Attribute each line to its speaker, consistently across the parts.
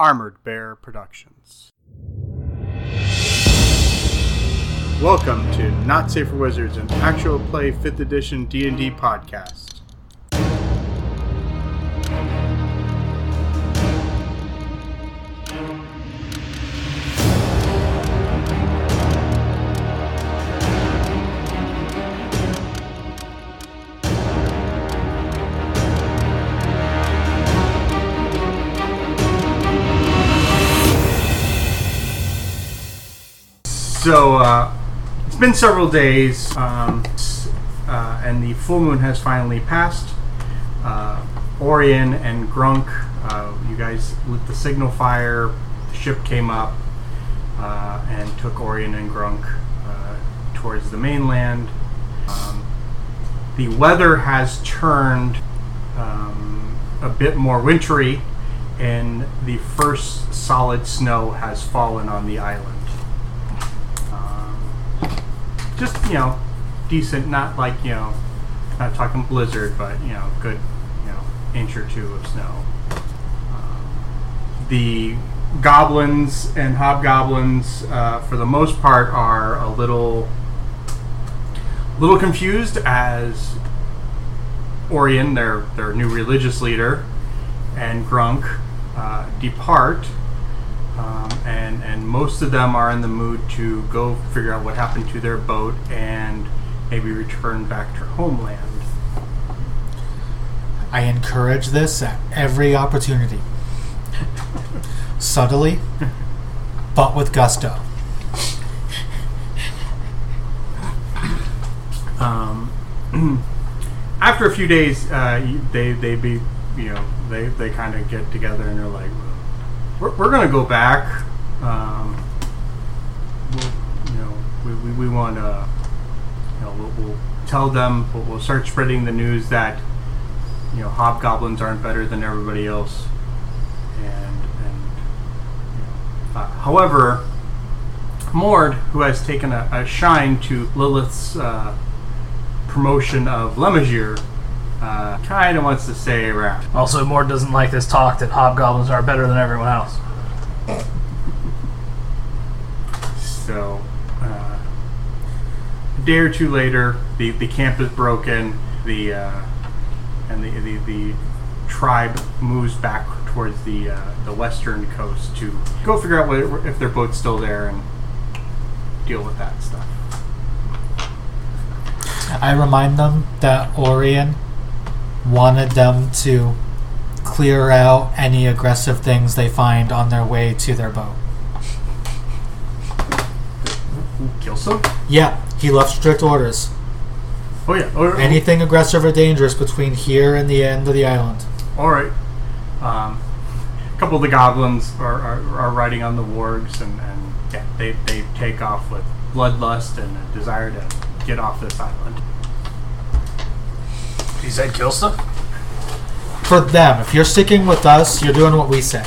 Speaker 1: Armored Bear Productions. Welcome to Not Safe for Wizards, an actual play 5th edition D&D podcast. So, uh, it's been several days, um, s- uh, and the full moon has finally passed. Uh, Orion and Grunk, uh, you guys lit the signal fire, the ship came up, uh, and took Orion and Grunk uh, towards the mainland. Um, the weather has turned um, a bit more wintry, and the first solid snow has fallen on the island um, just you know decent not like you know not talking blizzard but you know good you know inch or two of snow um, the goblins and hobgoblins uh, for the most part are a little little confused as Orion, their their new religious leader, and Grunk uh, depart um, and and most of them are in the mood to go figure out what happened to their boat and maybe return back to homeland.
Speaker 2: I encourage this at every opportunity. Subtly, but with gusto.
Speaker 1: Um, after a few days, uh, you- they they be you know they they kind of get together and they're like, we're, we're gonna go back. Um, we'll, you know, we, we, we want to you know we'll, we'll tell them, but we'll start spreading the news that you know hobgoblins aren't better than everybody else. And and you know, uh, however. Mord, who has taken a, a shine to Lilith's uh, promotion of Lemagir, uh, kind of wants to stay around.
Speaker 3: Also, Mord doesn't like this talk that hobgoblins are better than everyone else.
Speaker 1: So, uh, a day or two later, the, the camp is broken. The uh, and the, the the tribe moves back towards the uh, the western coast to go figure out what, if their boat's still there and deal with that stuff.
Speaker 2: I remind them that Orion wanted them to clear out any aggressive things they find on their way to their boat.
Speaker 1: Gilson?
Speaker 2: Yeah, he left strict orders.
Speaker 1: Oh yeah. Oh, oh,
Speaker 2: Anything aggressive or dangerous between here and the end of the island.
Speaker 1: All right. Um, a couple of the goblins are, are, are riding on the wargs, and, and yeah, they, they take off with bloodlust and a desire to get off this island.
Speaker 3: He said kill stuff?
Speaker 2: For them, if you're sticking with us, you're doing what we say.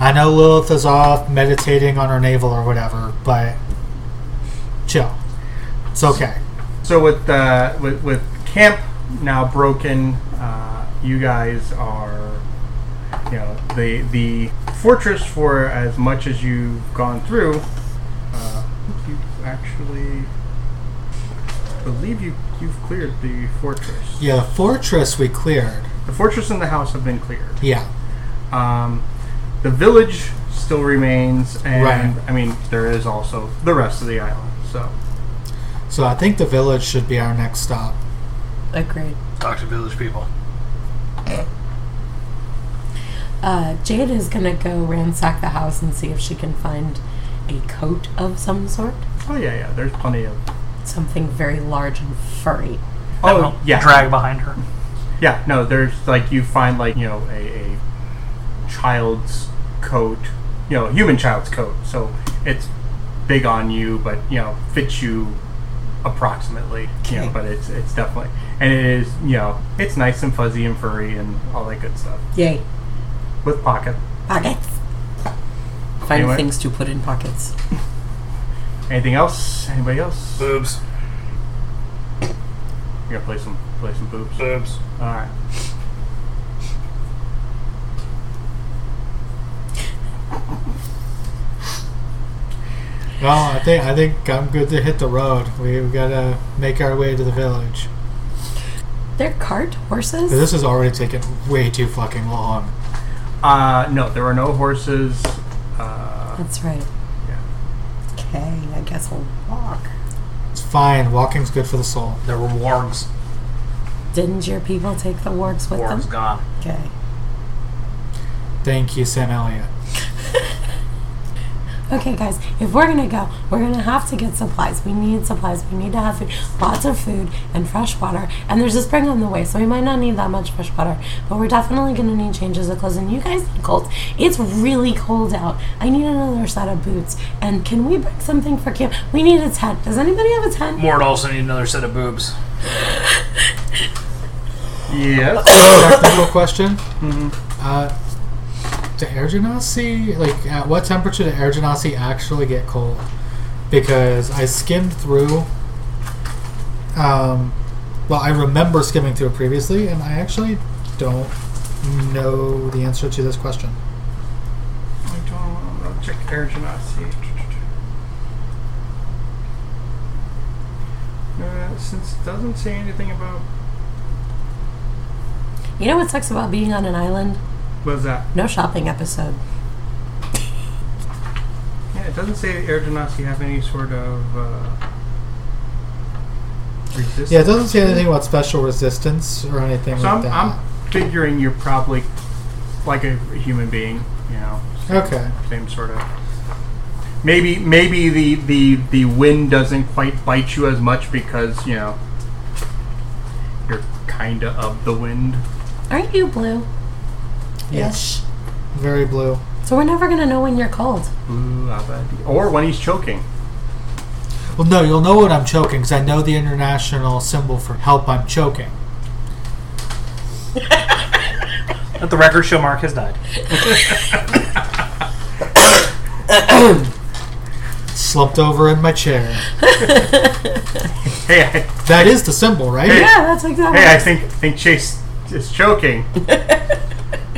Speaker 2: I know Lilith is off meditating on her navel or whatever, but chill. It's okay.
Speaker 1: So with the with, with camp now broken, uh, you guys are, you know, the the fortress for as much as you've gone through. Uh, you actually believe you you've cleared the fortress.
Speaker 2: Yeah, the fortress we cleared.
Speaker 1: The fortress and the house have been cleared.
Speaker 2: Yeah.
Speaker 1: Um, the village still remains, and
Speaker 2: Right.
Speaker 1: I mean, there is also the rest of the island. So,
Speaker 2: So I think the village should be our next stop.
Speaker 4: Agreed.
Speaker 3: Talk to village people.
Speaker 4: Uh, Jade is gonna go ransack the house and see if she can find a coat of some sort,
Speaker 1: oh yeah, yeah, there's plenty of.
Speaker 4: something very large and furry.
Speaker 1: Oh yeah,
Speaker 3: Drag behind her.
Speaker 1: yeah. No, there's like you find like you know a, a child's coat, you know, a human child's coat. So it's big on you, but you know, fits you approximately. You know,
Speaker 4: Okay.
Speaker 1: but it's it's definitely and it is you know it's nice and fuzzy and furry and all that good stuff
Speaker 4: Yay!
Speaker 1: with pocket.
Speaker 4: Pockets. Find
Speaker 1: Anyway.
Speaker 4: things to put in pockets.
Speaker 1: Anything else? Anybody else?
Speaker 3: Boobs.
Speaker 1: You gotta play some play some boobs. All
Speaker 3: Boobs.
Speaker 1: right.
Speaker 2: No, I think I think I'm good to hit the road. We've got to make our way to the village.
Speaker 4: They're cart horses.
Speaker 2: This is already taking way too fucking long.
Speaker 1: Uh, no, there are no horses. Uh,
Speaker 4: That's right.
Speaker 1: yeah.
Speaker 4: Okay, I guess I'll walk.
Speaker 2: It's fine. Walking's good for the soul.
Speaker 3: There were wargs.
Speaker 4: Didn't your people take the wargs with
Speaker 3: Wargs
Speaker 4: them?
Speaker 3: gone.
Speaker 4: Okay.
Speaker 2: Thank you, Sam Elliott.
Speaker 4: Okay, guys, if we're gonna go, we're gonna have to get supplies. We need supplies. We need to have food. lots of food and fresh water. And there's a spring on the way, so we might not need that much fresh water. But we're definitely gonna need changes of clothes. And you guys need cold. It's really cold out. I need another set of boots. And can we bring something for camp? We need a tent. Does anybody have a tent?
Speaker 3: Mort also need another set of boobs.
Speaker 1: Yes. Mm-hmm.
Speaker 2: Technical question. Uh, do air genasi like at what temperature do air genasi actually get cold? Because I skimmed through. Um, well, I remember skimming through it previously, and I actually don't know the answer to this question.
Speaker 1: I don't know. I'll Check air genasi. Uh, since it doesn't say anything about
Speaker 4: You know what sucks about being on an island?
Speaker 1: what's that?
Speaker 4: No shopping episode.
Speaker 1: Yeah, it doesn't say air genasi have any sort of uh, resistance.
Speaker 2: Yeah, it doesn't say anything about special resistance or anything
Speaker 1: So
Speaker 2: like
Speaker 1: I'm,
Speaker 2: that.
Speaker 1: I'm figuring you're probably like a human being, you know. same-
Speaker 2: Okay.
Speaker 1: Same sort of. Maybe maybe the, the the wind doesn't quite bite you as much because you know you're kinda of the wind.
Speaker 4: Aren't you blue?
Speaker 2: Yes. Very blue.
Speaker 4: So we're never gonna know when you're cold.
Speaker 1: Ooh, I'll bet. or when he's choking.
Speaker 2: Well, no, you'll know when I'm choking because I know the international symbol for help. I'm choking.
Speaker 3: Let the record show Mark has died.
Speaker 2: Slumped over in my chair.
Speaker 1: Hey, I,
Speaker 2: That is the symbol, right?
Speaker 1: Hey.
Speaker 4: Yeah, that's exactly.
Speaker 1: hey, I think think Chase is choking.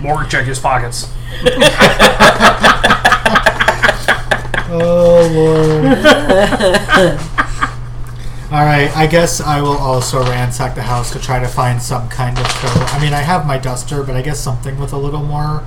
Speaker 3: Mort check his pockets.
Speaker 2: Oh lord. All right, I guess I will also ransack the house to try to find some kind of coat. I mean, I have my duster, but I guess something with a little more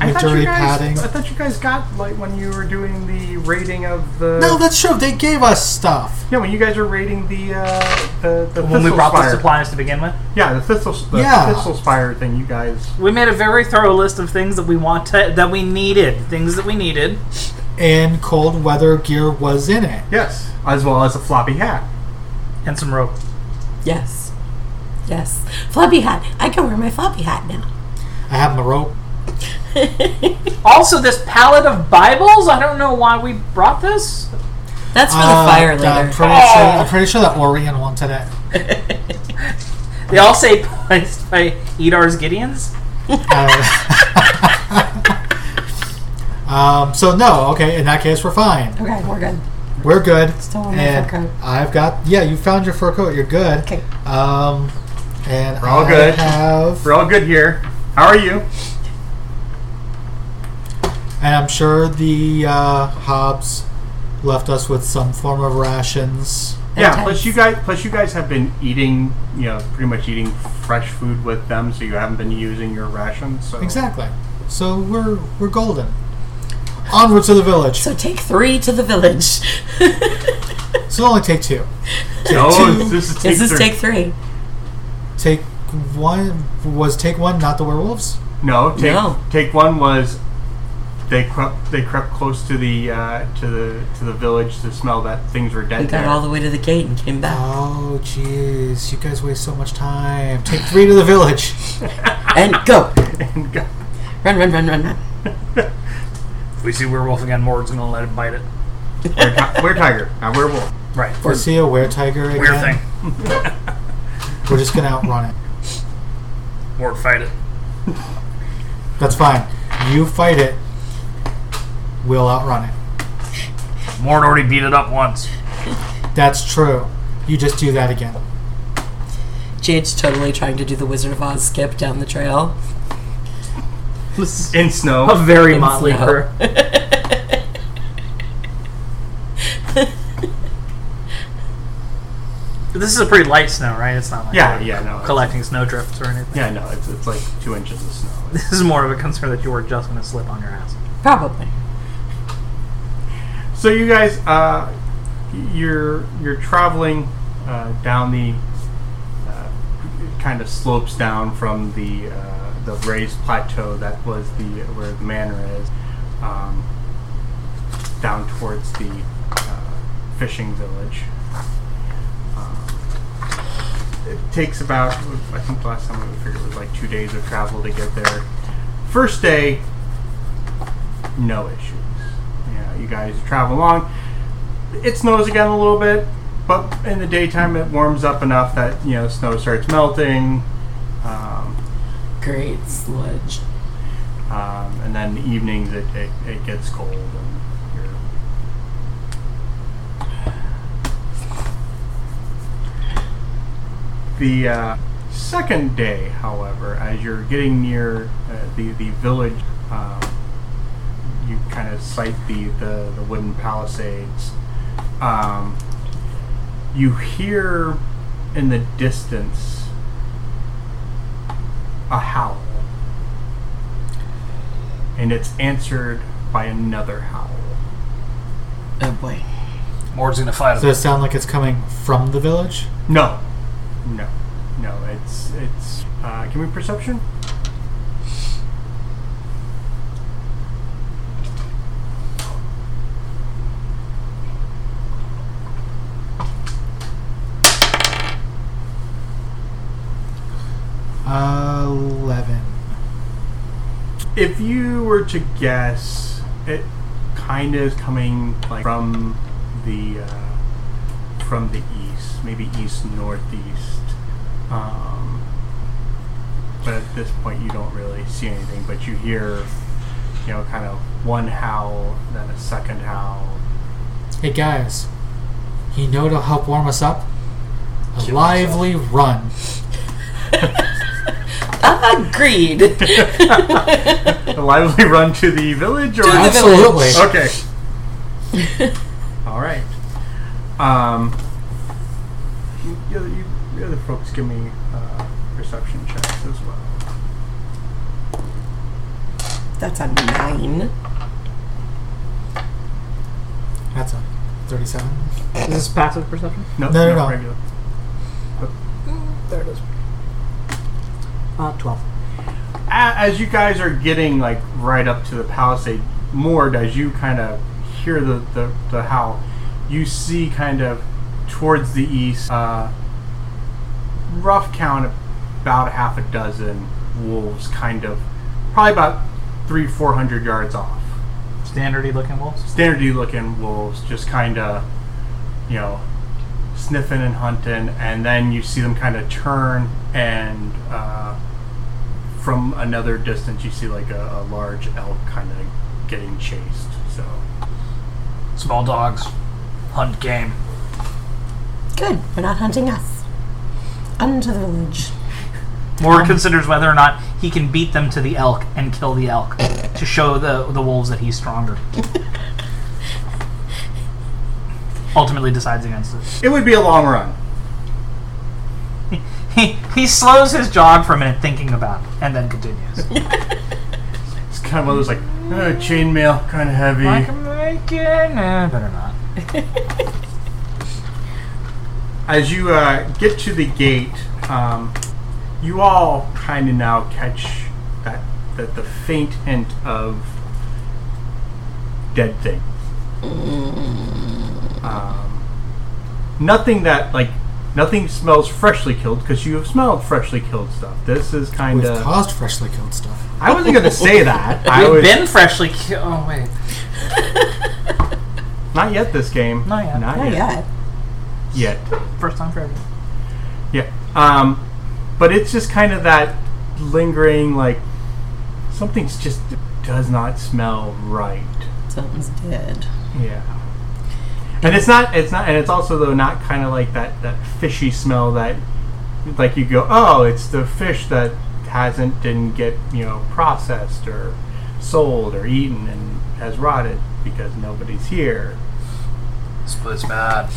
Speaker 1: I thought
Speaker 2: wintry
Speaker 1: you guys,
Speaker 2: padding.
Speaker 1: I thought you guys got like when you were doing the rating of the.
Speaker 2: No, that's true. They gave us stuff.
Speaker 1: yeah, when you guys are rating the uh, the the
Speaker 3: When we
Speaker 1: thistle
Speaker 3: brought the
Speaker 1: spire.
Speaker 3: supplies to begin with,
Speaker 1: Yeah, the thistle the
Speaker 2: Yeah.
Speaker 1: thistle spire thing. You guys.
Speaker 3: we made a very thorough list of things that we want to, that we needed, things that we needed.
Speaker 2: And cold weather gear was in it.
Speaker 1: Yes, as well as a floppy hat.
Speaker 3: and some rope.
Speaker 4: Yes. Yes. Floppy hat. I can wear my floppy hat now.
Speaker 2: I have my rope.
Speaker 3: Also, this pallet of Bibles. I don't know why we brought this.
Speaker 4: That's for
Speaker 2: Uh,
Speaker 4: the fire
Speaker 2: I'm
Speaker 4: later.
Speaker 2: pretty, sure, I'm pretty sure that Orion wanted it.
Speaker 3: They all say placed by Edar's Gideons.
Speaker 2: Uh, um, so no, okay. In that case, we're fine.
Speaker 4: okay, we're good.
Speaker 2: We're good.
Speaker 4: Still want my fur
Speaker 2: and
Speaker 4: coat.
Speaker 2: I've got yeah. You found your fur coat. You're good.
Speaker 4: Okay.
Speaker 2: Um, and
Speaker 1: all
Speaker 2: I
Speaker 1: good.
Speaker 2: Have,
Speaker 1: We're all good here. How are you?
Speaker 2: and I'm sure the uh, Hobbs left us with some form of rations.
Speaker 1: Yeah.
Speaker 4: Okay.
Speaker 1: Plus you guys. Plus you guys have been eating. You know, pretty much eating fresh food with them, so you haven't been using your rations. So
Speaker 2: Exactly. So we're we're golden. Onward to the village.
Speaker 4: So take three to the village.
Speaker 2: So it'll only take two.
Speaker 1: No,
Speaker 2: Two.
Speaker 1: Oh, this is take
Speaker 4: this is
Speaker 1: three.
Speaker 4: take three.
Speaker 2: Take one was take one, not the werewolves.
Speaker 1: No, take
Speaker 4: No.
Speaker 1: take one was they crept they crept close to the uh, to the to the village to smell that things were dead
Speaker 4: We got
Speaker 1: there.
Speaker 4: all the way to the gate and came back.
Speaker 2: Oh jeez, you guys waste so much time. Take three to the village.
Speaker 1: Ah.
Speaker 4: And go.
Speaker 1: and go-
Speaker 4: Run, run, run, run, run.
Speaker 3: If we see werewolf again, Mord's gonna let it bite it.
Speaker 1: we're, ti- we're tiger, not werewolf.
Speaker 3: Right.
Speaker 2: Or see a were tiger again.
Speaker 3: Weird thing.
Speaker 2: We're just gonna outrun it.
Speaker 3: Mord fight it.
Speaker 2: That's fine. You fight it. We'll outrun it.
Speaker 3: Mord already beat it up once.
Speaker 2: That's true. You just do that again.
Speaker 4: Jade's totally trying to do the Wizard of Oz skip down the trail.
Speaker 3: This is
Speaker 1: In
Speaker 3: a
Speaker 1: snow,
Speaker 3: very motley
Speaker 4: snow.
Speaker 3: crew. But this is a pretty light snow, right? It's not like
Speaker 1: Yeah,
Speaker 3: we're
Speaker 1: yeah, no, it's-
Speaker 3: collecting snow drifts or anything.
Speaker 1: Yeah, no, it's, it's like two inches of snow.
Speaker 3: This is more of a concern that you were just going to slip on your ass.
Speaker 4: Probably.
Speaker 1: So you guys, uh, you're you're traveling uh, down the uh, kind of slopes down from the uh, the raised plateau that was the where the manor is, um, down towards the uh, fishing village. Um, It takes about I think last time we figured it was like two days of travel to get there. First day, no issues. Yeah, you guys travel along. It snows again a little bit, but in the daytime it warms up enough that you know snow starts melting, um,
Speaker 4: Great sludge.
Speaker 1: um, and then evenings it, it, it gets cold and you're The uh, second day, however, as you're getting near uh, the the village, um, you kind of sight the, the the wooden palisades. Um, you hear in the distance a howl, and it's answered by another howl.
Speaker 4: Oh boy.
Speaker 3: Mord's going to fight
Speaker 2: Does it sound like it's coming from the village?
Speaker 1: No, no, no. It's it's. Uh, give me perception.
Speaker 2: Eleven.
Speaker 1: if you were to guess, it kind of is coming like from the uh, from the east, maybe east northeast. Um, but at this point, you don't really see anything, but you hear, you know, kind of one howl, then a second howl.
Speaker 2: Hey guys, you know to help warm us up? A
Speaker 1: Kill
Speaker 2: lively run.
Speaker 4: Agreed.
Speaker 1: A lively run to the village, or
Speaker 4: To the
Speaker 2: Absolutely.
Speaker 1: Okay. All right. Um, you, you, you, the other folks give me uh, perception checks as well.
Speaker 4: That's a nine.
Speaker 2: That's a thirty-seven.
Speaker 3: Is this passive perception?
Speaker 1: No,
Speaker 2: No, no,
Speaker 1: not
Speaker 2: no.
Speaker 1: regular.
Speaker 3: There it is. Uh, 12.
Speaker 1: A- As you guys are getting like right up to the palisade, Mord, as you kind of hear the, the, the howl, you see kind of towards the east, uh, rough count, about half a dozen wolves, kind of probably about three, four hundred yards off.
Speaker 3: Standardy looking wolves?
Speaker 1: standardy looking wolves just kind of you know sniffing and hunting and then you see them kind of turn and uh, from another distance you see like a, a large elk kind of getting chased so
Speaker 3: Small dogs. Hunt game.
Speaker 4: Good. They're not hunting us. Onto the village.
Speaker 1: Um,
Speaker 3: Mord considers whether or not he can beat them to the elk and kill the elk to show the, the wolves that he's stronger. Ultimately decides against it.
Speaker 1: it would be a long run
Speaker 3: He, he slows his jog for a minute thinking about it and then continues.
Speaker 1: it's kind of one of those like oh, chainmail kind of heavy
Speaker 3: I can make it. Nah, better not.
Speaker 1: as you uh, get to the gate, um, you all kind of now catch that, that the faint hint of dead thing.
Speaker 3: Mm.
Speaker 1: Um, nothing that like nothing smells freshly killed because you have smelled freshly killed stuff. This is kind
Speaker 2: We've
Speaker 1: of.
Speaker 2: caused freshly killed stuff.
Speaker 1: I wasn't gonna say that. I was
Speaker 3: We've been freshly killed. Oh, wait.
Speaker 1: not yet this game.
Speaker 3: Not yet.
Speaker 1: Not,
Speaker 4: Not yet.
Speaker 1: yet.
Speaker 3: First time for everything.
Speaker 1: Yeah. Um, but it's just kind of that lingering, like, something's just does not smell right.
Speaker 4: Something's dead.
Speaker 1: Yeah. And it's not, it's not, and it's also, though, not kind of like that, that fishy smell that, like, you go, oh, it's the fish that hasn't, didn't get, you know, processed or sold or eaten and has rotted because nobody's here.
Speaker 3: Split's bad.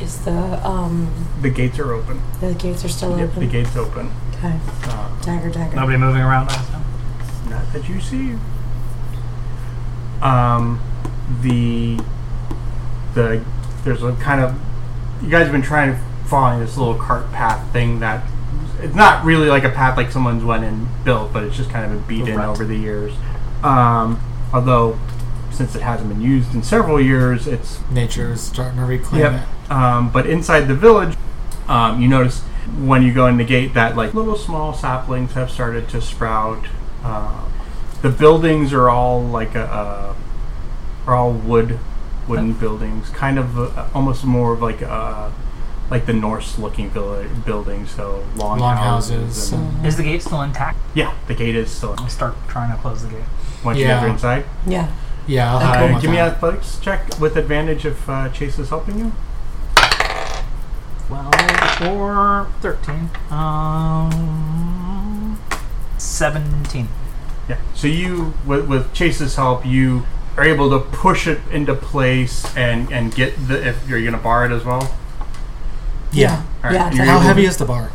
Speaker 4: Is the um
Speaker 1: The gates are open.
Speaker 4: the gates are still
Speaker 1: Yep,
Speaker 4: open?
Speaker 1: the gates open.
Speaker 4: Okay.
Speaker 1: Uh,
Speaker 4: Dagger, dagger.
Speaker 3: Nobody moving around last time?
Speaker 1: Not that you see. Um, the the there's a kind of you guys have been trying to follow this little cart path thing that it's not really like a path like someone's went and built, but it's just kind of been beat in
Speaker 3: Right.
Speaker 1: over the years. Um, although since it hasn't been used in several years, it's
Speaker 2: Nature is starting to reclaim
Speaker 1: Yep.
Speaker 2: it.
Speaker 1: Um, but inside the village, um, you notice when you go in the gate that like little small saplings have started to sprout. Uh, the buildings are all like a, a are all wood, wooden buildings, kind of uh almost more of like a like the Norse looking village building. So long,
Speaker 2: Long houses.
Speaker 1: houses. and-
Speaker 3: Is the gate still intact?
Speaker 1: yeah, the gate is still.
Speaker 3: I'll start trying to close the gate.
Speaker 1: Once you
Speaker 2: Yeah.
Speaker 1: guys are inside,
Speaker 4: Yeah.
Speaker 2: Yeah, I'll
Speaker 1: Uh,
Speaker 2: help him with
Speaker 1: give me
Speaker 2: that.
Speaker 1: an athletics check with advantage if uh, Chase is helping you.
Speaker 3: 12 or 13. Um, 17.
Speaker 1: Yeah. So you, with, with Chase's help, you are able to push it into place and and get the. If you're gonna bar it as well.
Speaker 2: Yeah.
Speaker 1: All right,
Speaker 4: Yeah,
Speaker 1: you're
Speaker 2: How
Speaker 1: able-
Speaker 2: heavy is the bar?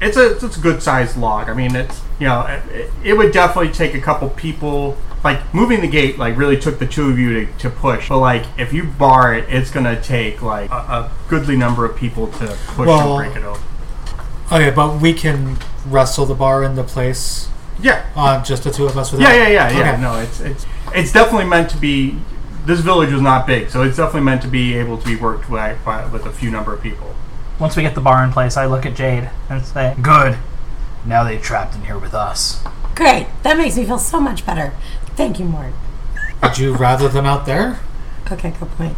Speaker 1: It's a it's a good sized log. I mean, it's you know it- it, it would definitely take a couple people. Like moving the gate, like really took the two of you to, to push. But like if you bar it, it's gonna take like a, a goodly number of people to push
Speaker 2: Well-
Speaker 1: and break it open.
Speaker 2: Okay, but we can wrestle the bar into place
Speaker 1: Yeah,
Speaker 2: on Uh, just the two of us without.
Speaker 1: Yeah, yeah, yeah, yeah.
Speaker 2: Okay.
Speaker 1: No, it's it's it's definitely meant to be. This village was not big, so it's definitely meant to be able to be worked by, by with a few number of people.
Speaker 3: Once we get the bar in place, I look at Jade and say, Good. Now they trapped in here with us.
Speaker 4: Great. That makes me feel so much better. Thank you, Mort.
Speaker 2: Would you rather them out there?
Speaker 4: Okay, good point.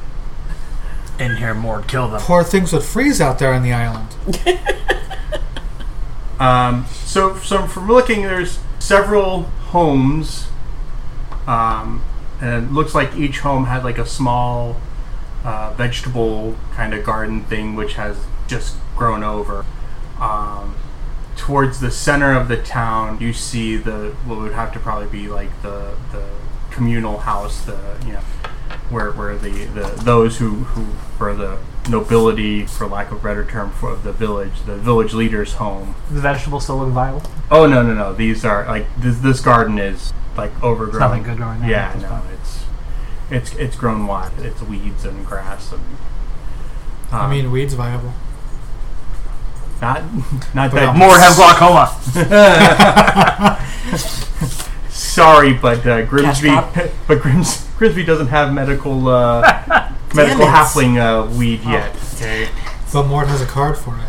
Speaker 3: In here, Mord, kill them.
Speaker 2: Poor things would freeze out there on the island.
Speaker 1: Um, so, so from looking, there's several homes, um, and it looks like each home had like a small uh, vegetable kind of garden thing, which has just grown over. Um, towards the center of the town, you see the what would have to probably be like the the communal house, the you know where where the, the those who who were the nobility, for lack of a better term, for of the village, the village leader's home.
Speaker 3: The vegetables still look viable.
Speaker 1: Oh no no no! These are like this. This garden is like overgrown.
Speaker 3: nothing good growing there
Speaker 1: Yeah,
Speaker 3: at this
Speaker 1: no,
Speaker 3: point.
Speaker 1: it's it's it's grown wild. It's weeds and grass and. um,
Speaker 2: I mean, weed's viable.
Speaker 1: not not
Speaker 2: But
Speaker 1: that
Speaker 2: I'm-
Speaker 3: Mord have glaucoma.
Speaker 1: Sorry, but uh, Grimsby,
Speaker 4: Cash
Speaker 1: but Grims, Grimsby doesn't have medical uh, medical
Speaker 4: it.
Speaker 1: halfling uh, weed yet. Okay,
Speaker 2: But Mort has a card for it.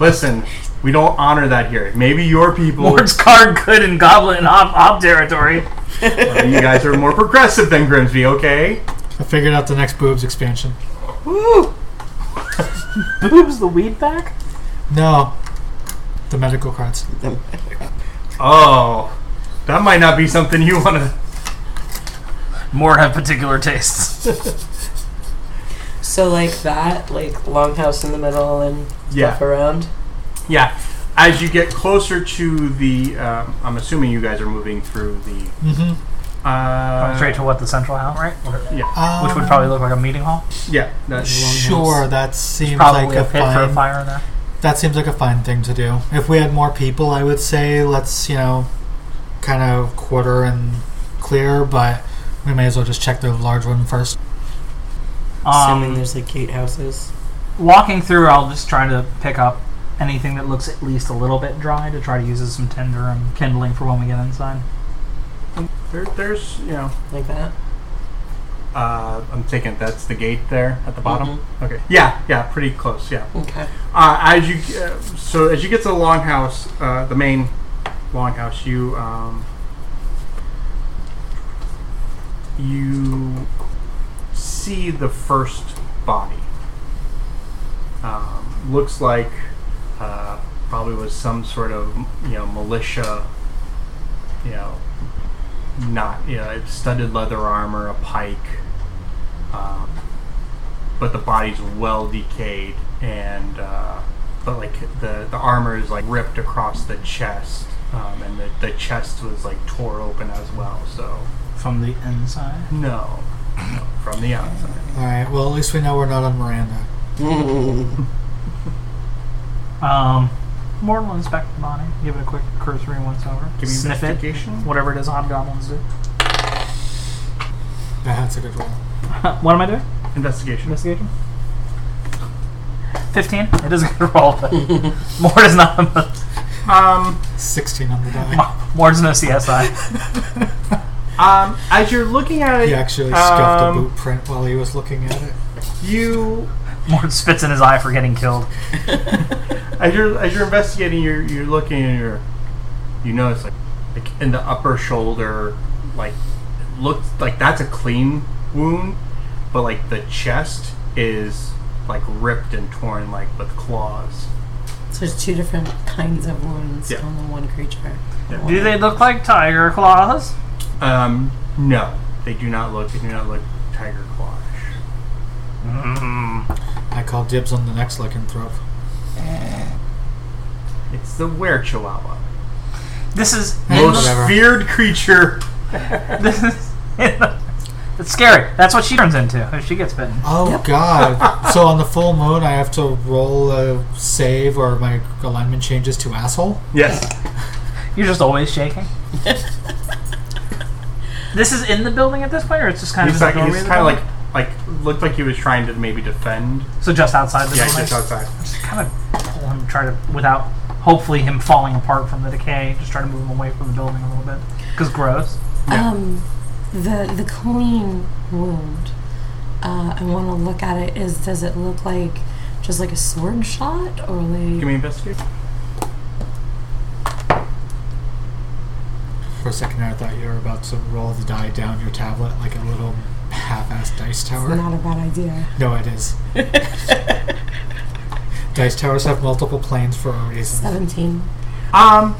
Speaker 1: listen, we don't honor that here. Maybe your people,
Speaker 3: Mord's card good in goblin and hop, hop territory.
Speaker 1: you guys are more progressive than Grimsby. Okay,
Speaker 2: I figured out the next boobs expansion.
Speaker 3: Woo! Boobs the weed back?
Speaker 2: No, the medical cards.
Speaker 1: oh, that might not be something you want to.
Speaker 3: Mord have particular tastes.
Speaker 5: So like that, like longhouse in the middle and
Speaker 1: Yeah.
Speaker 5: stuff around.
Speaker 1: Yeah. As you get closer to the, um, I'm assuming you guys are moving through the.
Speaker 2: Mm-hmm.
Speaker 1: Uh,
Speaker 3: Straight to what the central house, right?
Speaker 2: Um,
Speaker 3: Which would probably look like a meeting hall.
Speaker 1: Yeah. That's,
Speaker 2: Sure, that seems
Speaker 3: Probably
Speaker 2: like
Speaker 3: a
Speaker 2: a,
Speaker 3: pit for a
Speaker 2: fine.
Speaker 3: fire in there.
Speaker 2: that seems like a fine thing to do. If we had more people, I would say let's you know, kind of quarter and clear. But we may as well just check the large one first.
Speaker 5: Assuming
Speaker 3: Um,
Speaker 5: there's like gatehouses.
Speaker 3: walking through, I'll just try to pick up anything that looks at least a little bit dry to try to use as some tinder and kindling for when we get inside.
Speaker 1: there, there's, you know,
Speaker 5: like that.
Speaker 1: uh, I'm thinking that's the gate there at the bottom.
Speaker 5: Mm-hmm.
Speaker 1: Okay. Yeah. Yeah. Pretty close. Yeah.
Speaker 5: Okay.
Speaker 1: Uh, as you, uh, so as you get to the longhouse, uh, the main longhouse, you, um, you see the first body. Um, looks like uh, probably was some sort of you know militia, you know, not you know, it's studded leather armor, a pike, um, but the body's well decayed and uh, but like the the armor is like ripped across the chest. Um, and the, the chest was like tore open as well, so
Speaker 3: From the inside?
Speaker 1: no. from the outside.
Speaker 2: All right. Well, at least we know we're not on Miranda.
Speaker 3: Um, Morton will inspect the body, give it a quick cursory once over,
Speaker 1: Give me
Speaker 3: sniff it,
Speaker 1: investigation.
Speaker 3: whatever it is hobgoblins do.
Speaker 2: That's a good roll.
Speaker 3: what am I doing?
Speaker 1: Investigation.
Speaker 3: Investigation. Fifteen. It doesn't get a roll, but more does not.
Speaker 1: Um,
Speaker 2: Sixteen on the die.
Speaker 3: More's no CSI.
Speaker 1: um, as you're looking at it,
Speaker 2: He actually scuffed a
Speaker 1: um,
Speaker 2: boot print while he was looking at it.
Speaker 1: You
Speaker 3: Mort spits in his eye for getting killed.
Speaker 1: as you're as you're investigating, you're you're looking and you're you notice like like in the upper shoulder, like looks like that's a clean wound, but like the chest is like ripped and torn like with claws.
Speaker 4: So there's two different kinds of wounds
Speaker 1: Yeah.
Speaker 4: on the one creature.
Speaker 3: Do they look like tiger claws?
Speaker 1: Um, no, they do not look. They do not look tiger clawish.
Speaker 2: I call dibs on the next lycanthrope.
Speaker 1: It's the were chihuahua,
Speaker 3: This is in
Speaker 1: most
Speaker 3: the,
Speaker 2: Whatever.
Speaker 1: feared creature.
Speaker 3: this is in the, it's scary. That's what she turns into if she gets bitten.
Speaker 2: Oh God! so on the full moon, I have to roll a save, or my alignment changes to asshole.
Speaker 1: Yes.
Speaker 3: You're just always shaking. this is in the building at this point, or it's just kind of
Speaker 1: He's
Speaker 3: in
Speaker 1: like
Speaker 3: the doorway
Speaker 1: he's
Speaker 3: of the
Speaker 1: kind of
Speaker 3: building?
Speaker 1: like like looked like he was trying to maybe defend.
Speaker 3: so just outside the
Speaker 1: Yeah,
Speaker 3: building.
Speaker 1: just outside.
Speaker 3: kind of pull him, try to without hopefully him falling apart from the decay. Just try to move him away from the building a little bit because gross.
Speaker 4: Um, the the clean wound. Uh, I want to look at it. Is does it look like just like a sword shot or like?
Speaker 1: Give me investigation.
Speaker 2: For a second, there, I thought you were about to roll the die down your tablet like a little half-assed dice tower.
Speaker 4: not a bad idea.
Speaker 2: No, it is. Dice towers have multiple planes for a reason.
Speaker 4: Seventeen.
Speaker 1: Um,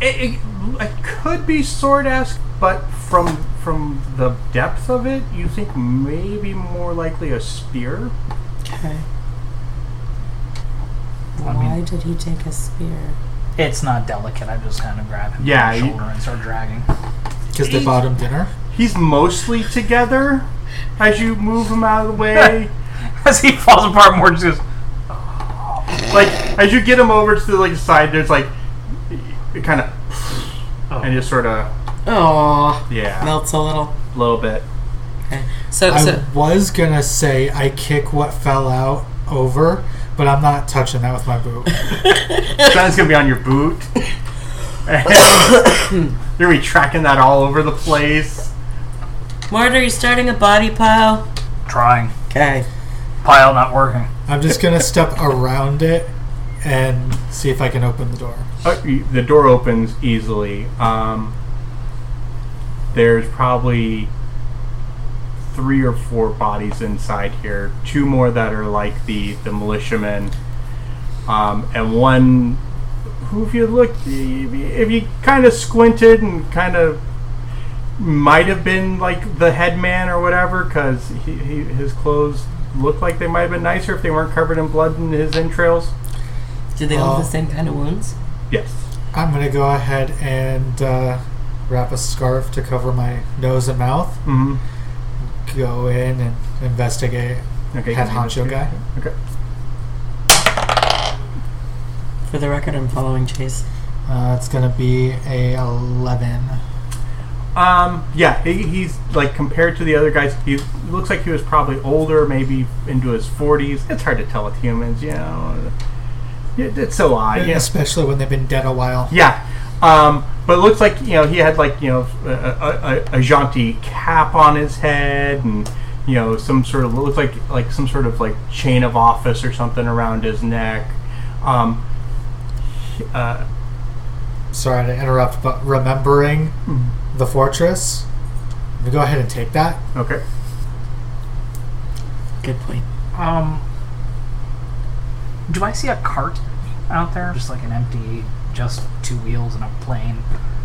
Speaker 1: it, it, it could be sword-esque, but from from the depth of it, you think maybe more likely a spear.
Speaker 4: Okay.
Speaker 3: I
Speaker 4: Why
Speaker 3: mean-
Speaker 4: did he take a spear?
Speaker 3: It's not delicate. I just kind of grab him
Speaker 1: Yeah,
Speaker 3: by the
Speaker 1: you-
Speaker 3: shoulder and start dragging.
Speaker 2: Because they bought him dinner.
Speaker 1: He's mostly together as you move him out of the way.
Speaker 3: As he falls apart, more just goes.
Speaker 1: like as you get him over to the like side, there's like it kind of and just sort of
Speaker 5: Aw,
Speaker 1: yeah,
Speaker 5: melts a little.
Speaker 1: a little bit.
Speaker 5: Okay. So, so
Speaker 2: I was gonna say I kick what fell out over, but I'm not touching that with my boot.
Speaker 1: Sun's gonna be on your boot. And you're gonna be tracking that all over the place.
Speaker 5: Mort, are you starting a body pile?
Speaker 3: Trying
Speaker 5: Okay.
Speaker 3: pile not working.
Speaker 2: I'm just gonna step around it and see if I can open the door.
Speaker 1: Uh, y- the door opens easily. Um, there's probably three or four bodies inside here. Two more that are like the the militiamen, um, and one who, if you looked, if you kind of squinted and kind of might have been like the headman or whatever, because he, he, his clothes look like they might have been nicer if they weren't covered in blood and his entrails.
Speaker 5: Do they all have
Speaker 2: Uh,
Speaker 5: the same kind of wounds?
Speaker 1: Yes.
Speaker 2: I'm gonna go ahead and uh, wrap a scarf to cover my nose and mouth.
Speaker 1: hmm
Speaker 2: Go in and investigate.
Speaker 1: Okay.
Speaker 2: Head
Speaker 1: give me
Speaker 2: honcho
Speaker 1: this here.
Speaker 2: guy?
Speaker 1: Okay.
Speaker 5: For the record, I'm following Chase.
Speaker 2: Uh, it's gonna be a 11.
Speaker 1: Um, yeah, he, he's like compared to the other guys, he looks like he was probably older, maybe into his 40s. It's hard to tell with humans, you know. It, it's so odd. Uh, Yeah.
Speaker 2: Especially when they've been dead a while.
Speaker 1: yeah. Um, but it looks like, you know, he had like, you know, a, a, a, a jaunty cap on his head and, you know, some sort of, looks like, like some sort of like chain of office or something around his neck. Um, uh,
Speaker 2: Sorry to interrupt, but remembering
Speaker 1: Hmm.
Speaker 2: the fortress, we go ahead and take that.
Speaker 1: okay.
Speaker 5: Good point.
Speaker 3: Um, do I see a cart out there? Just like an empty, just two wheels and a plane.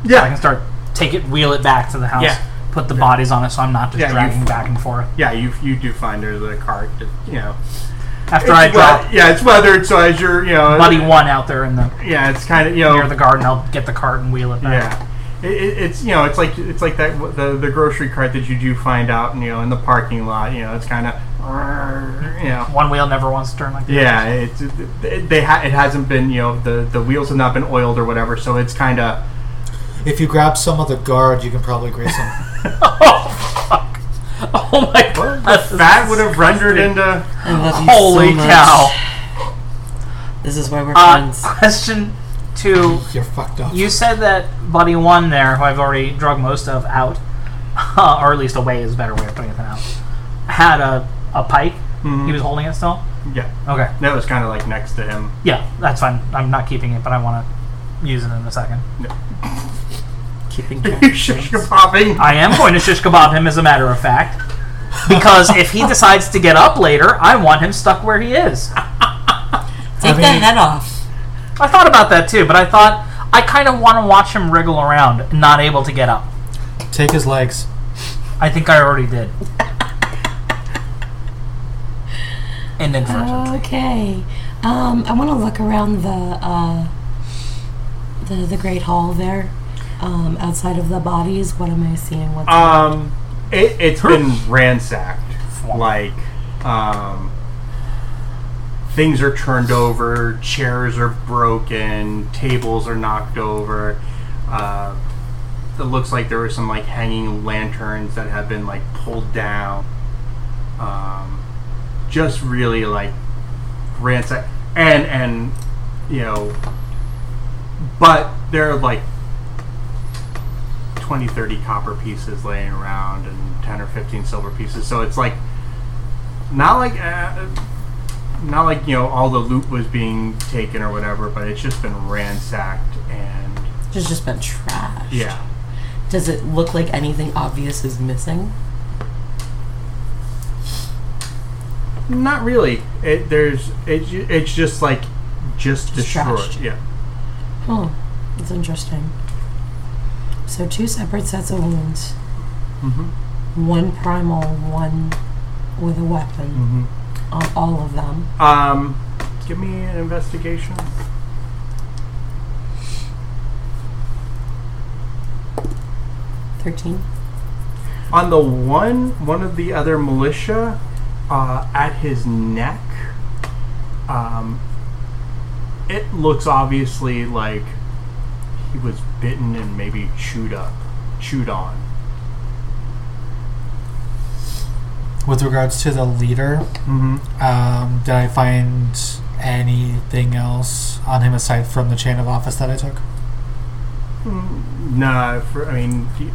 Speaker 1: Yeah.
Speaker 3: I can start take it, wheel it back to the house.
Speaker 1: Yeah.
Speaker 3: Put the bodies on it, so I'm not just
Speaker 1: Yeah, you-
Speaker 3: dragging back and forth.
Speaker 1: Yeah, you, you do find there's a cart, that, you know.
Speaker 3: After I
Speaker 1: It's
Speaker 3: drop
Speaker 1: wet- yeah, it's weathered, so as you're, you know,
Speaker 3: buddy one out there in the
Speaker 1: yeah, it's kind of you
Speaker 3: near
Speaker 1: know,
Speaker 3: the garden. I'll get the cart and wheel it back.
Speaker 1: Oh. yeah, It, it, it's you know it's like it's like that the, the grocery cart that you do find out you know in the parking lot you know it's kind of you know
Speaker 3: One wheel never wants to turn like that.
Speaker 1: yeah it's it, it- they ha- it hasn't been you know the the wheels have not been oiled or whatever so it's kind of
Speaker 2: If you grab some of the guard, you can probably grease them.
Speaker 3: Oh my god.
Speaker 1: that would have rendered into
Speaker 5: I love you
Speaker 3: Holy
Speaker 5: so much.
Speaker 3: cow.
Speaker 5: This is why we're
Speaker 3: Uh,
Speaker 5: friends.
Speaker 3: question two.
Speaker 2: You're fucked up.
Speaker 3: You said that Buddy One there, who I've already drug most of out, or at least away is a better way of putting it than out, had a, a pike. He was holding it still.
Speaker 1: yeah
Speaker 3: Okay.
Speaker 1: that was kind of like next to him
Speaker 3: Yeah, that's fine. I'm not keeping it, but I want to use it in a second.
Speaker 5: Keeping track.
Speaker 1: you shish popping
Speaker 3: I am going to shish kebab him, as a matter of fact, because if he decides to get up later, I want him stuck where he is.
Speaker 4: Take the
Speaker 2: mean-
Speaker 4: head off.
Speaker 3: I thought about that too, but I thought I kind of want to watch him wriggle around, not able to get up.
Speaker 2: Take his legs.
Speaker 3: I think I already did. and then
Speaker 4: Uh.
Speaker 3: first.
Speaker 4: Okay. Um, I want to look around the, uh, the the great hall there. Um, outside of the bodies, what am I seeing? What's
Speaker 1: um it, it's been ransacked like um things are turned over chairs are broken tables are knocked over uh, it looks like there were some like hanging lanterns that have been like pulled down um just really like ransacked and and you know but there are like 20 30 copper pieces laying around and 10 or 15 silver pieces so it's like not like uh, not like you know all the loot was being taken or whatever but it's just been ransacked and
Speaker 5: There's just been trash.
Speaker 1: yeah
Speaker 5: Does it look like anything obvious is missing?
Speaker 1: not really it there's it, ju- it's just like just destroyed
Speaker 5: trashed.
Speaker 1: yeah
Speaker 4: Oh, that's interesting. So two separate sets of wounds.
Speaker 1: Mm-hmm.
Speaker 4: One primal, one with a weapon.
Speaker 1: mm-hmm.
Speaker 3: Hmm.
Speaker 4: On all of them.
Speaker 1: Um, give me an investigation.
Speaker 4: Thirteen.
Speaker 1: On the one, one of the other militia, uh, at his neck, um, it looks obviously like he was bitten and maybe chewed up, chewed on.
Speaker 2: With regards to the leader,
Speaker 1: Mm-hmm.
Speaker 2: um, did I find anything else on him aside from the chain of office that I took?
Speaker 1: Nah, for, I mean, he,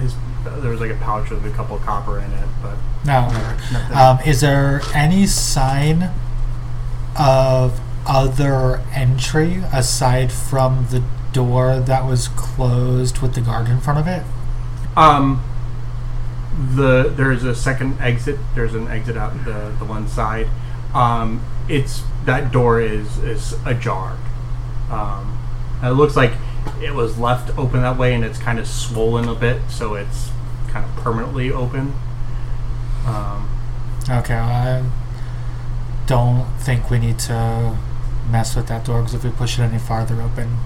Speaker 1: his there was like a pouch with a couple copper in it, but
Speaker 2: No.
Speaker 1: nothing.
Speaker 2: Um, is there any sign of other entry aside from the door that was closed with the guard in front of it?
Speaker 1: Um, the there's a second exit. There's an exit out the the one side. Um, it's that door is is ajar. Um, and it looks like it was left open that way, and it's kind of swollen a bit, so it's kind of permanently open. Um,
Speaker 2: Okay, I don't think we need to mess with that door because if we push it any farther open,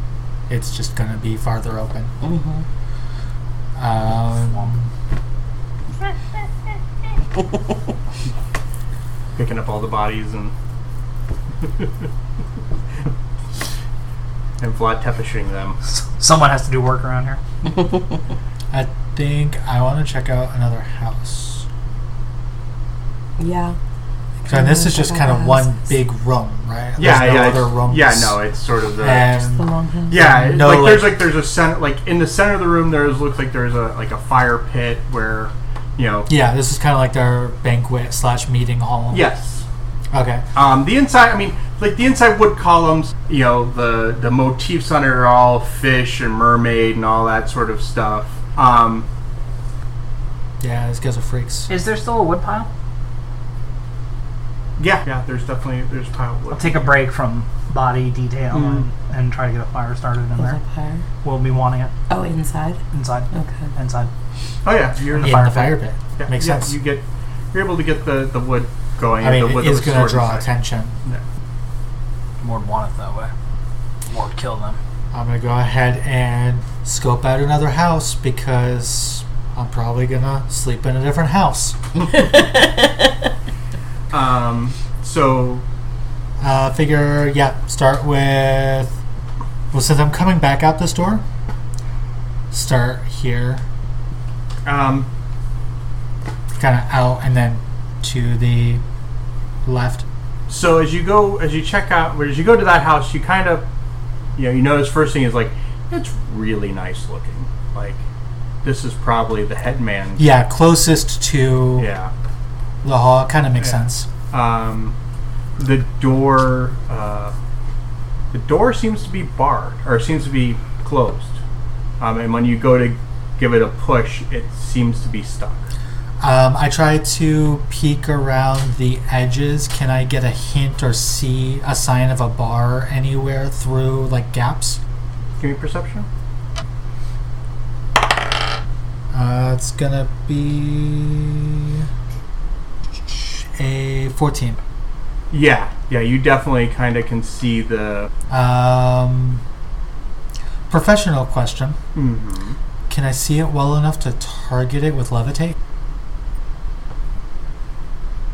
Speaker 2: it's just going to be farther open.
Speaker 5: Mm-hmm.
Speaker 2: Um,
Speaker 1: picking up all the bodies and and Vlad tepishing them.
Speaker 3: Someone has to do work around here.
Speaker 5: Mm-hmm.
Speaker 2: I think I want to check out another house.
Speaker 4: Yeah.
Speaker 2: So and this is just kind of one
Speaker 4: Houses.
Speaker 2: big room, right?
Speaker 1: Yeah,
Speaker 2: There's no
Speaker 1: yeah,
Speaker 2: other
Speaker 1: it's-
Speaker 2: rooms.
Speaker 1: yeah. No, it's sort of the
Speaker 4: Just the
Speaker 2: And
Speaker 4: long house.
Speaker 1: Yeah, it-
Speaker 2: No,
Speaker 1: like, there's
Speaker 2: like-
Speaker 1: like there's a center like in the center of the room there's looks like there's a like a fire pit where you know
Speaker 2: yeah, this is kind of like their banquet slash meeting hall.
Speaker 1: yes.
Speaker 2: Okay.
Speaker 1: Um, the inside I mean like the inside wood columns, you know, the the motifs on it are all fish and mermaid and all that sort of stuff. Um,
Speaker 2: Yeah, these guys are freaks.
Speaker 3: Is there still a wood pile?
Speaker 1: yeah, yeah, there's definitely there's pile of wood.
Speaker 3: I'll take a break from body detail
Speaker 1: Mm.
Speaker 3: and, and try to get a fire started in
Speaker 4: Was
Speaker 3: there.
Speaker 4: up higher.
Speaker 3: We'll be wanting it
Speaker 4: Oh, inside.
Speaker 3: inside.
Speaker 4: Okay.
Speaker 3: Inside.
Speaker 1: oh yeah, you're
Speaker 2: In
Speaker 3: fire
Speaker 2: the
Speaker 3: pit.
Speaker 2: fire pit.
Speaker 1: yeah,
Speaker 2: Makes
Speaker 1: yeah,
Speaker 2: sense.
Speaker 1: You get you're able to get the the wood going.
Speaker 2: I
Speaker 1: the
Speaker 2: mean,
Speaker 1: wood
Speaker 2: it
Speaker 1: that
Speaker 2: is
Speaker 1: was
Speaker 2: going
Speaker 1: stored
Speaker 2: to draw
Speaker 1: inside.
Speaker 2: attention.
Speaker 1: No.
Speaker 3: More would want it that way. More would kill them.
Speaker 2: I'm gonna go ahead and scope out another house because I'm probably gonna sleep in a different house.
Speaker 1: Um, so
Speaker 2: Uh, figure, yeah, start with. Well, since I'm coming back out this door, start here,
Speaker 1: um,
Speaker 2: kind of out, and then to the left.
Speaker 1: so as you go as you check out well, as you go to that house you kind of you know you notice first thing is like it's really nice looking like this is probably the headman
Speaker 2: Yeah, closest to
Speaker 1: yeah
Speaker 2: the hall. Kind of makes
Speaker 1: Yeah.
Speaker 2: sense.
Speaker 1: um, the door uh, the door seems to be barred or seems to be closed um, and when you go to give it a push it seems to be stuck
Speaker 2: Um, I try to peek around the edges. Can I get a hint or see a sign of a bar anywhere through like gaps?
Speaker 1: give me perception
Speaker 2: Uh, it's gonna be a 14.
Speaker 1: yeah yeah you definitely kind of can see the
Speaker 2: Um, professional question.
Speaker 1: Mhm.
Speaker 2: Can I see it well enough to target it with levitate?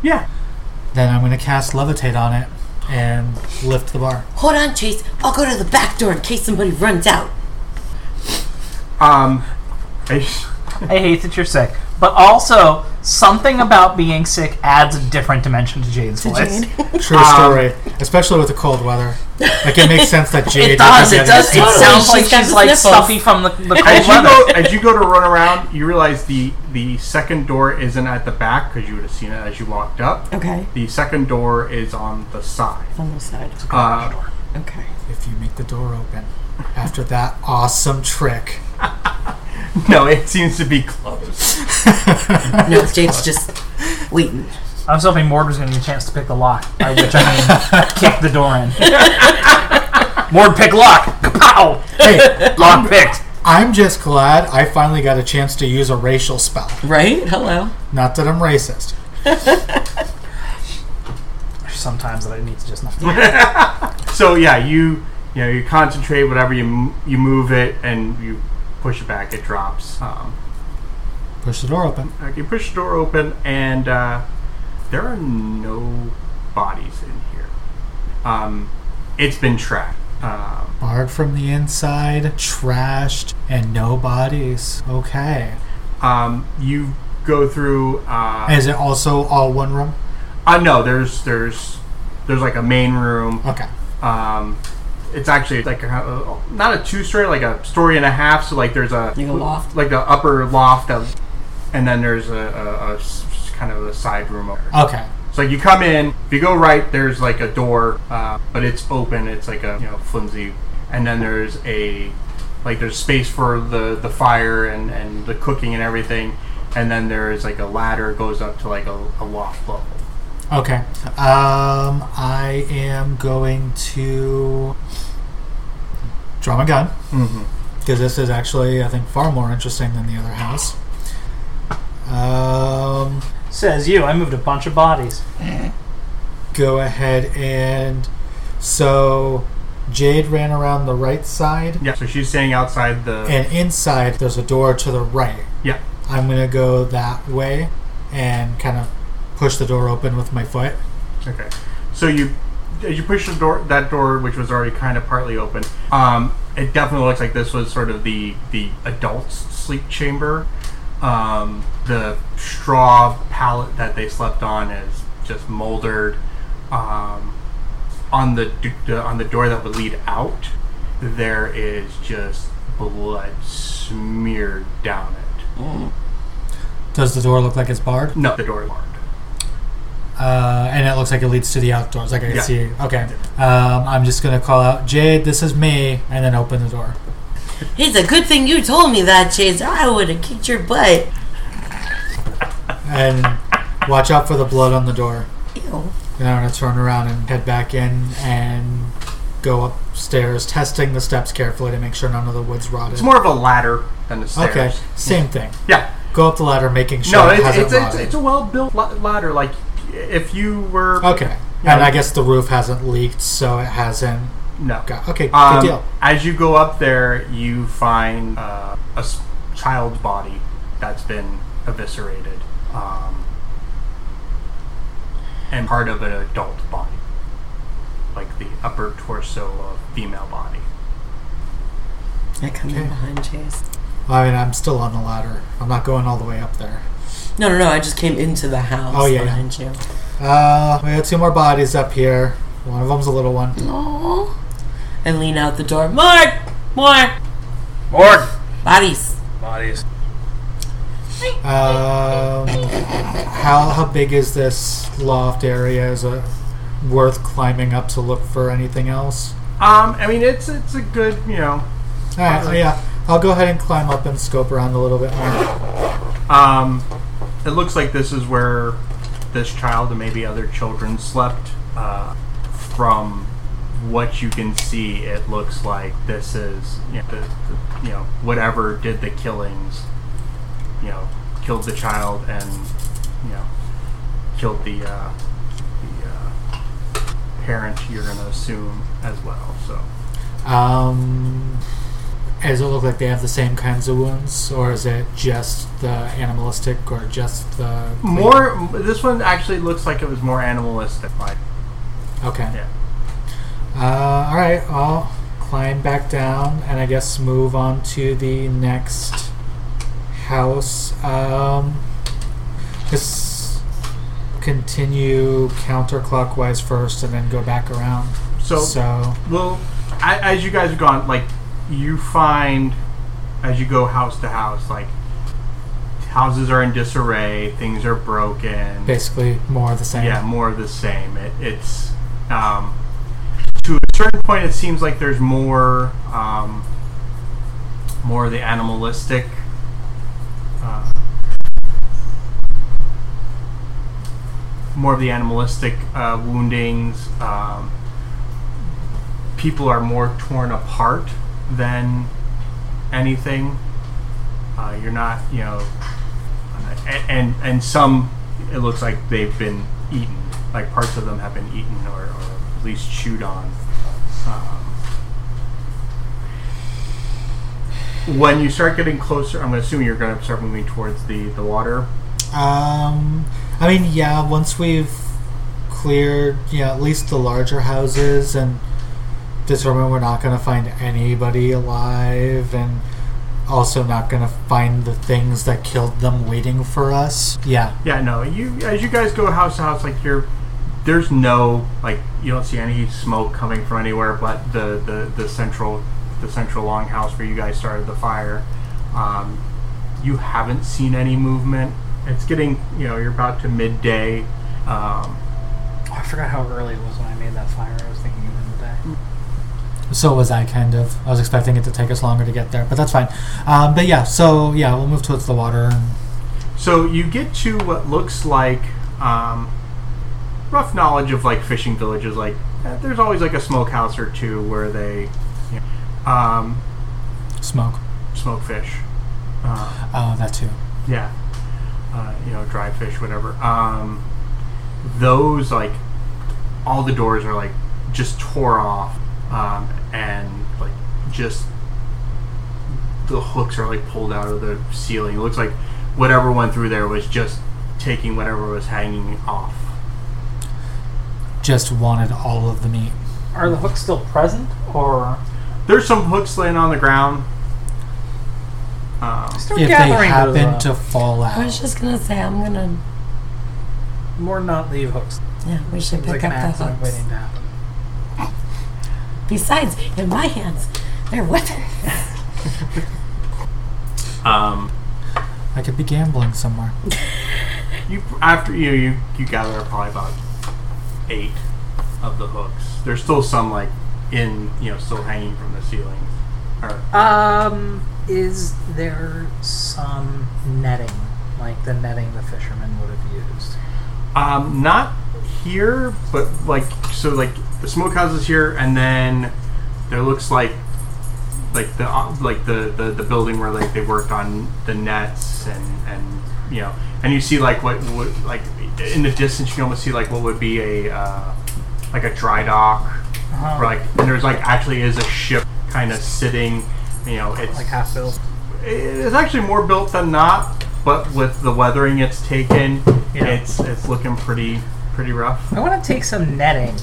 Speaker 1: yeah
Speaker 2: Then I'm gonna cast levitate on it and lift the bar.
Speaker 4: Hold on, Chase. I'll go to the back door in case somebody runs out.
Speaker 1: um I-
Speaker 3: I hate that you're sick, but also something about being sick adds a different dimension to Jade's voice.
Speaker 4: Jade.
Speaker 2: True
Speaker 3: Um,
Speaker 2: story, especially with the cold weather. Like it makes sense that Jade.
Speaker 3: It does.
Speaker 2: would
Speaker 3: It
Speaker 2: be
Speaker 3: does.
Speaker 2: getting
Speaker 3: It
Speaker 4: Totally,
Speaker 3: sounds like
Speaker 4: she's got
Speaker 3: she's
Speaker 4: the
Speaker 3: like
Speaker 4: sniffles.
Speaker 3: stuffy from the, the cold
Speaker 1: as you go
Speaker 3: weather.
Speaker 1: as you go to run around, you realize the the second door isn't at the back because you would have seen it as you walked up.
Speaker 4: Okay.
Speaker 1: The second door is on the side.
Speaker 4: On the side.
Speaker 1: Uh,
Speaker 4: Okay.
Speaker 2: If you make the door open after that awesome trick.
Speaker 1: no, it seems to be closed.
Speaker 4: No, Jade's just waiting.
Speaker 3: I was hoping Mord was going to get a chance to pick the lock, by which I mean kick the door in. Mord, pick lock. Pow!
Speaker 2: Hey,
Speaker 3: Lock picked.
Speaker 2: I'm just glad I finally got a chance to use a racial spell.
Speaker 5: Right? Hello.
Speaker 2: Not that I'm racist.
Speaker 3: Sometimes that I need to just not.
Speaker 1: So yeah, you you know you concentrate whatever you m- you move it and you push it back. It drops. Um,
Speaker 2: Push the door open.
Speaker 1: uh, you push the door open and uh, there are no bodies in here. Um, it's been tracked. Um,
Speaker 2: Barred from the inside, trashed, and no bodies. Okay.
Speaker 1: um, you go through. Uh,
Speaker 2: Is it also all one room?
Speaker 1: Uh, no, there's there's there's like a main room.
Speaker 2: Okay.
Speaker 1: Um, it's actually like a, not a two story, like a story and a half. So like there's a
Speaker 5: Like a loft?
Speaker 1: like the upper loft of, and then there's a, a, a s- s- kind of a side room. Over.
Speaker 2: Okay.
Speaker 1: So you come in, if you go right, there's like a door, uh, but it's open. It's like a you know flimsy, and then there's a like there's space for the the fire and and the cooking and everything, and then there is like a ladder goes up to like a, a loft level.
Speaker 2: Okay. Um, I am going to draw my gun
Speaker 1: Mm-hmm.
Speaker 2: because this is actually, I think, far more interesting than the other house. Um,
Speaker 3: Says you. I moved a bunch of bodies.
Speaker 2: go ahead and so Jade ran around the right side,
Speaker 1: Yeah. So she's staying outside the.
Speaker 2: and inside there's a door to the right.
Speaker 1: yeah.
Speaker 2: I'm gonna go that way and kind of push the door open with my foot.
Speaker 1: Okay. So you as you push the door that door, which was already kind of partly open. Um, it definitely looks like this was sort of the the adults' sleep chamber. Um, the straw pallet that they slept on is just moldered. Um, on the, d- the on the door that would lead out, there is just blood smeared down it.
Speaker 2: Does the door look like it's barred?
Speaker 1: No, the door is locked.
Speaker 2: Uh, and it looks like it leads to the outdoors. Like I can
Speaker 1: Yeah.
Speaker 2: see. Okay. Um, I'm just gonna call out, Jade, this is me, and then open the door.
Speaker 4: It's a good thing you told me that, Chase. or I would have kicked your butt.
Speaker 2: And watch out for the blood on the door.
Speaker 4: Ew.
Speaker 2: And I'm gonna turn around and head back in and go upstairs, testing the steps carefully to make sure none of the wood's rotted.
Speaker 1: It's more of a ladder than a stairs.
Speaker 2: okay. Same thing.
Speaker 1: Yeah.
Speaker 2: Go up the ladder, making sure
Speaker 1: No,
Speaker 2: it
Speaker 1: it's,
Speaker 2: hasn't
Speaker 1: it's, it's,
Speaker 2: rotted.
Speaker 1: it's a well built ladder. Like, if you were.
Speaker 2: okay.
Speaker 1: Yeah.
Speaker 2: And I guess the roof hasn't leaked, so it hasn't
Speaker 1: No.
Speaker 2: God. Okay,
Speaker 1: Um,
Speaker 2: good deal.
Speaker 1: As you go up there, you find uh, a s- child's body that's been eviscerated, um, and part of an adult body, like the upper torso of female body.
Speaker 5: I come in behind Chase.
Speaker 2: I mean, I'm still on the ladder. I'm not going all the way up there.
Speaker 5: No, no, no. I just came into the house
Speaker 2: Oh, yeah, yeah.
Speaker 5: behind you.
Speaker 2: Uh, we got two more bodies up here. One of them's a little one.
Speaker 5: Aww. And lean out the door. More! More!
Speaker 6: Morg!
Speaker 5: Bodies.
Speaker 6: Bodies.
Speaker 2: Um, how how big is this loft area? Is it worth climbing up to look for anything else?
Speaker 1: Um, I mean, it's it's a good, you know.
Speaker 2: All right, oh, yeah, I'll go ahead and climb up and scope around a little bit more.
Speaker 1: Um, it looks like this is where this child and maybe other children slept. Uh, from what you can see, it looks like this is you know, the, the, you know whatever did the killings, you know, killed the child and you know killed the uh, the uh, parent. You're gonna assume as well. So
Speaker 2: Um, does it look like they have the same kinds of wounds, or is it just the animalistic, or just the clean?
Speaker 1: more, this one actually looks like it was more animalistic. Like
Speaker 2: Okay.
Speaker 1: yeah.
Speaker 2: Uh, all right, I'll climb back down and I guess move on to the next house. Um, just continue counterclockwise first and then go back around. so
Speaker 1: Well, a as you guys have gone, like you find as you go house to house, like houses are in disarray, things are broken.
Speaker 2: basically more of the same.
Speaker 1: Yeah, more of the same. It, it's um, to a certain point, it seems like there's more, um, more of the animalistic. Uh, more of the animalistic uh, woundings. Um, people are more torn apart than anything. Uh, you're not, you know, and, and and some it looks like they've been eaten like parts of them have been eaten or, or at least chewed on um, when you start getting closer i'm assuming you're going to start moving towards the the water
Speaker 2: Um, I mean, yeah. Once we've cleared, you know, at least the larger houses and determined we're not going to find anybody alive, and also not going to find the things that killed them waiting for us. Yeah.
Speaker 1: yeah no you as you guys go house to house like you're there's no like you don't see any smoke coming from anywhere but the the, the central the central longhouse where you guys started the fire um, you haven't seen any movement it's getting you know you're about to midday um,
Speaker 3: Oh, I forgot how early it was when I made that fire. I was thinking it was in the day.
Speaker 2: So was I kind of. I was expecting it to take us longer to get there, but that's fine. Um, but yeah. So yeah, we'll move towards the water. And,
Speaker 1: So you get to what looks like um, rough knowledge of like fishing villages. Like eh, there's always like a smokehouse or two where they you know, um,
Speaker 2: Smoke.
Speaker 1: smoke fish. Uh,
Speaker 2: Oh, that too.
Speaker 1: yeah, uh, you know, dry fish, whatever. Um, those like all the doors are like just tore off, um, and like just the hooks are like pulled out of the ceiling. It looks like whatever went through there was just taking whatever was hanging off.
Speaker 2: Just wanted all of the meat.
Speaker 3: Are the hooks still present, or
Speaker 1: There's some hooks laying on the ground. Um,
Speaker 3: still
Speaker 2: if they
Speaker 3: gathering those
Speaker 2: happen
Speaker 3: up?
Speaker 2: to fall out.
Speaker 4: I was just gonna say I'm gonna.
Speaker 3: more not leave hooks.
Speaker 4: Yeah, we should
Speaker 3: It's
Speaker 4: pick
Speaker 3: like an
Speaker 4: up the
Speaker 3: accident
Speaker 4: hooks.
Speaker 3: waiting to happen.
Speaker 4: Besides, in my hands, they're weapons.
Speaker 1: um,
Speaker 2: I could be gambling somewhere.
Speaker 1: You after you you you gather probably about eight of the hooks. There's still some like in you know still hanging from the ceiling. Or,
Speaker 3: Um, is there some netting, like the netting the fishermen would have used?
Speaker 1: um, not here, but like so like the smokehouse is here, and then there looks like like the uh, like the, the the building where like they worked on the nets and and you know and you see like what would like in the distance you can almost see like what would be a uh, like a dry dock
Speaker 3: Uh-huh.
Speaker 1: Where, like, and there's like actually is a ship kind of sitting. You know, it's
Speaker 3: like half built.
Speaker 1: it's actually more built than not, but with the weathering it's taken,
Speaker 3: Yeah.
Speaker 1: it's it's looking pretty pretty rough.
Speaker 3: I want to take some netting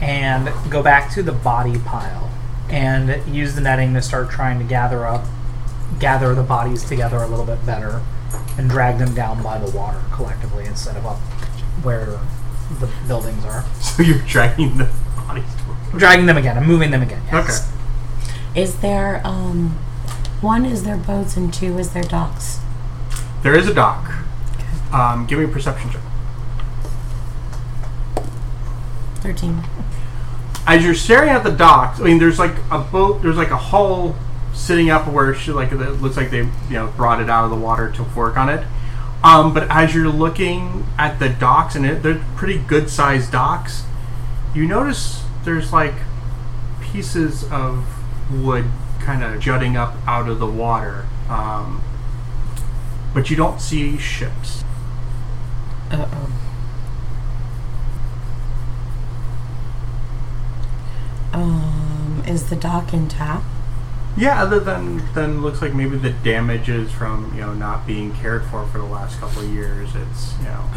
Speaker 3: and go back to the body pile and use the netting to start trying to gather up, gather the bodies together a little bit better, and drag them down by the water collectively instead of up where the buildings are.
Speaker 1: So you're dragging the bodies. to-
Speaker 3: Dragging them again. I'm moving them again.
Speaker 1: Okay.
Speaker 3: Yes.
Speaker 4: Is there um, one? Is there boats and two? Is there docks?
Speaker 1: There is a dock. Um, give me a perception check.
Speaker 4: Thirteen.
Speaker 1: As you're staring at the docks, I mean, there's like a boat, there's like a hull sitting up where she, like it looks like they you know brought it out of the water to work on it. Um, but as you're looking at the docks, and it, they're pretty good sized docks, you notice there's like pieces of wood kind of jutting up out of the water. Um, but you don't see ships.
Speaker 5: Uh oh.
Speaker 4: Um, is the dock intact?
Speaker 1: Yeah, other than than looks like maybe the damages from you know not being cared for for the last couple of years. It's you know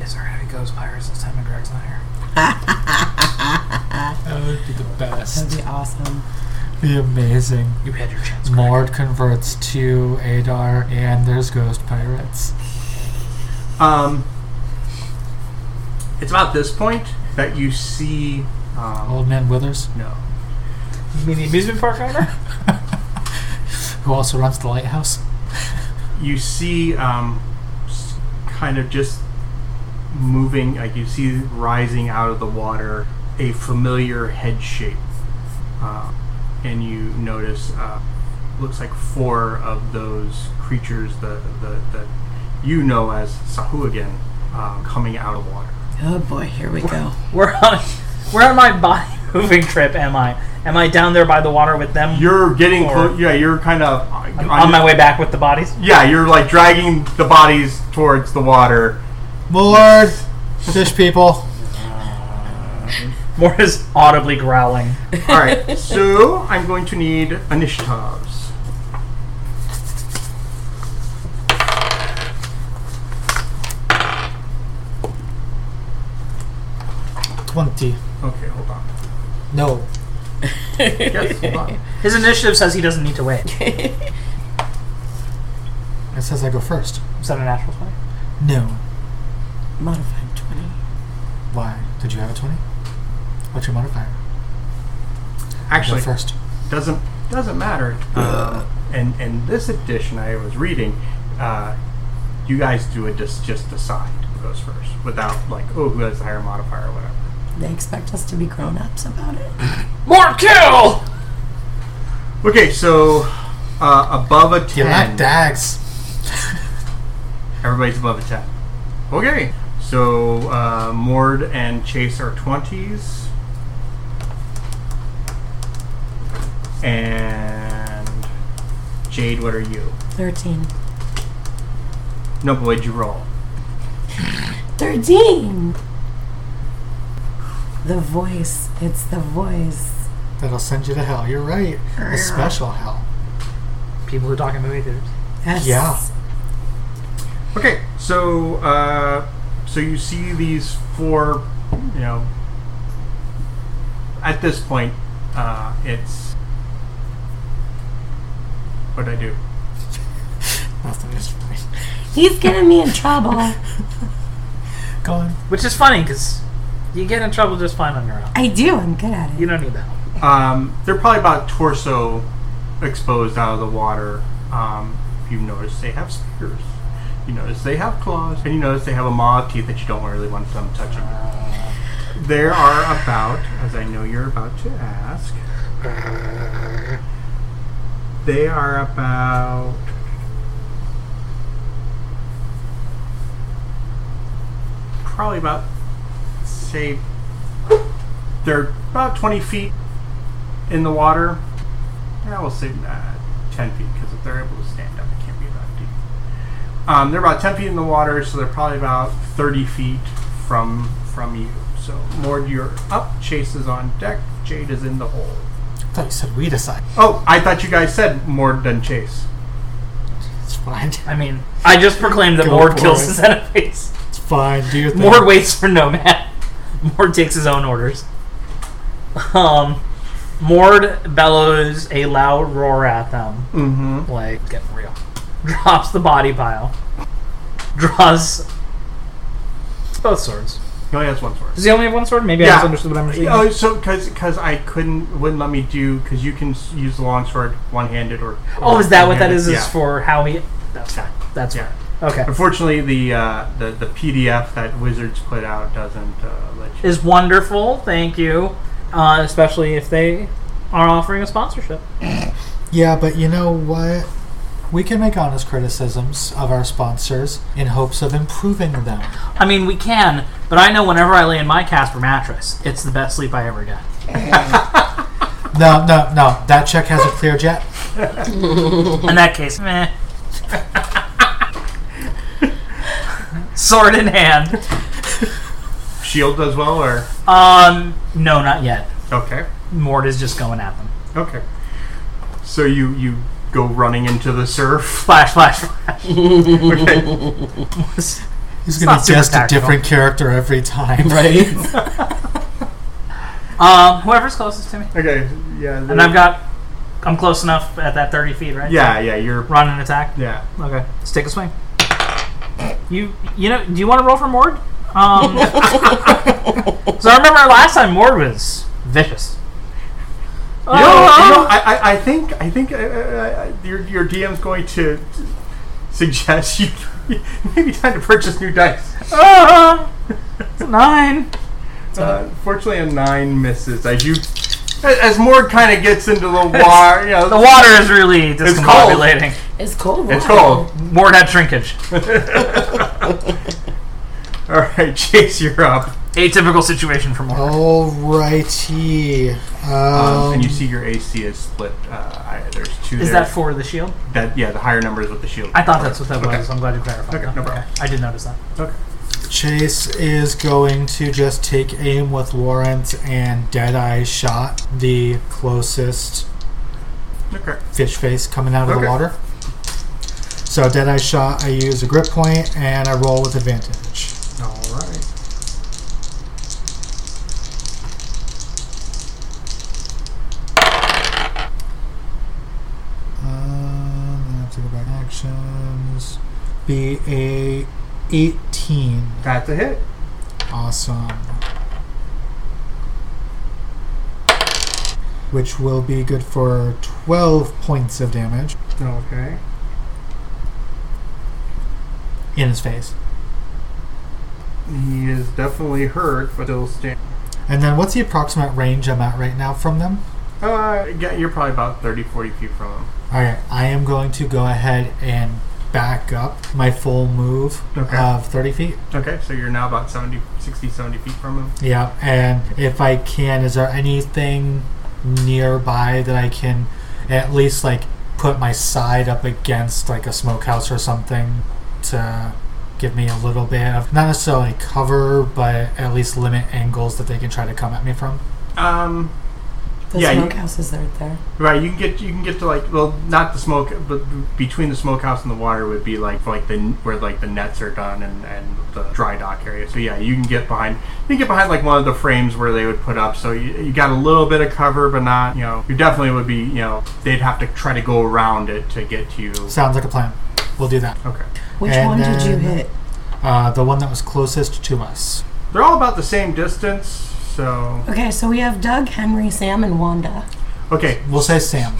Speaker 3: Is there heavy ghost pirates this time and Greg's not here?
Speaker 2: That would be the best.
Speaker 4: That'd be awesome.
Speaker 2: Be amazing.
Speaker 3: You had your chance. Greg.
Speaker 2: Mord converts to Adar, and there's ghost pirates.
Speaker 1: um, it's about this point that you see um,
Speaker 2: Old Man Withers,
Speaker 1: no
Speaker 3: You mean the amusement park owner?
Speaker 2: who also runs the lighthouse.
Speaker 1: you see um, s- kind of just moving like you see rising out of the water a familiar head shape uh, and you notice uh, looks like four of those creatures that, that, that you know as sahuagin um, coming out of water
Speaker 4: Oh boy, here we go.
Speaker 3: Where on, where on my body moving trip am I? Am I down there by the water with them?
Speaker 1: you're getting
Speaker 3: Or-
Speaker 1: close yeah you're kind of uh,
Speaker 3: I'm on my way back with the bodies?
Speaker 1: yeah you're like dragging the bodies towards the water
Speaker 2: Mord, fish people.
Speaker 3: More is audibly growling.
Speaker 1: all right so i'm going to need initiatives
Speaker 2: Twenty.
Speaker 1: Okay, hold on.
Speaker 2: No.
Speaker 1: Yes, hold on.
Speaker 3: His initiative says he doesn't need to wait. Is
Speaker 2: It says I go first.
Speaker 3: that a natural 20?
Speaker 2: No.
Speaker 4: Modified twenty.
Speaker 2: Why? Did you have a twenty? What's your modifier? I
Speaker 1: Actually,
Speaker 2: go first.
Speaker 1: doesn't doesn't matter. Um, and and this edition I was reading, uh, you guys do it just just decide who goes first without like oh who has the higher modifier or whatever.
Speaker 4: They expect us to be grown ups about it.
Speaker 3: More kill!
Speaker 1: Okay, so uh, above a
Speaker 2: You
Speaker 1: ten,
Speaker 2: like dags.
Speaker 1: everybody's above a ten. Okay, so uh, Mord and Chase are twenties, and Jade, what are you?
Speaker 4: Thirteen.
Speaker 1: No, but what'd you roll?
Speaker 4: Thirteen. The voice. It's the voice.
Speaker 2: That'll send you to hell. You're right. A special hell.
Speaker 3: People who talk in movie theaters.
Speaker 4: Yes.
Speaker 2: Yeah.
Speaker 1: Okay, so uh, so you see these four, you know. At this point, uh, it's what did I do?
Speaker 2: Nothing is fine.
Speaker 4: He's getting me in trouble.
Speaker 2: Go on.
Speaker 3: Which is funny because you get in trouble just fine on your own.
Speaker 4: I do. I'm good at it.
Speaker 3: You don't need the help.
Speaker 1: Um, they're probably about torso exposed out of the water. Um, you notice they have spears. You notice they have claws, and you notice they have a maw of teeth that you don't really want them touching. There are about, as I know you're about to ask, they are about. Probably about, say, they're about 20 feet in the water. Yeah, we'll say uh, 10 feet because if they're able to stand up, it can't be that deep. Um, they're about 10 feet in the water, so they're probably about 30 feet from from you. So, Mord, you're up. Chase is on deck. Jade is in the hole.
Speaker 2: I thought you said we decide.
Speaker 1: Oh, I thought you guys said more than Chase.
Speaker 2: It's fine.
Speaker 3: I mean, I just proclaimed that
Speaker 2: Go
Speaker 3: Mord
Speaker 2: for
Speaker 3: kills
Speaker 2: it.
Speaker 3: the centipedes.
Speaker 2: It's fine. Do your thing.
Speaker 3: Mord waits for Nomad. Mord takes his own orders. Um, Mord bellows a loud roar at them.
Speaker 1: Mm-hmm.
Speaker 3: Like, it's getting real. Drops the body pile. Draws both swords.
Speaker 1: He only has one sword.
Speaker 3: Does he only have one sword? Maybe I
Speaker 1: Yeah.
Speaker 3: misunderstood what I'm saying.
Speaker 1: Oh, so because because I couldn't wouldn't let me do because you can s- use the long sword one handed or,
Speaker 3: Oh, is that what that
Speaker 1: one-handed.
Speaker 3: is? Is
Speaker 1: Yeah.
Speaker 3: for how he? That's fine. That's
Speaker 1: Yeah.
Speaker 3: fine. Okay.
Speaker 1: Unfortunately, the, uh, the the PDF that Wizards put out doesn't uh, let you.
Speaker 3: Is wonderful. Thank you. Uh, especially if they are offering a sponsorship.
Speaker 2: Yeah, but you know what? We can make honest criticisms of our sponsors in hopes of improving them.
Speaker 3: I mean, we can, but I know whenever I lay in my Casper mattress, it's the best sleep I ever get.
Speaker 2: No, no, no. That check has a clear jet.
Speaker 3: In that case, meh. Sword in hand.
Speaker 1: Shield does well, or
Speaker 3: Um, no, not yet.
Speaker 1: okay,
Speaker 3: Mort is just going at them.
Speaker 1: okay. So you you go running into the surf.
Speaker 3: Flash, flash, flash.
Speaker 1: Okay,
Speaker 2: He's
Speaker 3: It's
Speaker 2: going
Speaker 3: not
Speaker 2: to
Speaker 3: super
Speaker 2: just a
Speaker 3: tactical.
Speaker 2: different character every time.
Speaker 5: Right?
Speaker 3: Um, whoever's closest to me.
Speaker 1: okay, yeah.
Speaker 3: And I've got, I'm close enough at that 30 feet, right?
Speaker 1: yeah, yeah. You're
Speaker 3: Run and attack.
Speaker 1: yeah.
Speaker 3: Okay, let's take a swing. You, you know, do you want to roll for Mord? Um, so I remember last time Mord was vicious. Oh, Uh-huh.
Speaker 1: You know, you know, I, I, I think I think uh, uh, uh, your your DM's going to suggest you maybe time to purchase new dice.
Speaker 3: Uh, it's a nine.
Speaker 1: Uh, fortunately, a nine misses as you as Mord kind of gets into the water. You know,
Speaker 3: The water is really
Speaker 1: cold.
Speaker 3: discombobulating.
Speaker 4: It's cold.
Speaker 1: It's
Speaker 4: water.
Speaker 1: cold.
Speaker 3: Mord had shrinkage.
Speaker 1: All right, Chase, you're up, um,
Speaker 3: Atypical situation for
Speaker 1: Oh.
Speaker 3: Mord.
Speaker 2: Alrighty. Um,
Speaker 1: and you see your AC is split. Uh, I, there's two.
Speaker 3: Is
Speaker 1: there.
Speaker 3: that for the shield?
Speaker 1: that? Yeah, the higher number is with the shield.
Speaker 3: I thought that's what that
Speaker 1: Okay.
Speaker 3: was. I'm glad you clarified.
Speaker 1: Okay,
Speaker 3: that.
Speaker 1: no problem.
Speaker 3: I did notice that.
Speaker 1: Okay.
Speaker 2: Chase is going to just take aim with Warrant and Deadeye shot the closest
Speaker 1: Okay.
Speaker 2: fish face coming out of
Speaker 1: Okay.
Speaker 2: the water. So Deadeye shot, I use a grip point and I roll with advantage.
Speaker 1: All right.
Speaker 2: Um, I have to go back actions. Be a 18.
Speaker 1: That's a hit.
Speaker 2: Awesome. Which will be good for 12 points of damage
Speaker 1: Okay.
Speaker 2: in his face.
Speaker 1: He is definitely hurt, but still stand.
Speaker 2: And then what's the approximate range I'm at right now from them?
Speaker 1: Uh, yeah, you're probably about 30, 40 feet from him.
Speaker 2: Alright, I am going to go ahead and back up my full move
Speaker 1: Okay.
Speaker 2: of 30 feet.
Speaker 1: Okay, so you're now about 70, 60, 70 feet from him.
Speaker 2: Yeah, and if I can, is there anything nearby that I can at least like put my side up against like a smokehouse or something to give me a little bit of not necessarily cover, but at least limit angles that they can try to come at me from?
Speaker 1: Um,
Speaker 4: The
Speaker 1: Yeah, you-
Speaker 4: smokehouse is right there.
Speaker 1: right, you can get you can get to like well, not the smoke, but between the smokehouse and the water would be like like the where like the nets are done and and the dry dock area. So yeah, you can get behind you can get behind like one of the frames where they would put up. So you, you got a little bit of cover, but not you know you definitely would be you know they'd have to try to go around it to get to you.
Speaker 2: Sounds like a plan. We'll do that.
Speaker 1: Okay.
Speaker 4: Which
Speaker 2: And
Speaker 4: one did you
Speaker 2: then-
Speaker 4: hit?
Speaker 2: Uh, the one that was closest to us.
Speaker 1: They're all about the same distance, so
Speaker 4: Okay, so we have Doug, Henry, Sam, and Wanda.
Speaker 1: okay,
Speaker 2: We'll say Sam.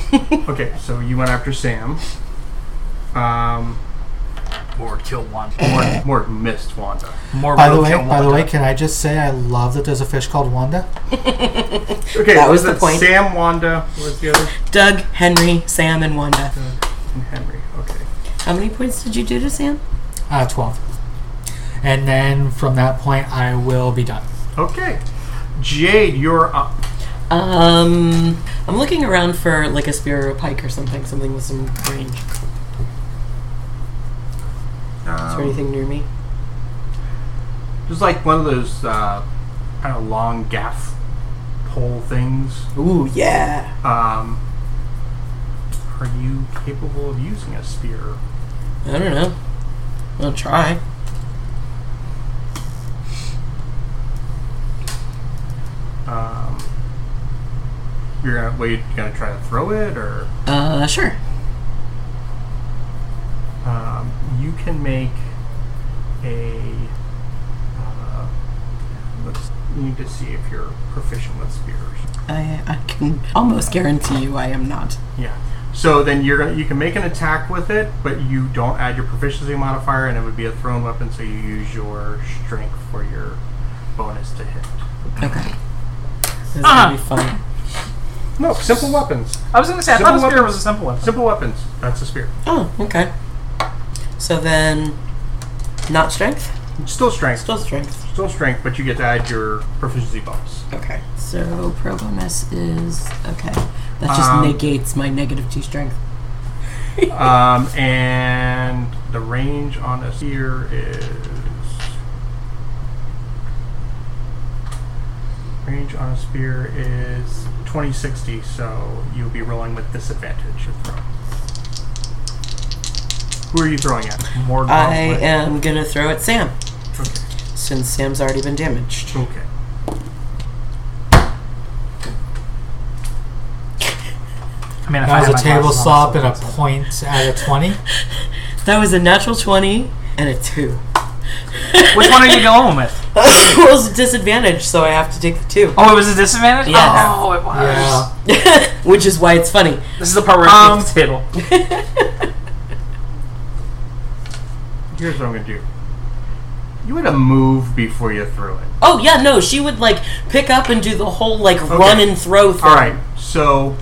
Speaker 1: okay. So you went after Sam. Um,
Speaker 3: Mord kill one.
Speaker 1: Mort, Mort missed Wanda.
Speaker 3: Mord
Speaker 2: By the
Speaker 3: will
Speaker 2: way,
Speaker 3: kill
Speaker 2: by
Speaker 3: one.
Speaker 2: the way, can I just say I love that there's a fish called Wanda?
Speaker 1: Okay,
Speaker 5: That was
Speaker 1: so
Speaker 5: the
Speaker 1: that's
Speaker 5: point.
Speaker 1: Sam, Wanda, what was the other?
Speaker 5: Doug, Henry, Sam, and Wanda.
Speaker 1: And Henry. Okay.
Speaker 4: How many points did you do to Sam?
Speaker 2: Uh, 12. And then from that point, I will be done.
Speaker 1: Okay. Jade, you're up.
Speaker 5: Um, I'm looking around for like a spear or a pike or something, something with some range. Is
Speaker 1: Oh. Um,
Speaker 5: there anything near me?
Speaker 1: Just like one of those uh, kind of long gaff pull things.
Speaker 5: Ooh, yeah.
Speaker 1: Um, are you capable of using a spear?
Speaker 5: I don't know. I'll try.
Speaker 1: Um, you're gonna wait. You're gonna try to throw it, or
Speaker 5: Uh, sure.
Speaker 1: um, you can make a. Uh, let's. You need to see if you're proficient with spears.
Speaker 5: I, I can almost guarantee you I am not.
Speaker 1: Yeah. So then you're gonna you can make an attack with it, but you don't add your proficiency modifier, and it would be a thrown weapon. So you use your strength for your bonus to hit.
Speaker 5: Okay. This is
Speaker 3: Ah.
Speaker 5: gonna be fun.
Speaker 1: No, simple weapons.
Speaker 3: I was gonna say I
Speaker 1: Simple
Speaker 3: thought a spear
Speaker 1: weapon.
Speaker 3: was a simple weapon.
Speaker 1: Simple weapons. That's a spear.
Speaker 5: Oh, okay. So then, not strength,
Speaker 1: Still strength.
Speaker 5: still strength.
Speaker 1: Still strength, but you get to add your proficiency bonus.
Speaker 5: Okay. So pro bonus is okay. That just
Speaker 1: Um,
Speaker 5: negates my negative two strength.
Speaker 1: Um, and the range on a spear is range on a spear is 2060. So you'll be rolling with disadvantage. Your throw. Who are you throwing at? More.
Speaker 5: I
Speaker 1: gauntlet?
Speaker 5: am gonna throw at Sam
Speaker 1: Okay.
Speaker 5: since Sam's already been damaged.
Speaker 1: Okay.
Speaker 3: I mean, if I
Speaker 2: That
Speaker 3: had
Speaker 2: was
Speaker 3: my
Speaker 2: a table
Speaker 3: glasses on,
Speaker 2: slop
Speaker 3: I
Speaker 2: and a
Speaker 3: would've said-
Speaker 2: point out of 20.
Speaker 5: That was a natural twenty and a two.
Speaker 3: Which one are you going with?
Speaker 5: it was a disadvantage, so I have to take the two,
Speaker 3: Oh, it was a disadvantage.
Speaker 5: Yeah.
Speaker 3: Oh, it was.
Speaker 2: Yeah.
Speaker 5: which is why it's funny.
Speaker 3: This is the part where I um, the table.
Speaker 1: Here's what I'm gonna do. You would have moved before you threw it.
Speaker 5: Oh yeah, no, she would like pick up and do the whole like run and throw thing.
Speaker 1: All right. So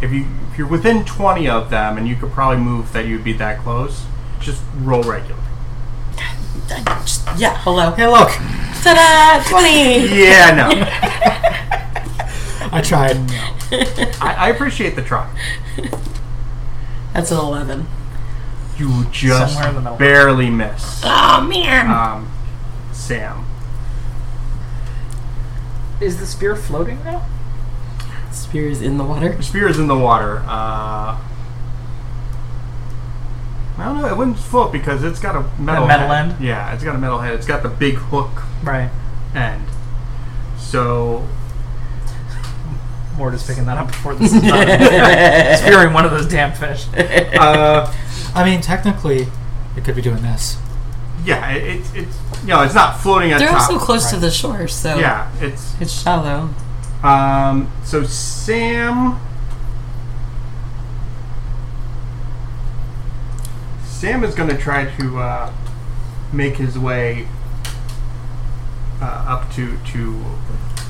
Speaker 1: if you if you're within 20 of them and you could probably move that you'd be that close, just roll regular.
Speaker 5: I just- yeah, hello.
Speaker 2: Hey, look,
Speaker 5: Ta-da! Twenty.
Speaker 1: Yeah, no.
Speaker 2: I tried.
Speaker 1: I, I appreciate the try.
Speaker 5: That's an eleven.
Speaker 1: You just
Speaker 3: Somewhere in the middle.
Speaker 1: barely miss.
Speaker 5: Oh man.
Speaker 1: Um, Sam.
Speaker 3: Is the spear floating now?
Speaker 5: Spear is in the water.
Speaker 1: The spear is in the water. Uh, I don't know. It wouldn't float because it's got a metal,
Speaker 3: metal
Speaker 1: head.
Speaker 3: end?
Speaker 1: Yeah, it's got a metal head. It's got the big hook
Speaker 3: Right.
Speaker 1: end. So
Speaker 3: Mort is picking that up before this is done. Spearing one of those damn fish.
Speaker 1: uh,
Speaker 2: I mean, technically, it could be doing this.
Speaker 1: Yeah, it, it's it's you know it's not floating at
Speaker 5: They're
Speaker 1: top.
Speaker 5: also close to the shore, so
Speaker 1: Yeah, it's
Speaker 5: it's shallow.
Speaker 1: um. So Sam, Sam is going to try to uh, make his way uh, up to to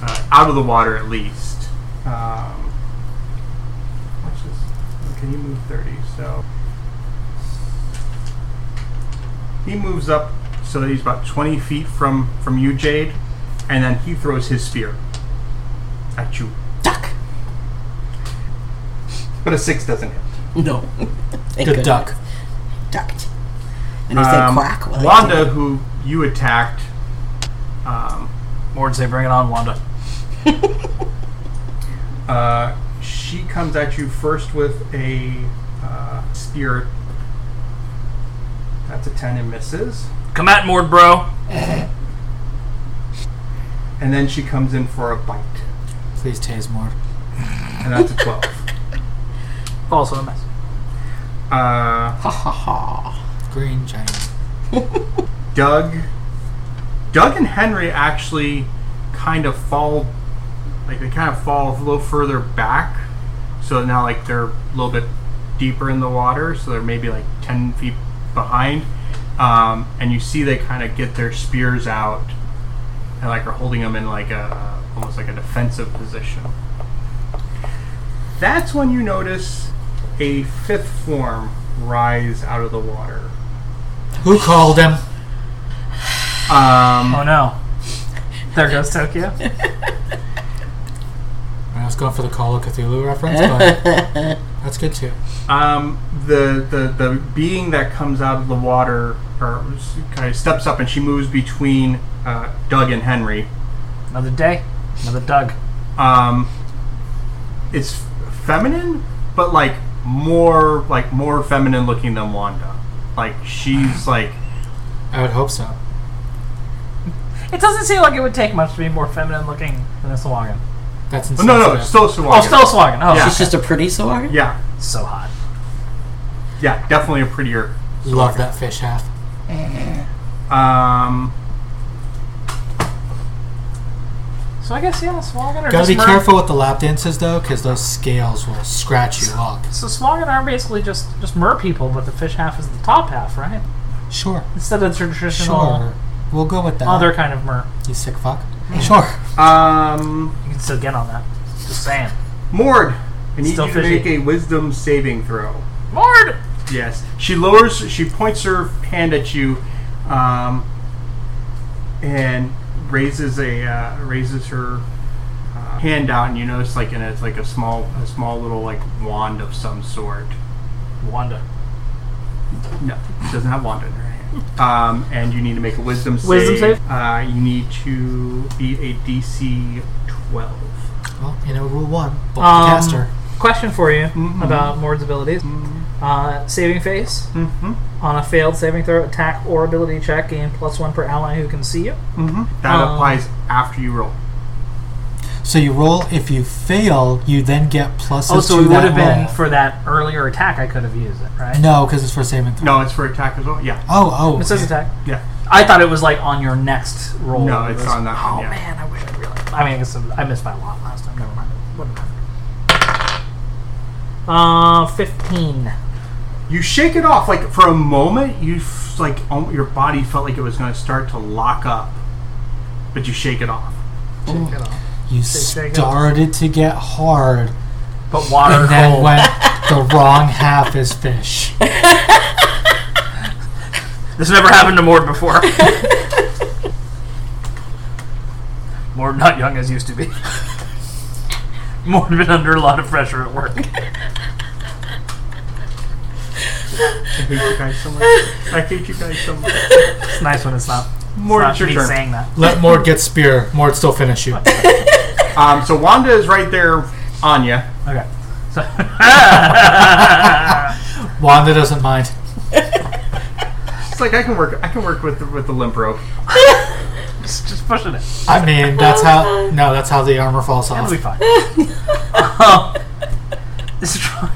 Speaker 1: uh, out of the water at least. Um, what's this? Can you move thirty? So he moves up so that he's about twenty feet from from you, Jade, and then he throws his spear at you.
Speaker 5: Duck.
Speaker 1: But a six doesn't hit.
Speaker 5: No. Thank
Speaker 2: Good
Speaker 5: goodness.
Speaker 2: duck.
Speaker 5: Ducked. And he said
Speaker 1: Um,
Speaker 5: quack. while I
Speaker 1: Wanda, who you attacked, um,
Speaker 3: Mort say, "Bring it on, Wanda."
Speaker 1: uh, she comes at you first with a uh, spear. That's a 10 and misses.
Speaker 3: Come at Mord, bro.
Speaker 1: And then she comes in for a bite.
Speaker 2: Please tase more.
Speaker 1: And that's a 12.
Speaker 3: Also a mess.
Speaker 1: Uh,
Speaker 5: did. Ha ha ha.
Speaker 2: Green giant.
Speaker 1: Doug. Doug and Henry actually kind of fall, like they kind of fall a little further back. So now, like, they're a little bit deeper in the water. So they're maybe like 10 feet behind. Um, and you see they kind of get their spears out and, like, are holding them in, like, a almost like a defensive position. That's when you notice a fifth form rise out of the water.
Speaker 2: Who called him?
Speaker 1: Um,
Speaker 3: Oh no. There goes Tokyo.
Speaker 2: I was going for the Call of Cthulhu reference, but that's good too.
Speaker 1: Um, the, the the being that comes out of the water or s- kind of steps up and she moves between uh, Doug and Henry.
Speaker 3: Another day. Another Doug.
Speaker 1: um, is feminine, but like more like more feminine looking than Wanda. Like she's like
Speaker 2: I would hope so.
Speaker 3: It doesn't seem like it would take much to be more feminine looking than a Swagan.
Speaker 2: That's
Speaker 1: no
Speaker 2: insensitive.
Speaker 1: no still Swaga.
Speaker 3: Oh, still a Swagan. Oh,
Speaker 1: Yeah.
Speaker 5: She's just a pretty Sawari?
Speaker 1: yeah
Speaker 3: so hot.
Speaker 1: yeah definitely a prettier.
Speaker 2: Love that fish half.
Speaker 1: Um,
Speaker 3: So I guess yeah, Swagan are
Speaker 2: Gotta
Speaker 3: just
Speaker 2: be
Speaker 3: mer-
Speaker 2: careful with the lap dances though, because those scales will scratch you up.
Speaker 3: So Swagan are basically just just mer people, but the fish half is the top half, right?
Speaker 2: Sure,
Speaker 3: Instead of traditional
Speaker 2: sure. We'll go with that.
Speaker 3: other Oh, kind of mer.
Speaker 2: you sick fuck. Sure.
Speaker 1: um,
Speaker 3: You can still get on that. Just saying.
Speaker 1: Mord, I need
Speaker 3: Still
Speaker 1: you to
Speaker 3: fishy.
Speaker 1: make a Wisdom saving throw.
Speaker 3: Mord.
Speaker 1: Yes. She lowers. She points her hand at you, um, and raises a uh, raises her uh, hand out, and you notice like and it's like a small a small little like wand of some sort.
Speaker 3: Wanda.
Speaker 1: No, she doesn't have wand in her hand. Um, and you need to make a wisdom save.
Speaker 3: Wisdom save?
Speaker 1: Uh, you need to beat a DC twelve.
Speaker 2: Well, you know rule one. Bolt the
Speaker 3: Um,
Speaker 2: caster. Mm-hmm.
Speaker 3: Question for you
Speaker 1: Mhm.
Speaker 3: about Mord's abilities. Uh, saving face.
Speaker 1: Mm-hmm.
Speaker 3: On a failed saving throw, attack or ability check, gain plus one per ally who can see you.
Speaker 1: Mm-hmm. That
Speaker 3: Um,
Speaker 1: applies after you roll.
Speaker 2: So you roll. If you fail, you then get pluses
Speaker 3: Oh, so
Speaker 2: to
Speaker 3: it would
Speaker 2: that
Speaker 3: have been
Speaker 2: roll.
Speaker 3: for that earlier attack. I could have used it, right?
Speaker 2: no, because it's for saving throw.
Speaker 1: No, it's for attack as well. Yeah,
Speaker 2: Oh, oh.
Speaker 3: It says
Speaker 2: okay.
Speaker 3: attack.
Speaker 1: yeah.
Speaker 3: I thought it was like on your next roll.
Speaker 1: No,
Speaker 3: It
Speaker 1: it's
Speaker 3: was-
Speaker 1: on that
Speaker 3: Oh
Speaker 1: one, yeah.
Speaker 3: man, I wish I realized. I mean, I guess I missed by a lot last time. Never mind. Wouldn't matter. Uh, fifteen.
Speaker 1: you shake it off like for a moment you f- like um, your body felt like it was going to start to lock up but you shake it off
Speaker 2: You
Speaker 3: shake it.
Speaker 2: started to get hard,
Speaker 3: But water
Speaker 2: and then
Speaker 3: cold.
Speaker 2: went the wrong half is fish.
Speaker 3: This never happened to Mord before. Mord not young as used to be. Mord been under a lot of pressure at work.
Speaker 1: i hate you guys so much i hate you guys so much
Speaker 3: It's nice when it's not.
Speaker 1: more
Speaker 3: it's
Speaker 1: it's
Speaker 3: not
Speaker 1: your
Speaker 3: me
Speaker 1: turn
Speaker 3: saying that.
Speaker 2: Let Mord get spear. Mord still finish you.
Speaker 1: um, so wanda is right there on you
Speaker 3: Okay. So
Speaker 2: Wanda doesn't mind.
Speaker 1: it's like i can work i can work with the, with the limp rope
Speaker 3: just, just pushing it.
Speaker 2: I mean, that's how.
Speaker 1: uh,
Speaker 2: No, that's how the armor falls off.
Speaker 3: It'll be fine. um, this is trying,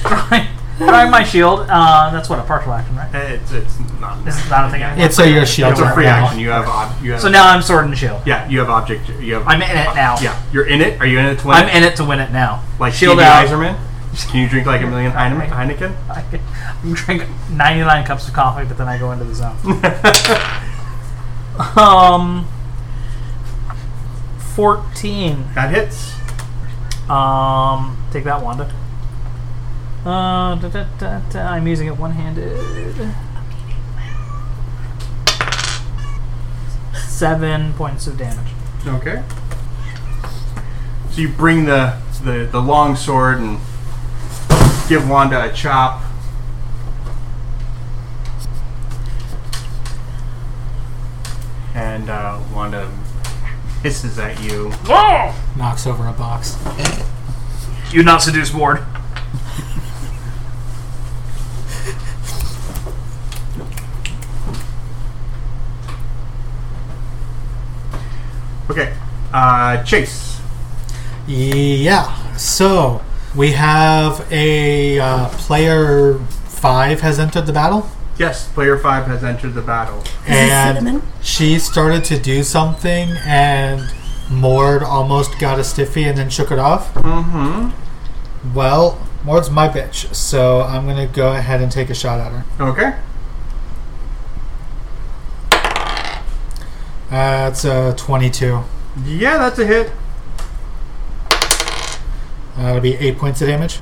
Speaker 3: trying, trying my shield. Uh, that's what a partial action, right?
Speaker 1: it's, it's not
Speaker 3: This is not a thing. I
Speaker 2: It's a your shield.
Speaker 1: it's a
Speaker 2: right
Speaker 1: free
Speaker 2: now.
Speaker 1: action you have ob- you have
Speaker 3: so now I'm sword and shield.
Speaker 1: yeah you have object you have
Speaker 3: I'm in it now.
Speaker 1: yeah you're in it are you in it to win
Speaker 3: I'm
Speaker 1: it?
Speaker 3: in it to win it now.
Speaker 1: like
Speaker 3: shield
Speaker 1: Stevie
Speaker 3: out.
Speaker 1: Eiserman? can you drink like a million Heine- heineken
Speaker 3: I can drink 99 cups of coffee, but then I go into the zone. um, 14.
Speaker 1: that hits
Speaker 3: Um, take that, Wanda. Uh, da, da, da, da, I'm using it one-handed. Seven points of damage.
Speaker 1: Okay. So you bring the, the, the long sword and give Wanda a chop. And uh, Wanda hisses at you.
Speaker 3: Whoa!
Speaker 2: Knocks over a box.
Speaker 3: You not seduce Ward.
Speaker 1: Okay, uh, Chase.
Speaker 2: Yeah. So we have a uh, player five has entered the battle,
Speaker 1: Yes, player five has entered the battle.
Speaker 2: and
Speaker 4: Cinnamon?
Speaker 2: she started to do something, and Mord almost got a stiffy and then shook it off.
Speaker 1: Mm-hmm.
Speaker 2: Well, Mord's my bitch, so I'm gonna go ahead and take a shot at her.
Speaker 1: Okay.
Speaker 2: Uh, it's a 22. Uh,
Speaker 1: Yeah, that's a hit.
Speaker 2: that'll be eight points of damage.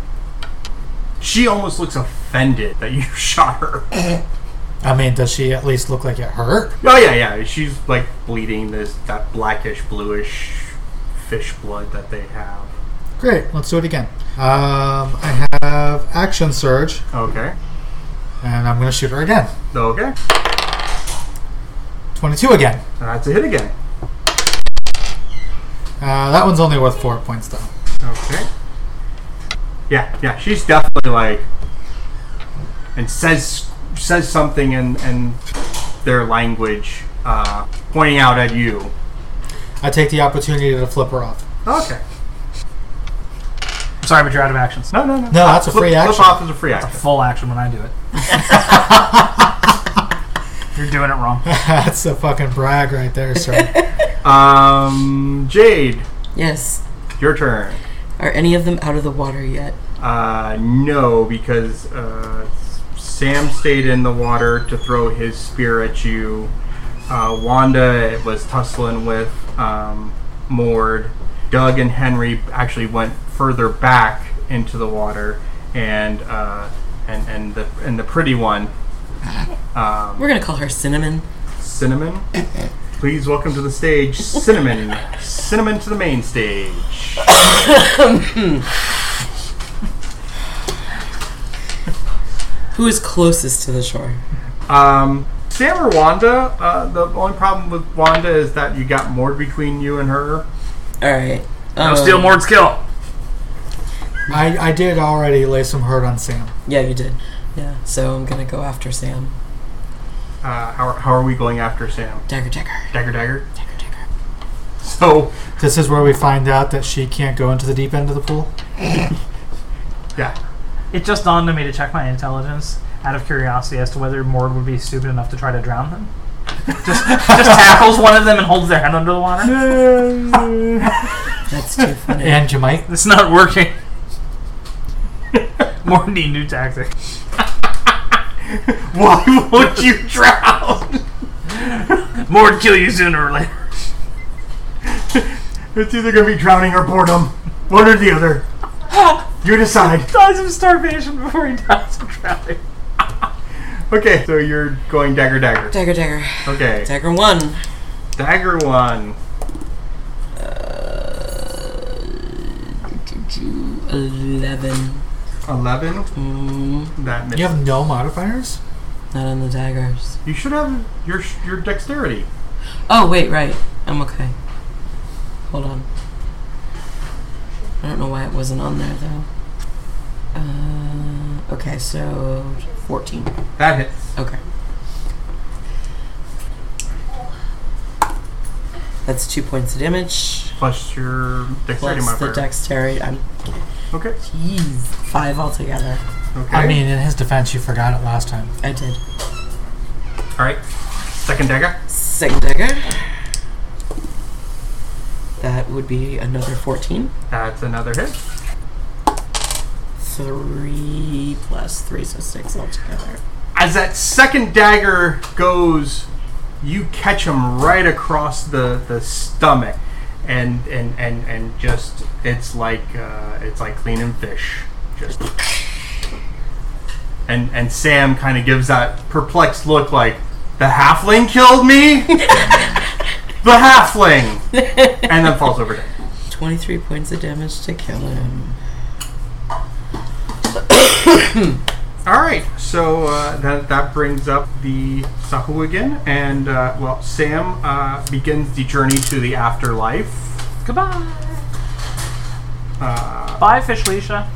Speaker 1: She almost looks offended that you shot her.
Speaker 2: I mean, does she at least look like it hurt?
Speaker 1: Oh yeah, yeah. She's like bleeding this that blackish bluish fish blood that they have.
Speaker 2: Great. Let's do it again. Um, I have action surge,
Speaker 1: Okay.
Speaker 2: and I'm gonna shoot her again.
Speaker 1: Okay.
Speaker 2: 22 again.
Speaker 1: That's a hit again.
Speaker 2: Uh, that one's only worth four points, though.
Speaker 1: Okay. Yeah, yeah, she's definitely like, and says says something in in their language, uh, pointing out at you.
Speaker 2: I take the opportunity to flip her off.
Speaker 1: Okay.
Speaker 3: Sorry, but you're out of actions.
Speaker 1: No, no, no.
Speaker 2: No, that's a
Speaker 1: flip,
Speaker 2: free action.
Speaker 1: Flip off is a free action.
Speaker 3: Full action when I do it. you're doing it wrong.
Speaker 2: That's a fucking brag right there, sir.
Speaker 1: Um, Jade,
Speaker 5: Yes.
Speaker 1: your turn.
Speaker 5: Are any of them out of the water yet?
Speaker 1: Uh, no, because uh, Sam stayed in the water to throw his spear at you. Uh, Wanda was tussling with um, Mord. Doug and Henry actually went further back into the water, and uh, and and the and the pretty one, um,
Speaker 5: We're gonna call her Cinnamon.
Speaker 1: Cinnamon. Please welcome to the stage, Cinnamon. Cinnamon to the main stage.
Speaker 5: Who is closest to the shore?
Speaker 1: Um, Sam or Wanda? Uh, the only problem with Wanda is that you got more between you and her.
Speaker 5: All right.
Speaker 3: No
Speaker 5: um,
Speaker 3: steal more skill.
Speaker 2: I, I did already lay some hurt on Sam.
Speaker 5: Yeah, you did. Yeah. So I'm gonna go after Sam.
Speaker 1: Uh, how, how are we going after Sam?
Speaker 5: Dagger, dagger,
Speaker 1: Dagger, dagger.
Speaker 5: dagger, dagger.
Speaker 1: So,
Speaker 2: This is where we find out that she can't go into the deep end of the pool.
Speaker 1: yeah.
Speaker 3: It just dawned on me to check my intelligence out of curiosity as to whether Mord would be stupid enough to try to drown them. Just, just tackles one of them and holds their hand under the water.
Speaker 5: That's too funny.
Speaker 2: And you might.
Speaker 3: It's not working. Mord need new tactic.
Speaker 1: Why won't you drown?
Speaker 3: Mord kill you sooner or later.
Speaker 1: it's either gonna be drowning or boredom. One or the other. You decide.
Speaker 3: Ah, Dies of starvation before he dies of drowning.
Speaker 1: Okay, so you're going dagger, dagger.
Speaker 5: Dagger, dagger,
Speaker 1: Okay,
Speaker 5: dagger one.
Speaker 1: dagger one.
Speaker 5: Eleven.
Speaker 1: Eleven.
Speaker 5: Mm,
Speaker 1: That
Speaker 2: You
Speaker 1: misses.
Speaker 2: have no modifiers?
Speaker 5: not on the daggers.
Speaker 1: You should have your your dexterity.
Speaker 5: Oh wait, right. I'm okay. Hold on. I don't know why it wasn't on there though. Uh, okay, so fourteen.
Speaker 1: That hits.
Speaker 5: Okay. That's two points of damage.
Speaker 1: Plus your dexterity
Speaker 5: Plus the
Speaker 1: modifier.
Speaker 5: dexterity. I'm,
Speaker 1: okay.
Speaker 5: jeez, five altogether.
Speaker 1: Okay.
Speaker 2: I mean, in his defense, you forgot it last time.
Speaker 5: I did.
Speaker 1: All right. Second dagger.
Speaker 5: Second dagger. That would be another 14.
Speaker 1: That's another hit.
Speaker 5: Three plus three, so six altogether.
Speaker 1: As that second dagger goes, you catch him right across the, the stomach, and and and and just it's like uh, it's like cleaning fish. Just and and Sam kind of gives that perplexed look, like the halfling killed me. the halfling, and then falls over dead.
Speaker 5: 23 points of damage to kill him.
Speaker 1: All right, so uh, that that brings up the Sahu again, and uh, well, Sam uh, begins the journey to the afterlife.
Speaker 3: Goodbye.
Speaker 1: Uh,
Speaker 3: Bye, Fish Leisha.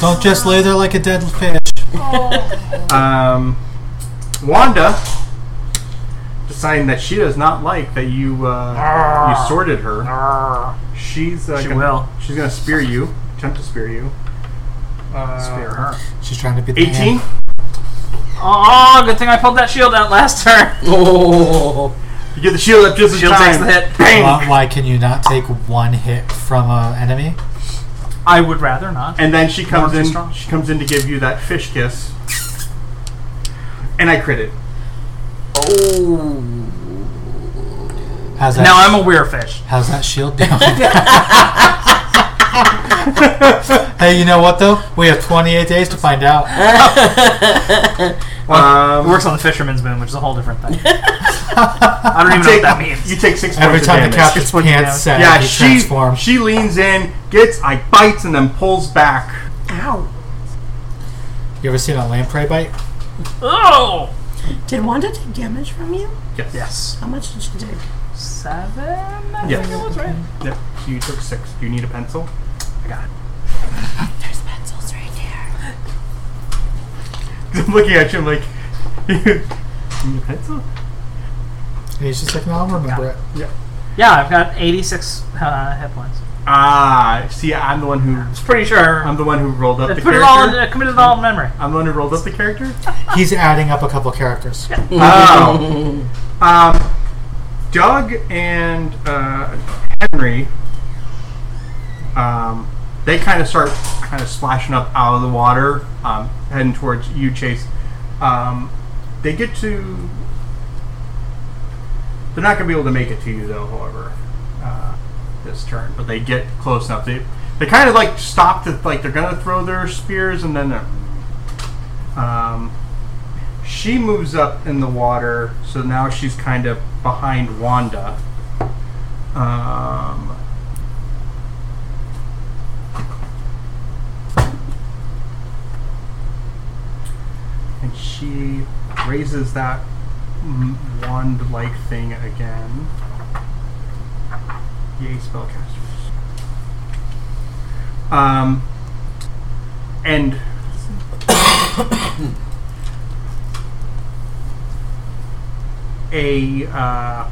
Speaker 2: Don't just lay there like a dead fish.
Speaker 1: um, Wanda, deciding that she does not like that you uh, you sorted her,
Speaker 3: Arrgh.
Speaker 1: she's uh,
Speaker 3: She
Speaker 1: gonna,
Speaker 3: will.
Speaker 1: she's gonna spear you, attempt to spear you. Uh,
Speaker 3: Spear her.
Speaker 2: She's trying to be the
Speaker 1: Eighteen.
Speaker 2: hand.
Speaker 3: Oh, good thing I pulled that shield out last turn.
Speaker 5: Oh!
Speaker 1: You get the shield up just in
Speaker 3: Shield takes
Speaker 1: time.
Speaker 3: the hit.
Speaker 2: Why,
Speaker 1: Bang!
Speaker 2: why can you not take one hit from an enemy?
Speaker 3: I would rather not.
Speaker 1: And then she comes
Speaker 3: Warmth
Speaker 1: in.
Speaker 3: is strong.
Speaker 1: She comes in to give you that fish kiss, and I crit it.
Speaker 5: Oh!
Speaker 2: How's that,
Speaker 3: Now I'm a weird fish.
Speaker 2: how's that shield doing? hey, you know what though? We have 28 days to find out.
Speaker 1: Um,
Speaker 3: Oh, It works on the fisherman's moon, which is a whole different thing. I don't even know what that means.
Speaker 1: You take six
Speaker 2: Every
Speaker 1: points
Speaker 2: time
Speaker 1: of
Speaker 2: the
Speaker 1: damage.
Speaker 2: captain's
Speaker 3: It's what you
Speaker 2: pants
Speaker 3: do.
Speaker 2: set,
Speaker 1: yeah,
Speaker 2: he
Speaker 1: she
Speaker 2: transforms.
Speaker 1: she leans in, gets I bites, and then pulls back.
Speaker 2: You ever seen a lamprey bite?
Speaker 3: oh!
Speaker 4: Did Wanda take damage from you?
Speaker 1: Yes.
Speaker 3: Yes.
Speaker 4: How much did she take?
Speaker 3: seven. I
Speaker 1: Yes.
Speaker 3: think it was right.
Speaker 1: Yep. So you took six. Do you need a pencil?
Speaker 3: I got it.
Speaker 4: There's pencils right there.
Speaker 1: I'm looking at you. I'm like, you need a pencil?
Speaker 2: And he's just like, no, I'll remember it.
Speaker 1: Yeah.
Speaker 3: Yeah, I've got 86 uh, hit points.
Speaker 1: Ah, see, I'm the one who
Speaker 3: It's pretty sure.
Speaker 1: I'm the one who rolled up
Speaker 3: I
Speaker 1: the
Speaker 3: put
Speaker 1: character.
Speaker 3: it all in, I committed it all in memory.
Speaker 1: I'm the one who rolled up the character.
Speaker 2: He's adding up a couple characters.
Speaker 1: Oh. um, Doug and uh, Henry, um, they kind of start kind of splashing up out of the water, um, heading towards you, Chase. Um, they get to. They're not going to be able to make it to you, though, however, uh, this turn. But they get close enough. They, they kind of like stop to, like, they're going to throw their spears and then they're. Um, she moves up in the water, so now she's kind of behind Wanda. Um, and she raises that mm, wand-like thing again. Yay, spellcasters! Um, and a uh,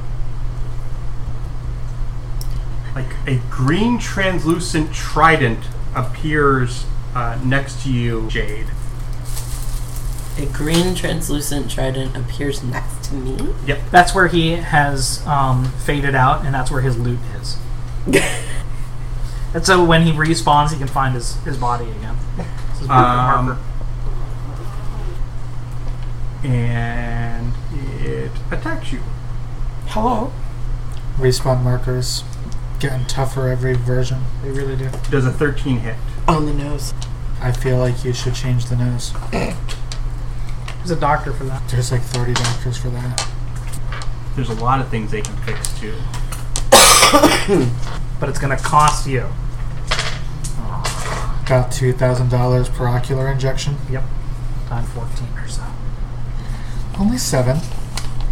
Speaker 1: like a green translucent trident appears uh, next to you, Jade.
Speaker 5: A green translucent trident appears next to me.
Speaker 1: Yep.
Speaker 3: That's where he has um, faded out, and that's where his loot is. and so when he respawns, he can find his, his body again. This is Booker
Speaker 1: Um,
Speaker 3: Harper.
Speaker 1: And it attacks you.
Speaker 5: Hello.
Speaker 2: Respawn markers getting tougher every version.
Speaker 3: They really do.
Speaker 1: Does a 13 hit?
Speaker 5: On the nose.
Speaker 2: I feel like you should change the nose.
Speaker 3: There's a doctor for that.
Speaker 2: There's like 30 doctors for that.
Speaker 1: There's a lot of things they can fix too.
Speaker 3: But it's going to cost you.
Speaker 2: About $2,000 per ocular injection.
Speaker 3: Yep. Time 14 or so.
Speaker 2: Only seven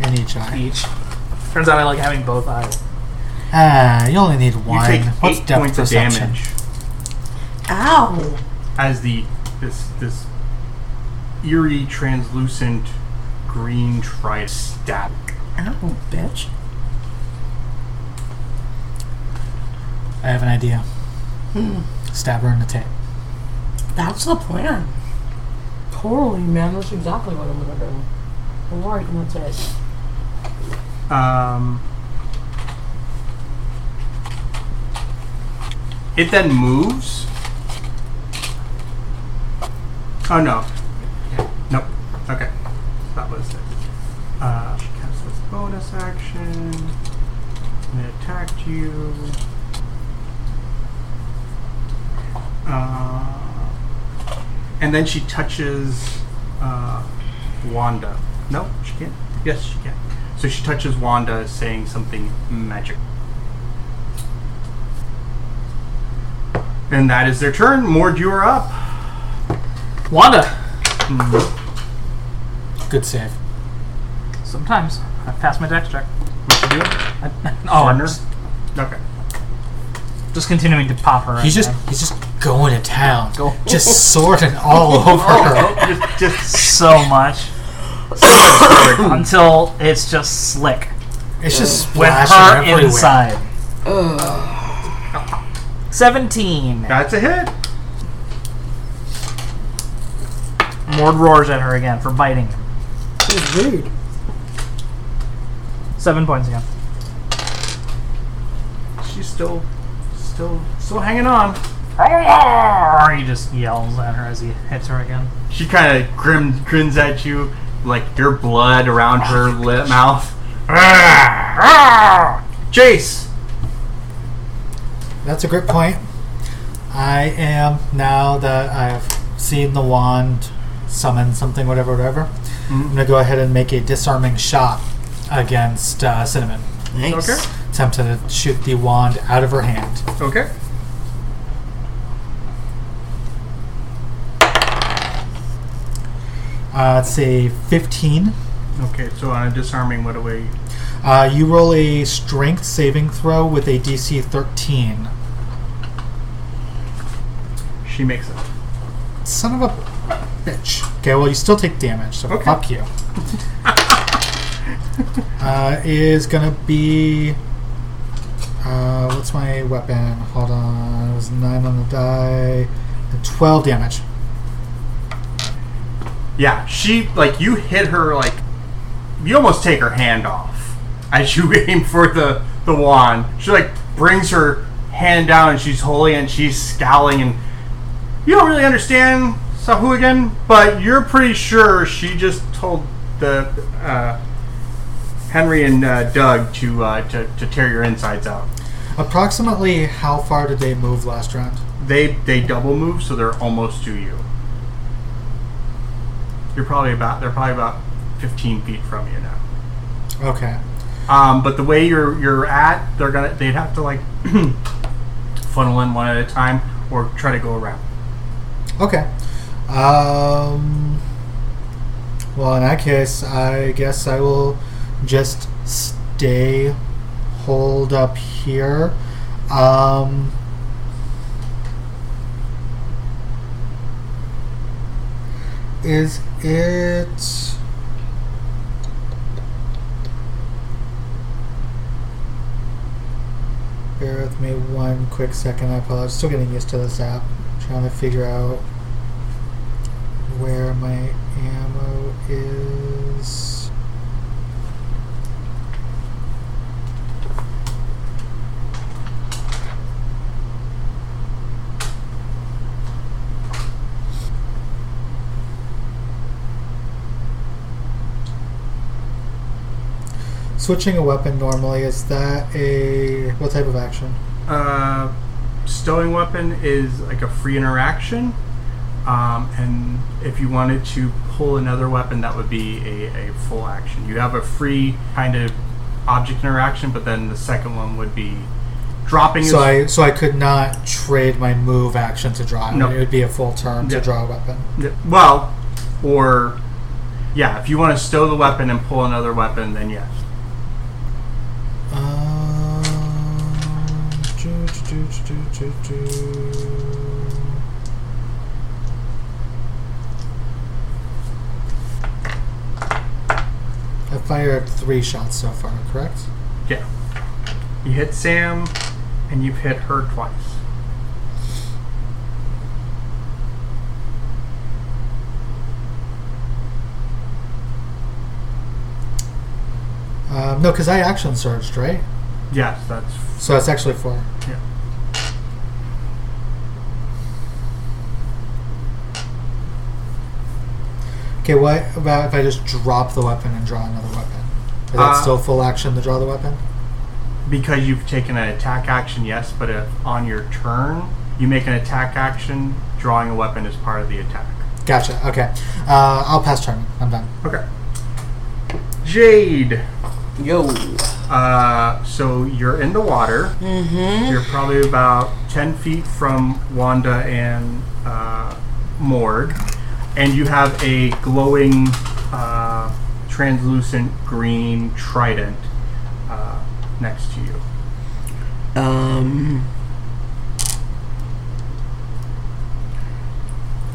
Speaker 2: in each eye.
Speaker 3: Each. Turns out I like having both eyes.
Speaker 2: Ah, you only need
Speaker 1: You
Speaker 2: one.
Speaker 1: take
Speaker 2: What's
Speaker 1: eight
Speaker 2: depth
Speaker 1: points
Speaker 2: perception?
Speaker 1: of damage
Speaker 4: Ow!
Speaker 1: as the this this eerie translucent green trident stab.
Speaker 5: Ow, bitch.
Speaker 2: I have an idea. Stab her in the tape.
Speaker 4: That's the plan. Totally, man. That's exactly what I'm gonna do. Lord, that's it.
Speaker 1: Um, it then moves. Oh no. Nope. Okay. That was it. Uh, she casts this bonus action. And it attacked you. Uh, and then she touches uh, Wanda. No, she can't. Yes, she can. So she touches Wanda, saying something magic. And that is their turn. Mord, you are up.
Speaker 3: Wanda!
Speaker 2: Good save.
Speaker 3: Sometimes. I pass my dex check.
Speaker 1: What you doing?
Speaker 3: Oh, I'm
Speaker 1: Partner?
Speaker 3: just,
Speaker 1: Okay.
Speaker 3: just continuing to pop her.
Speaker 2: He's
Speaker 3: in
Speaker 2: just he's just going to town.
Speaker 3: Go.
Speaker 2: Just sorting all over her.
Speaker 1: Just, just
Speaker 3: there. so much until it's just slick
Speaker 2: It's just
Speaker 3: with
Speaker 2: splashing
Speaker 3: her
Speaker 2: everywhere.
Speaker 3: inside. 17.
Speaker 1: that's a hit.
Speaker 3: Mord roars at her again for biting. She's rude. Seven points again.
Speaker 1: She's still, still, still hanging on.
Speaker 3: He just yells at her as he hits her again.
Speaker 1: She kind of grim grins at you, like your blood around her lip, mouth. Ah! Chase.
Speaker 2: That's a great point. I am now that I've seen the wand summon something, whatever, whatever. I'm gonna go ahead and make a disarming shot against uh, Cinnamon.
Speaker 5: Nice.
Speaker 1: Okay.
Speaker 2: Attempt to shoot the wand out of her hand.
Speaker 1: Okay.
Speaker 2: Uh, let's say 15. Uh,
Speaker 1: Okay. So on a disarming, what do we?
Speaker 2: Uh, you roll a strength saving throw with a DC 13.
Speaker 1: She makes it.
Speaker 2: Son of a bitch. Okay, well, you still take damage, so
Speaker 1: Okay.
Speaker 2: fuck you. uh, is gonna be. Uh, what's my weapon? Hold on. It was 9 on the die. 12 damage.
Speaker 1: Yeah, she like you hit her like you almost take her hand off as you aim for the the wand. She like brings her hand down and she's holding it and she's scowling and you don't really understand Sahuagin, but you're pretty sure she just told the uh, Henry and uh, Doug to, uh, to to tear your insides out.
Speaker 2: Approximately how far did they move last round?
Speaker 1: They they double move, so they're almost to you. You're probably about they're probably about 15 feet from you now.
Speaker 2: Okay.
Speaker 1: Um, but the way you're you're at, they're gonna they'd have to like funnel in one at a time or try to go around.
Speaker 2: Okay. Um, well, in that case, I guess I will just stay hold up here. Um, is it. Bear with me one quick second. I apologize. Still getting used to this app. Trying to figure out where my ammo is. Switching a weapon normally is that a what type of action?
Speaker 1: Uh, stowing weapon is like a free interaction, um, and if you wanted to pull another weapon, that would be a, a full action. You have a free kind of object interaction, but then the second one would be dropping. is-
Speaker 2: So I so I could not trade my move action to draw.
Speaker 1: No.
Speaker 2: It would be a full turn
Speaker 1: Yeah.
Speaker 2: to draw a weapon.
Speaker 1: Yeah, Well, or yeah, if you want to stow the weapon and pull another weapon, then yes.
Speaker 2: Um, do, do, do, do, do, do. I fired three shots so far, correct?
Speaker 1: Yeah. You hit Sam, and you've hit her twice.
Speaker 2: Um, no, because I action surged, right?
Speaker 1: Yes, that's
Speaker 2: So it's actually four.
Speaker 1: yeah.
Speaker 2: Okay, what about if I just drop the weapon and draw another weapon? Is that
Speaker 1: Uh,
Speaker 2: still full action to draw the weapon?
Speaker 1: because you've taken an attack action. Yes, but if on your turn you make an attack action, drawing a weapon is part of the attack.
Speaker 2: Gotcha. Okay. Uh, I'll pass turn. I'm done.
Speaker 1: Okay. Jade.
Speaker 5: Yo.
Speaker 1: Uh, so you're in the water.
Speaker 5: Mm-hmm.
Speaker 1: You're probably about 10 feet from Wanda and uh, Morg, and you have a glowing, uh, translucent green trident uh, next to you.
Speaker 5: Um.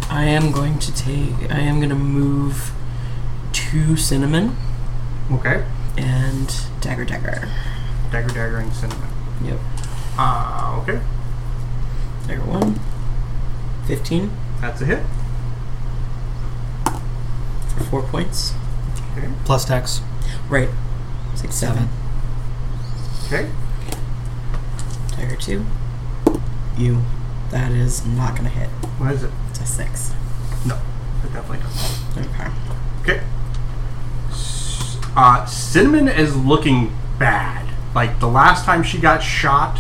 Speaker 5: I am going to take. I am going to move to cinnamon
Speaker 1: Okay.
Speaker 5: and dagger dagger.
Speaker 1: Dagger, dagger, and cinnamon.
Speaker 5: Yep.
Speaker 1: Uh, okay.
Speaker 5: Dagger one. Fifteen
Speaker 1: That's a hit.
Speaker 5: for four points.
Speaker 1: Okay.
Speaker 2: Plus dex.
Speaker 5: Right. Six seven.
Speaker 1: Okay.
Speaker 5: Dagger two. You. That is not going to hit.
Speaker 1: What is it?
Speaker 5: It's a six.
Speaker 1: No, it definitely doesn't.
Speaker 5: Okay.
Speaker 1: Okay. S- Uh, Cinnamon is looking bad. Like the last time she got shot,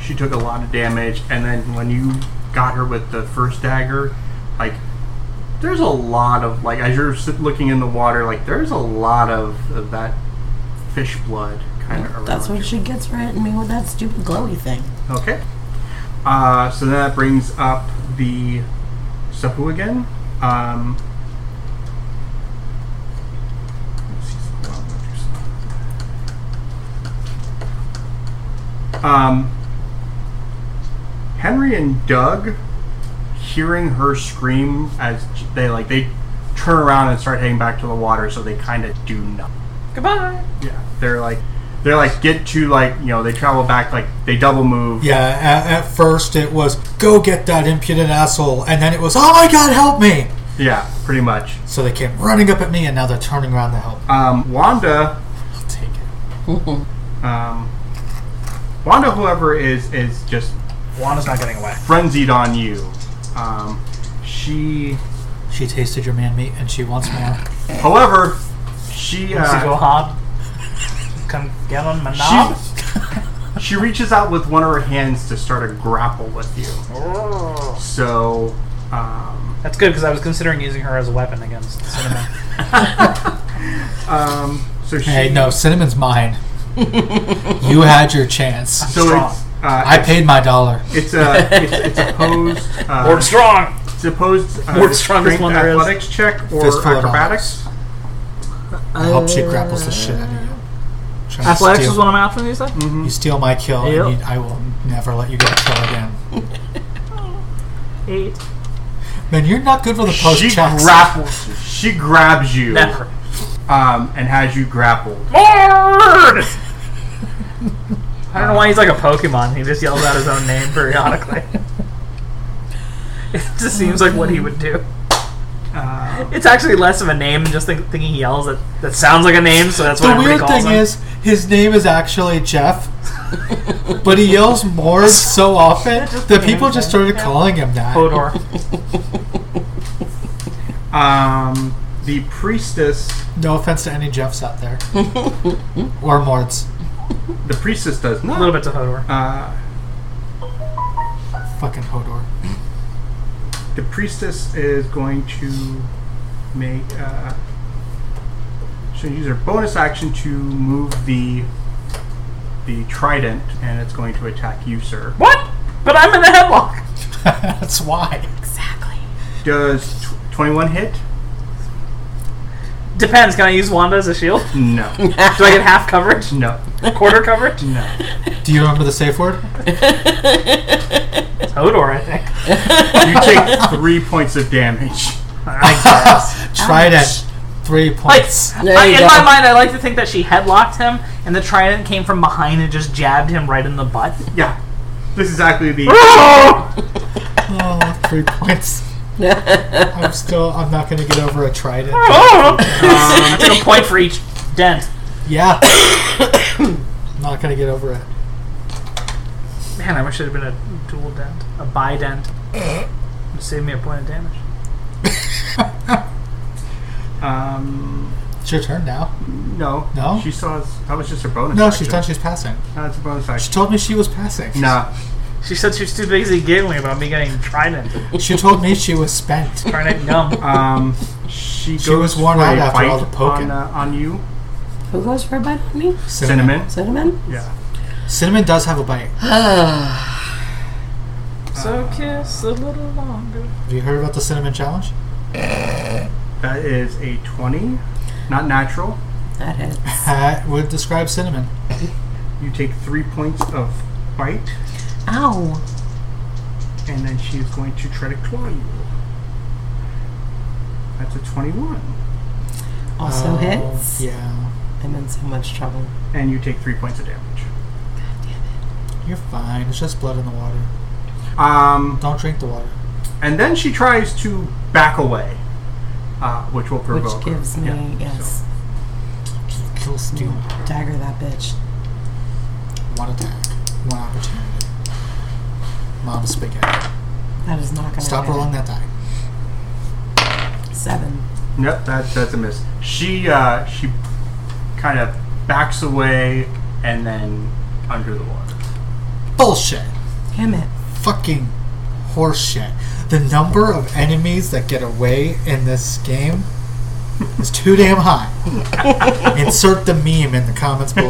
Speaker 1: she took a lot of damage, and then when you got her with the first dagger, like there's a lot of like as you're sit- looking in the water, like there's a lot of, of that fish blood kind of around.
Speaker 4: That's
Speaker 1: you.
Speaker 4: what she gets for hitting me with that stupid glowy thing.
Speaker 1: Okay. Uh, so that brings up the Sahu again. Um, let's see. Um, Henry and Doug, hearing her scream as they like they turn around and start heading back to the water, so they kind of do nothing.
Speaker 3: Goodbye.
Speaker 1: Yeah, they're like they're like get to like you know they travel back like they double move.
Speaker 2: Yeah, at, at first it was, go get that impudent asshole. And then it was, oh my god, help me!
Speaker 1: yeah pretty much.
Speaker 2: So they came running up at me and now they're turning around to help.
Speaker 1: Um, Wanda
Speaker 2: I'll take it.
Speaker 1: um, Wanda, whoever is is just
Speaker 3: Wanda's not getting away.
Speaker 1: frenzied on you. Um, she,
Speaker 2: She tasted your man meat and she wants more.
Speaker 1: however, she
Speaker 3: Lucy, go
Speaker 1: uh,
Speaker 3: hard. Come get on my knob.
Speaker 1: she she reaches out with one of her hands to start a grapple with you. So, um,
Speaker 3: That's good because I was considering using her as a weapon against Cinnamon.
Speaker 1: um, so she
Speaker 2: Hey, no, cinnamon's mine. you had your chance.
Speaker 1: so
Speaker 3: Strong.
Speaker 1: it's uh,
Speaker 2: I paid my dollar.
Speaker 1: it's a it's, it's a posed uh,
Speaker 3: Lord Strong.
Speaker 1: it's a posed uh,
Speaker 3: Lord's strongest
Speaker 1: strength
Speaker 3: one there is.
Speaker 1: athletics check or
Speaker 2: Fistful of
Speaker 1: acrobatics.
Speaker 2: I hope she grapples the shit out of you. Trying to
Speaker 6: Athletics
Speaker 2: steal-
Speaker 6: is what I'm after, you said?
Speaker 2: You steal my kill,
Speaker 6: Yep.
Speaker 2: and you, I will never let you get a kill again.
Speaker 6: Eight.
Speaker 2: Man, you're not good with the post
Speaker 1: She
Speaker 2: checks.
Speaker 1: grapples. She grabs you
Speaker 3: Never.
Speaker 1: um, and has you grappled.
Speaker 3: Lord! I don't know why he's like a Pokemon. He just yells out his own name periodically. it just seems like what he would do.
Speaker 2: Uh,
Speaker 3: It's actually less of a name, just think, thinking he yells that that sounds like a name, so that's what
Speaker 2: the
Speaker 3: everybody
Speaker 2: weird
Speaker 3: calls
Speaker 2: thing
Speaker 3: him.
Speaker 2: is, his name is actually Jeff, but he yells Morse so often that people just started calling him that.
Speaker 3: Hodor.
Speaker 1: Um, the priestess
Speaker 2: No offense to any Jeffs out there. or Mords.
Speaker 1: The priestess does
Speaker 3: A
Speaker 1: not.
Speaker 3: little bit to Hodor.
Speaker 1: Uh,
Speaker 2: Fucking Hodor.
Speaker 1: the priestess is going to make. Uh, she'll use her bonus action to move the the trident, and it's going to attack you, sir.
Speaker 3: What? But I'm in the headlock.
Speaker 2: That's why.
Speaker 1: Does tw- twenty-one hit?
Speaker 3: Depends. Can I use Wanda as a shield?
Speaker 1: No,
Speaker 3: Do I get half coverage?
Speaker 1: no,
Speaker 3: Quarter coverage?
Speaker 1: no.
Speaker 2: Do you remember the safe word?
Speaker 3: Hodor, I think.
Speaker 1: You take three points of damage.
Speaker 2: Trident. Three
Speaker 3: Like,
Speaker 2: points.
Speaker 5: There
Speaker 3: I,
Speaker 5: you
Speaker 3: in
Speaker 5: go.
Speaker 3: my mind, I like to think that she headlocked him, and the trident came from behind and just jabbed him right in the butt.
Speaker 1: Yeah, this is actually the.
Speaker 2: Oh, three points. I'm still. I'm not gonna get over a trident.
Speaker 3: Um, I took a point for each dent.
Speaker 2: Yeah. not gonna get over it.
Speaker 3: Man, I wish it had been a dual dent, a bi dent. Save me a point of damage.
Speaker 1: Um,
Speaker 2: It's your turn now.
Speaker 1: no,
Speaker 2: No?
Speaker 1: She saw. That was just her bonus.
Speaker 2: No,
Speaker 1: action.
Speaker 2: she's done. She's passing.
Speaker 1: That's a bonus
Speaker 2: She
Speaker 1: action.
Speaker 2: told me she was passing.
Speaker 1: Nah.
Speaker 3: She said she was too busy giggling about me getting trident,
Speaker 2: She told me she was spent.
Speaker 3: trident gum.
Speaker 1: Um, she goes
Speaker 2: She was worn
Speaker 1: for
Speaker 2: out
Speaker 1: a
Speaker 2: after all
Speaker 1: bite
Speaker 2: the poking.
Speaker 1: on, uh, on you.
Speaker 4: Who goes for a bite on me?
Speaker 1: Cinnamon.
Speaker 4: Cinnamon?
Speaker 1: Yeah.
Speaker 2: Cinnamon does have a bite.
Speaker 6: So kiss a little longer.
Speaker 2: Have you heard about the cinnamon challenge?
Speaker 1: That is a 20. Not natural.
Speaker 5: That hit.
Speaker 2: That would describe cinnamon.
Speaker 1: You take three points of bite,
Speaker 4: Ow.
Speaker 1: and then she is going to try to claw you. That's a 21.
Speaker 5: Also
Speaker 2: Oh,
Speaker 5: hits.
Speaker 2: Yeah.
Speaker 5: I'm in so much trouble.
Speaker 1: And you take three points of damage.
Speaker 2: You're fine. It's just blood in the water.
Speaker 1: Um,
Speaker 2: Don't drink the water.
Speaker 1: and then she tries to back away, uh, which will provoke.
Speaker 5: Which
Speaker 1: her.
Speaker 5: gives me,
Speaker 1: Yeah,
Speaker 5: yes,
Speaker 2: Kill steal.
Speaker 5: dagger that bitch.
Speaker 2: One attack. One opportunity. Mom spaghetti.
Speaker 5: That is not going to
Speaker 2: Stop rolling that die.
Speaker 5: Seven.
Speaker 1: so- Nope, that, that's a miss. She uh, she kind of backs away and then under the water.
Speaker 2: Bullshit.
Speaker 5: Damn it.
Speaker 2: Fucking horseshit. The number of enemies that get away in this game is too damn high. Insert the meme in the comments below.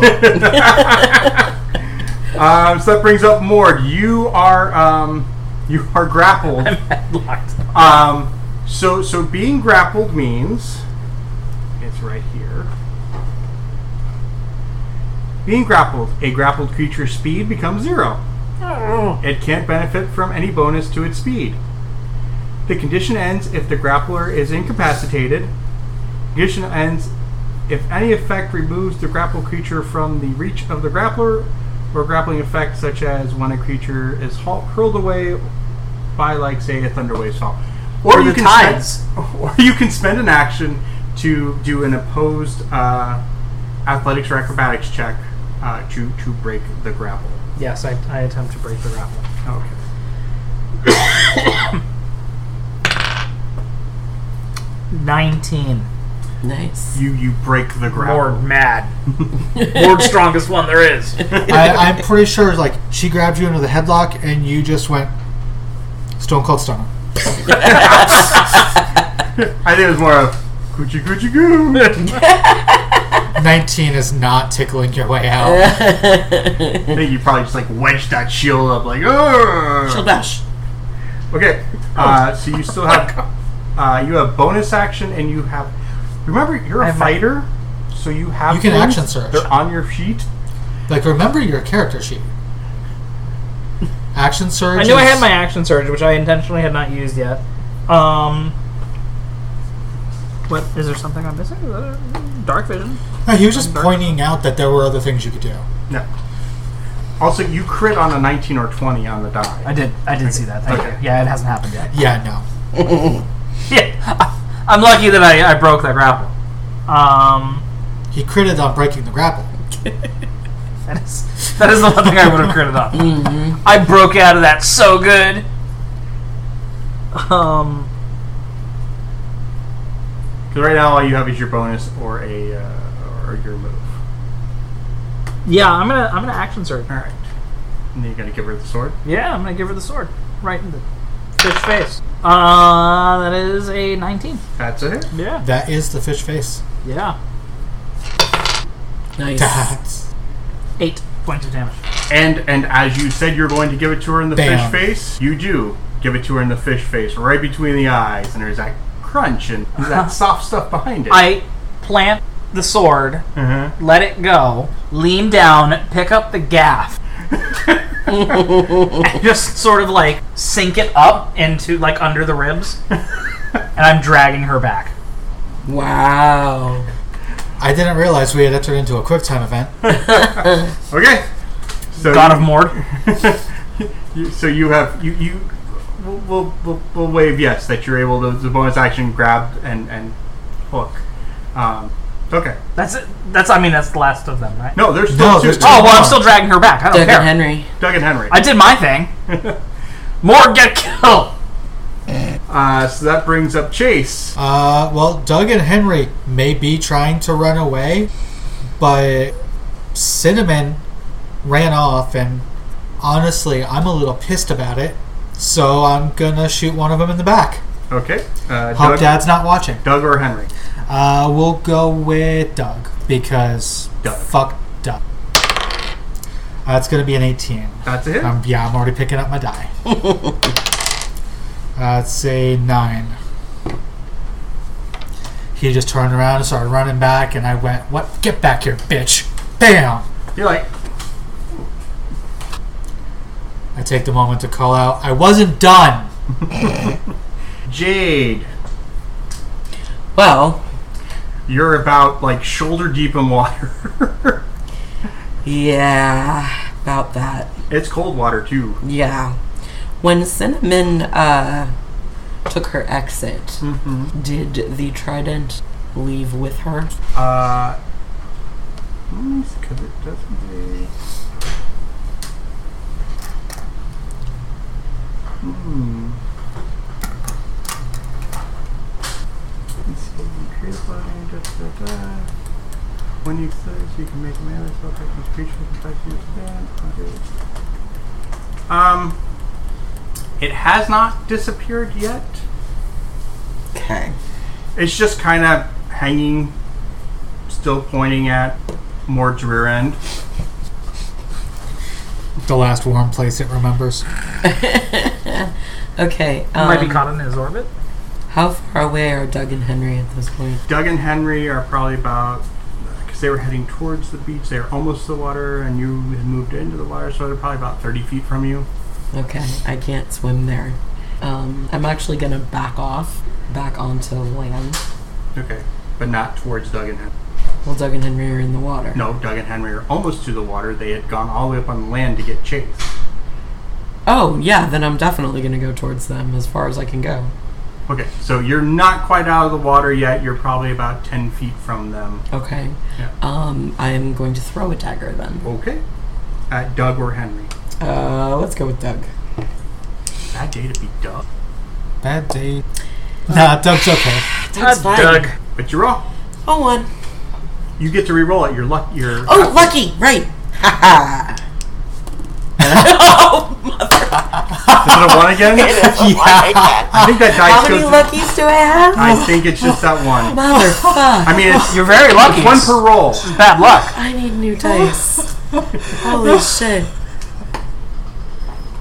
Speaker 1: Um, so that brings up Mord. You are um, you are grappled.
Speaker 3: Locked.
Speaker 1: Um, so so being grappled means it's right here. Being grappled, a grappled creature's speed becomes zero. It can't benefit from any bonus to its speed. The condition ends if the grappler is incapacitated. Condition ends if any effect removes the grappled creature from the reach of the grappler, or grappling effect such as when a creature is haul- hurled away by, like, say, a thunderwave saw. Or,
Speaker 3: Or the
Speaker 1: spend-
Speaker 3: tides.
Speaker 1: or you can spend an action to do an opposed uh, athletics or acrobatics check uh, to to break the grapple.
Speaker 3: Yes, I, I attempt to break the grapple.
Speaker 1: Okay.
Speaker 3: Nineteen.
Speaker 5: Nice.
Speaker 1: You you break the grapple.
Speaker 3: Lord mad. Lord strongest one there is.
Speaker 2: I, I'm pretty sure like she grabbed you into the headlock and you just went stone cold stunner.
Speaker 1: I think it was more of coochie coochie goo.
Speaker 2: 19 is not tickling your way out.
Speaker 1: I think you probably just like wedged that shield up like "Ugh."
Speaker 5: She'll dash.
Speaker 1: Okay. Uh, so you still have uh, you have bonus action and you have remember you're
Speaker 3: I
Speaker 1: a
Speaker 3: have my-
Speaker 1: fighter, so you have
Speaker 2: You can
Speaker 1: things.
Speaker 2: action search.
Speaker 1: They're on your sheet.
Speaker 2: Like remember your character sheet. Action surge.
Speaker 3: I knew I had
Speaker 2: is-
Speaker 3: my action surge, which I intentionally had not used yet. Um, what is there something I'm missing? Is that a- Dark vision.
Speaker 2: No, he was just pointing out that there were other things you could do.
Speaker 1: No. Also, you crit on a 19 or 20 on the die.
Speaker 3: I did. I did see that. Thank
Speaker 1: Okay.
Speaker 3: you. Yeah, it hasn't happened yet.
Speaker 2: Yeah, no.
Speaker 3: Yeah, I'm lucky that I, I broke that grapple. Um,
Speaker 2: He critted on breaking the grapple.
Speaker 3: that is that is the one thing I would have critted on.
Speaker 5: Mm-hmm.
Speaker 3: I broke out of that so good. Um,
Speaker 1: Because right now all you have is your bonus or a uh, or your move.
Speaker 3: yeah, I'm gonna I'm gonna action surge.
Speaker 1: All right. And then you're gonna give her the sword.
Speaker 3: Yeah, I'm gonna give her the sword right in the fish face. Uh, that is a 19.
Speaker 1: That's it.
Speaker 3: Yeah,
Speaker 2: That is the fish face.
Speaker 3: yeah.
Speaker 5: Nice.
Speaker 2: That's
Speaker 3: Eight points of damage.
Speaker 1: And and as you said, you're going to give it to her in the
Speaker 2: Bam.
Speaker 1: fish face. You do give it to her in the fish face, right between the eyes, and there's that crunch and that soft stuff behind it.
Speaker 3: I plant the sword,
Speaker 1: uh-huh.
Speaker 3: let it go, lean down, pick up the gaff, and just sort of like sink it up into like under the ribs, and I'm dragging her back. Oh,
Speaker 5: Wow.
Speaker 2: I didn't realize we had entered into a quick time event.
Speaker 1: Okay. So
Speaker 3: God
Speaker 1: you-
Speaker 3: of Mord.
Speaker 1: you, so you have you you we'll, we'll, we'll, we'll wave yes that you're able to the bonus action grab and and hook. Um, okay.
Speaker 3: That's it. That's I mean that's the last of them, right?
Speaker 1: No, there's still
Speaker 2: No,
Speaker 1: two.
Speaker 2: there's two. Oh.
Speaker 3: Oh well, I'm still dragging her back. I don't
Speaker 5: Doug
Speaker 3: care.
Speaker 5: and Henry.
Speaker 1: Doug and Henry.
Speaker 3: I did my thing. Mord get killed.
Speaker 1: Uh, so that brings up Chase.
Speaker 2: Uh, well, Doug and Henry may be trying to run away, but Cinnamon ran off, and honestly, I'm a little pissed about it. So I'm gonna shoot one of them in the back.
Speaker 1: Okay. Uh,
Speaker 2: Hope
Speaker 1: Doug,
Speaker 2: Dad's not watching.
Speaker 1: Doug or Henry.
Speaker 2: Uh, we'll go with Doug because
Speaker 1: Doug.
Speaker 2: fuck Doug. Uh, it's gonna be an 18.
Speaker 1: That's it.
Speaker 2: Um, yeah, I'm already picking up my die. uh, it's a nine. He just turned around and started running back, and I went, "What? Get back here, bitch!" Bam!
Speaker 1: You're like,
Speaker 2: I take the moment to call out, "I wasn't done."
Speaker 1: Jade,
Speaker 5: Well,
Speaker 1: you're about like shoulder deep in water.
Speaker 5: yeah, about that.
Speaker 1: it's cold water too.
Speaker 5: Yeah. When Cinnamon uh, took her exit, did the trident leave with her?
Speaker 1: Uh, because it doesn't. really- Hmm. Let's see, create a line, da, da, da. When you search, you can make a man or self-acting creature with five feet of stand. Okay. Um, it has not disappeared yet.
Speaker 5: Okay.
Speaker 1: It's just kind of hanging, still pointing at more drear end.
Speaker 2: The last warm place it remembers.
Speaker 5: Okay. Um,
Speaker 3: Might be caught in his orbit.
Speaker 5: How far away are Doug and Henry at this point?
Speaker 1: Doug and Henry are probably about like, because they were heading towards the beach. They were almost to the water, and you had moved into the water, so they're probably about 30 feet from you.
Speaker 5: Okay, I can't swim there. Um, I'm actually gonna back off, back onto land.
Speaker 1: Okay. But not towards Doug and Henry.
Speaker 5: Well, Doug and Henry are in the water.
Speaker 1: No, Doug and Henry are almost to the water. They had gone all the way up on land to get chased.
Speaker 5: Oh, yeah, then I'm definitely gonna go towards them as far as I can go.
Speaker 1: Okay, so you're not quite out of the water yet. You're probably about 10 feet from them.
Speaker 5: Okay.
Speaker 1: Yeah.
Speaker 5: Um, I am going to throw a dagger then.
Speaker 1: Okay. At Doug or Henry.
Speaker 5: Uh, let's go with Doug.
Speaker 1: Bad day to be Doug.
Speaker 2: Bad day. Nah, Doug's okay.
Speaker 5: Doug's fine.
Speaker 3: Doug.
Speaker 1: But you're off.
Speaker 5: Oh, one.
Speaker 1: You get to re-roll it. You're luck. You're
Speaker 5: Oh, lucky! Right! Ha ha! oh,
Speaker 1: Is it a one again? I think that dice
Speaker 5: How many
Speaker 1: goes.
Speaker 5: luckies do I have?
Speaker 1: I think it's just that one.
Speaker 5: Motherfuck.
Speaker 1: I mean, it's
Speaker 7: You're very lucky.
Speaker 1: one per roll.
Speaker 7: Bad luck.
Speaker 5: I need new dice. Holy shit.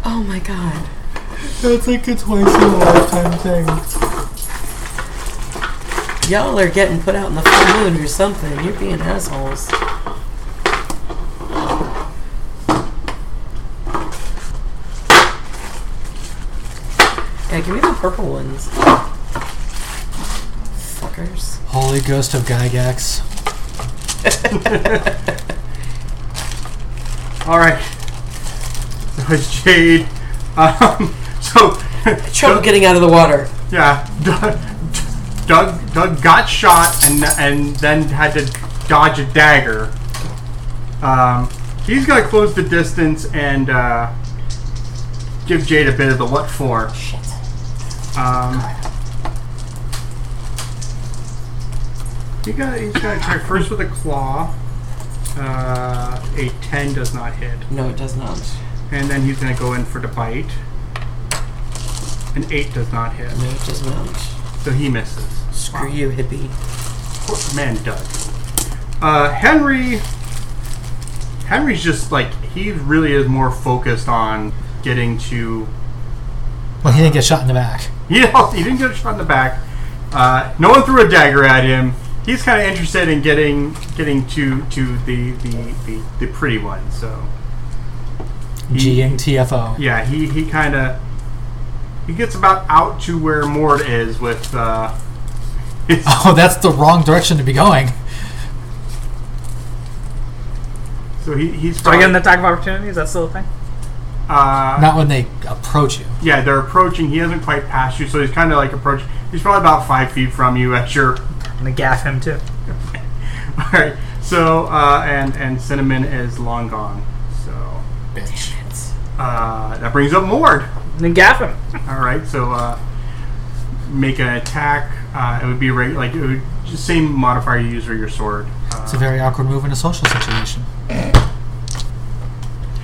Speaker 5: Oh my god.
Speaker 2: That's like a twice in a lifetime thing.
Speaker 5: Y'all are getting put out in the full moon or something. You're being assholes. Yeah, give me the purple ones. Fuckers.
Speaker 2: Holy Ghost of Gygax.
Speaker 1: All right. So it's Jade. Um, so
Speaker 5: Trouble getting out of the water.
Speaker 1: yeah, Doug, Doug Doug got shot and and then had to dodge a dagger. Um, he's gonna close the distance and uh, give Jade a bit of the what for. Shit. Um, he got, he's gonna try first with a claw. Uh, a ten does not hit.
Speaker 5: No, it does not.
Speaker 1: And then he's going to go in for the bite. An 8 does not hit.
Speaker 5: No, it does not.
Speaker 1: So he misses.
Speaker 5: Screw you, hippie.
Speaker 1: Poor Man Doug. Uh, Henry. Henry's just like, he really is more focused on getting to.
Speaker 2: Well, he didn't get shot in the back.
Speaker 1: He, he didn't get a shot in the back. Uh, no one threw a dagger at him. He's kind of interested in getting getting to to the the, the, the pretty one. So
Speaker 2: G and TFO.
Speaker 1: Yeah, he, he kind of he gets about out to where Mord is with uh, his,
Speaker 2: Oh, that's the wrong direction to be going.
Speaker 1: so he, he's
Speaker 3: Do I
Speaker 1: probably,
Speaker 3: get an attack of opportunity? Is that still a thing?
Speaker 1: uh,
Speaker 2: Not when they approach you.
Speaker 1: yeah they're approaching. He hasn't quite passed you, so he's kind of like approaching. He's probably about five feet from you at your.
Speaker 3: I'm gonna gaff him too.
Speaker 1: All right, so uh, and and cinnamon is long gone, so
Speaker 2: Bitch.
Speaker 1: uh, that brings up Mord.
Speaker 3: I'm gonna gaff him.
Speaker 1: All right, so uh, make an attack. Uh, it would be reg- like it would just same modifier you use for your sword. Uh,
Speaker 2: It's a very awkward move in a social situation.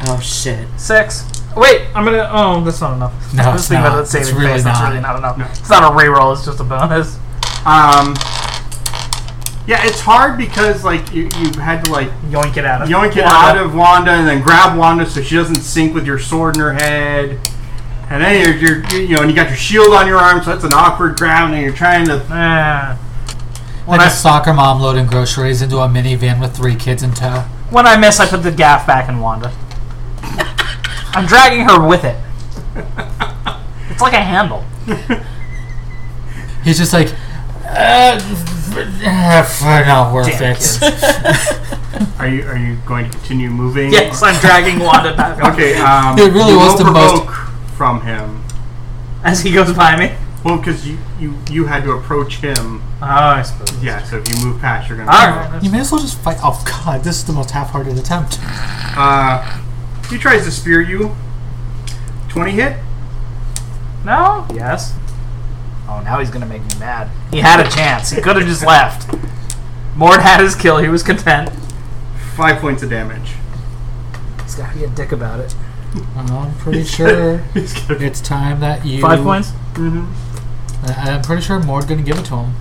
Speaker 5: Oh shit.
Speaker 3: Six. Wait, I'm gonna. Oh, that's not enough.
Speaker 2: No,
Speaker 3: I'm
Speaker 2: it's
Speaker 3: just thinking
Speaker 2: not.
Speaker 3: about that
Speaker 2: It's
Speaker 3: saving
Speaker 2: really
Speaker 3: face. That's
Speaker 2: not.
Speaker 3: really not enough. It's not a reroll. It's just a bonus.
Speaker 1: Um, yeah, it's hard because like you, you had to like
Speaker 3: Yoink it out of.
Speaker 1: yoink it out of Wanda and then grab Wanda so she doesn't sink with your sword in her head. And then you're, you're you know, and you got your shield on your arm, so that's an awkward grab, and you're trying to.
Speaker 3: Ah.
Speaker 2: Like a soccer mom loading groceries into a minivan with three kids in tow.
Speaker 3: When I miss, I put the gaff back in Wanda. I'm dragging her with it. It's like a handle.
Speaker 2: He's just like, uh, f- uh, not worth
Speaker 3: Damn
Speaker 2: it.
Speaker 1: Are you are you going to continue moving?
Speaker 3: Yes, I'm dragging Wanda back up
Speaker 1: Okay. Um,
Speaker 2: It really
Speaker 1: you
Speaker 2: was
Speaker 1: will
Speaker 2: the most-
Speaker 1: provoke from him.
Speaker 3: as he goes by me.
Speaker 1: Well, because you, you you had to approach him.
Speaker 3: Oh, I suppose.
Speaker 1: Yeah. So if you move past, you're gonna.
Speaker 3: All right.
Speaker 2: You may as well just fight. Oh god, this is the most half-hearted attempt.
Speaker 1: Uh, he tries to spear you. Twenty hit.
Speaker 3: No. Yes. Oh, now he's gonna make me mad. He had a chance. He could have just left. Mord had his kill. He was content.
Speaker 1: Five points of damage.
Speaker 3: He's gotta be a dick about it.
Speaker 2: I'm pretty sure
Speaker 1: He's gonna Mm-hmm.
Speaker 2: it's time that you.
Speaker 3: Five points.
Speaker 2: I- I'm pretty sure Mord's gonna give it to him.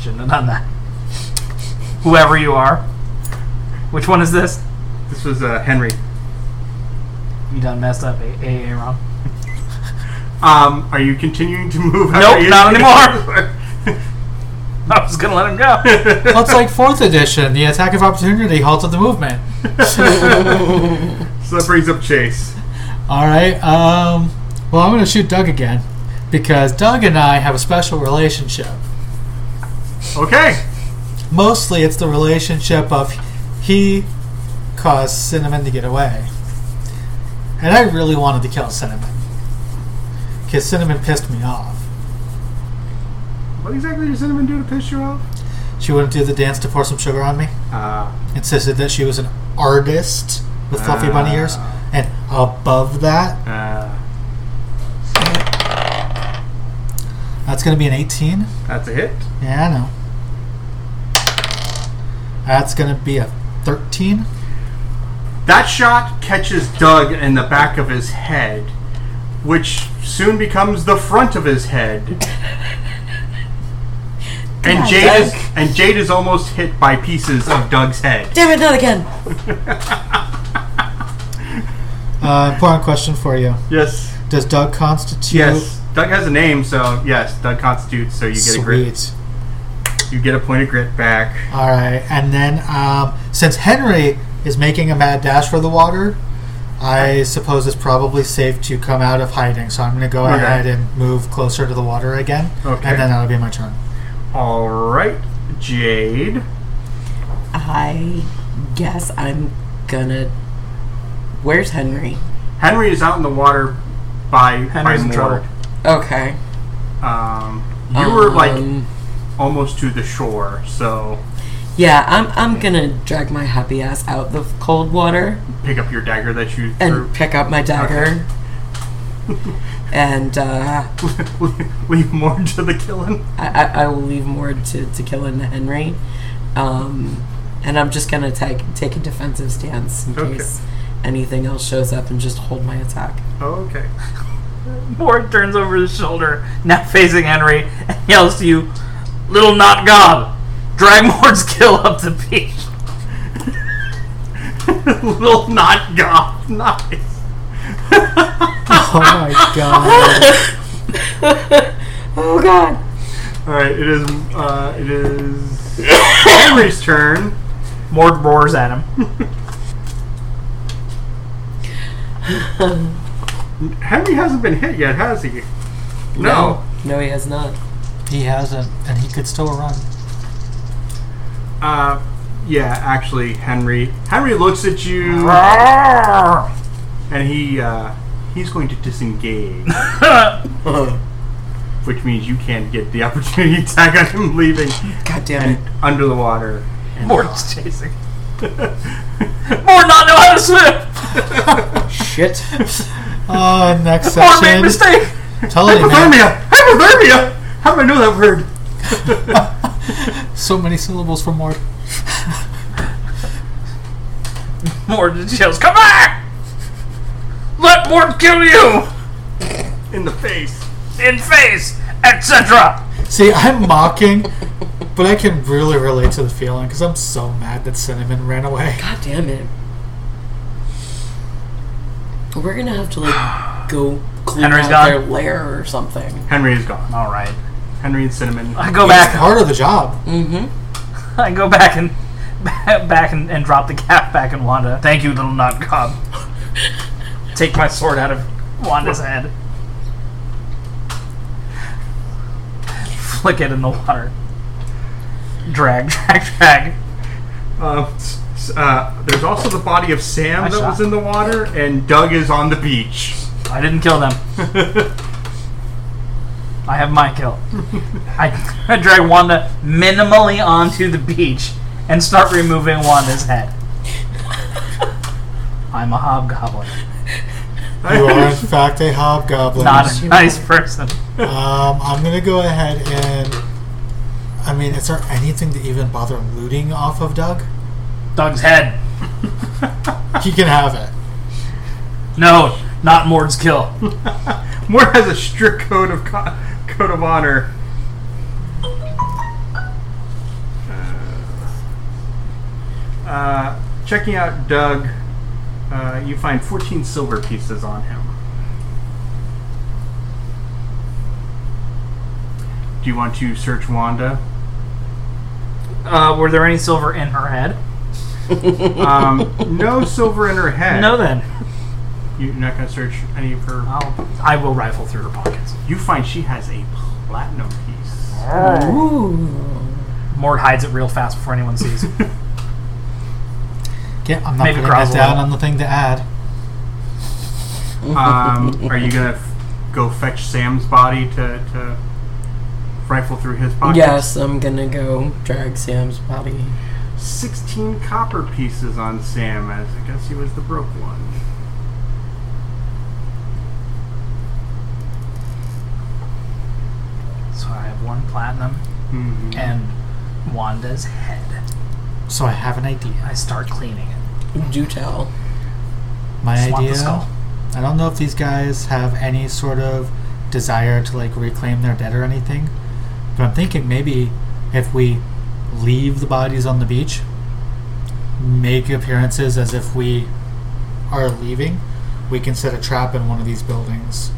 Speaker 3: Shouldn't have done that. Whoever you are. Which one is this?
Speaker 1: This was uh, Henry.
Speaker 3: You done messed up, A- A- Aaron.
Speaker 1: Um, are you continuing to move?
Speaker 3: Nope,
Speaker 1: after you-
Speaker 3: not anymore. I was gonna let him go.
Speaker 2: well, it's like fourth edition. The attack of opportunity halted the movement.
Speaker 1: So that brings up Chase.
Speaker 2: All right. Um, well, I'm going to shoot Doug again because Doug and I have a special relationship.
Speaker 1: Okay.
Speaker 2: Mostly, it's the relationship of he caused Cinnamon to get away, and I really wanted to kill Cinnamon because Cinnamon pissed me off.
Speaker 1: What exactly did Cinnamon do to piss you off?
Speaker 2: She wouldn't do the dance to pour some sugar on me.
Speaker 1: Uh,
Speaker 2: Insisted that she was an artist with fluffy bunny ears,
Speaker 1: Ah.
Speaker 2: and above that,
Speaker 1: uh,
Speaker 2: that's going to be an 18.
Speaker 1: that's a hit.
Speaker 2: Yeah, I know. That's gonna be a thirteen.
Speaker 1: That shot catches Doug in the back of his head, which soon becomes the front of his head. And Jade, is,
Speaker 5: Doug.
Speaker 1: and Jade is almost hit by pieces of Doug's head.
Speaker 4: Damn it, not again.
Speaker 2: Uh, important question for you:
Speaker 1: Yes.
Speaker 2: Does Doug constitute?
Speaker 1: Yes. Doug has a name, so yes, Doug constitutes. So you get a grit.
Speaker 2: Sweet.
Speaker 1: You get a point of grit back.
Speaker 2: All right, and then um, since Henry is making a mad dash for the water, I suppose it's probably safe to come out of hiding. So I'm gonna go
Speaker 1: Okay.
Speaker 2: ahead and move closer to the water again,
Speaker 1: Okay.
Speaker 2: and then that'll be my turn.
Speaker 1: All right, Jade.
Speaker 5: I guess I'm gonna. Where's Henry?
Speaker 1: Henry is out in the water by
Speaker 3: Henry's
Speaker 1: by
Speaker 3: in
Speaker 1: Moore.
Speaker 5: Okay.
Speaker 1: Um, you were like
Speaker 5: Um,
Speaker 1: almost to the shore, so
Speaker 5: Yeah, I'm. I'm gonna drag my happy ass out the cold water
Speaker 1: pick up your dagger that you
Speaker 5: and pick up my dagger. and uh,
Speaker 1: threw. Leave more to the killing.
Speaker 5: I, I, I will leave more to to kill and Henry. Um, and I'm just gonna take take a defensive stance in
Speaker 1: Okay.
Speaker 5: case anything else shows up, and just hold my attack.
Speaker 1: Oh, Okay.
Speaker 3: Borg turns over his shoulder, now facing Henry, and yells to you, "Little not god, drag Mord's kill up the beach."
Speaker 1: Little not god. Nice.
Speaker 2: Oh my god!
Speaker 5: Oh God!
Speaker 1: All right. It is. Uh, it is Henry's turn.
Speaker 3: Mord roars at him.
Speaker 1: Henry hasn't been hit yet, has he? No.
Speaker 3: Oh.
Speaker 5: No, he has not.
Speaker 2: he hasn't, and he could still run.
Speaker 1: Uh, yeah, actually, Henry. Henry looks at you, and he uh, he's going to disengage, which means you can't get the opportunity attack on him leaving
Speaker 5: God damn
Speaker 1: and
Speaker 5: it!
Speaker 1: under the water. And
Speaker 3: Mord's chasing. Mord not know how to swim.
Speaker 5: Shit!
Speaker 2: Uh, next
Speaker 3: Mord made a
Speaker 2: section.
Speaker 3: mistake.
Speaker 2: Totally, man.
Speaker 1: hypothermia. Hypothermia. How do I know that word?
Speaker 2: So many syllables for more.
Speaker 3: Mord just yells, "Come back! Let Mord kill you
Speaker 1: In the face.
Speaker 3: in face, etc."
Speaker 2: See, I'm mocking, but I can really relate to the feeling because I'm so mad that Cinnamon ran away.
Speaker 5: God damn it! We're gonna have to like go clean
Speaker 3: Henry's
Speaker 5: out
Speaker 3: gone.
Speaker 5: their lair or something.
Speaker 1: Henry is gone.
Speaker 3: All right.
Speaker 1: Henry and Cinnamon.
Speaker 3: I go
Speaker 2: That's
Speaker 3: back.
Speaker 2: part of the job.
Speaker 5: Mm-hmm.
Speaker 3: I go back and back and, and drop the cap back in Wanda. Thank you, little nut cob. Take my sword out of Wanda's head. Flick it in the water. Drag, drag, drag.
Speaker 1: Uh, s- s- uh, there's also the body of Sam
Speaker 3: I
Speaker 1: that
Speaker 3: shot.
Speaker 1: was in the water, and Doug is on the beach.
Speaker 3: I didn't kill them. I have my kill. I, I drag Wanda minimally onto the beach and start removing Wanda's head. I'm a hobgoblin,
Speaker 2: You are, in fact, a hobgoblin.
Speaker 3: not a nice person.
Speaker 2: Um, I'm going to go ahead and. I mean, is there anything to even bother looting off of Doug?
Speaker 3: Doug's head.
Speaker 2: He can have it.
Speaker 3: No, not Mord's kill.
Speaker 1: Moore has a strict code of co- code of honor. Uh, checking out Doug, uh, you find 14 silver pieces on him. Do you want to search Wanda?
Speaker 3: Uh, were there any silver in her head?
Speaker 1: Um, no silver in her head.
Speaker 3: No, Oh. then
Speaker 1: You're not going to search any of her.
Speaker 3: I'll, I will rifle through her pockets.
Speaker 1: You find she has a platinum piece.
Speaker 3: Mort hides it real fast before anyone sees.
Speaker 2: Yeah, I'm not
Speaker 3: Maybe
Speaker 2: putting that
Speaker 3: Grozzle.
Speaker 2: down on the thing to add.
Speaker 1: Um, are you going to f- go fetch Sam's body to, to rifle through his pockets?
Speaker 5: Yes, I'm gonna go drag Sam's body.
Speaker 1: 16 copper pieces on Sam, as I guess he was the broke one.
Speaker 3: so I have one platinum
Speaker 1: Mhm.
Speaker 3: and Wanda's head.
Speaker 2: So I have an idea.
Speaker 3: I start cleaning it.
Speaker 5: Do tell.
Speaker 2: My
Speaker 3: Swap the
Speaker 2: idea.
Speaker 3: skull.
Speaker 2: I don't know if these guys have any sort of desire to like reclaim their dead or anything, but I'm thinking maybe if we leave the bodies on the beach, make appearances as if we are leaving, we can set a trap in one of these buildings.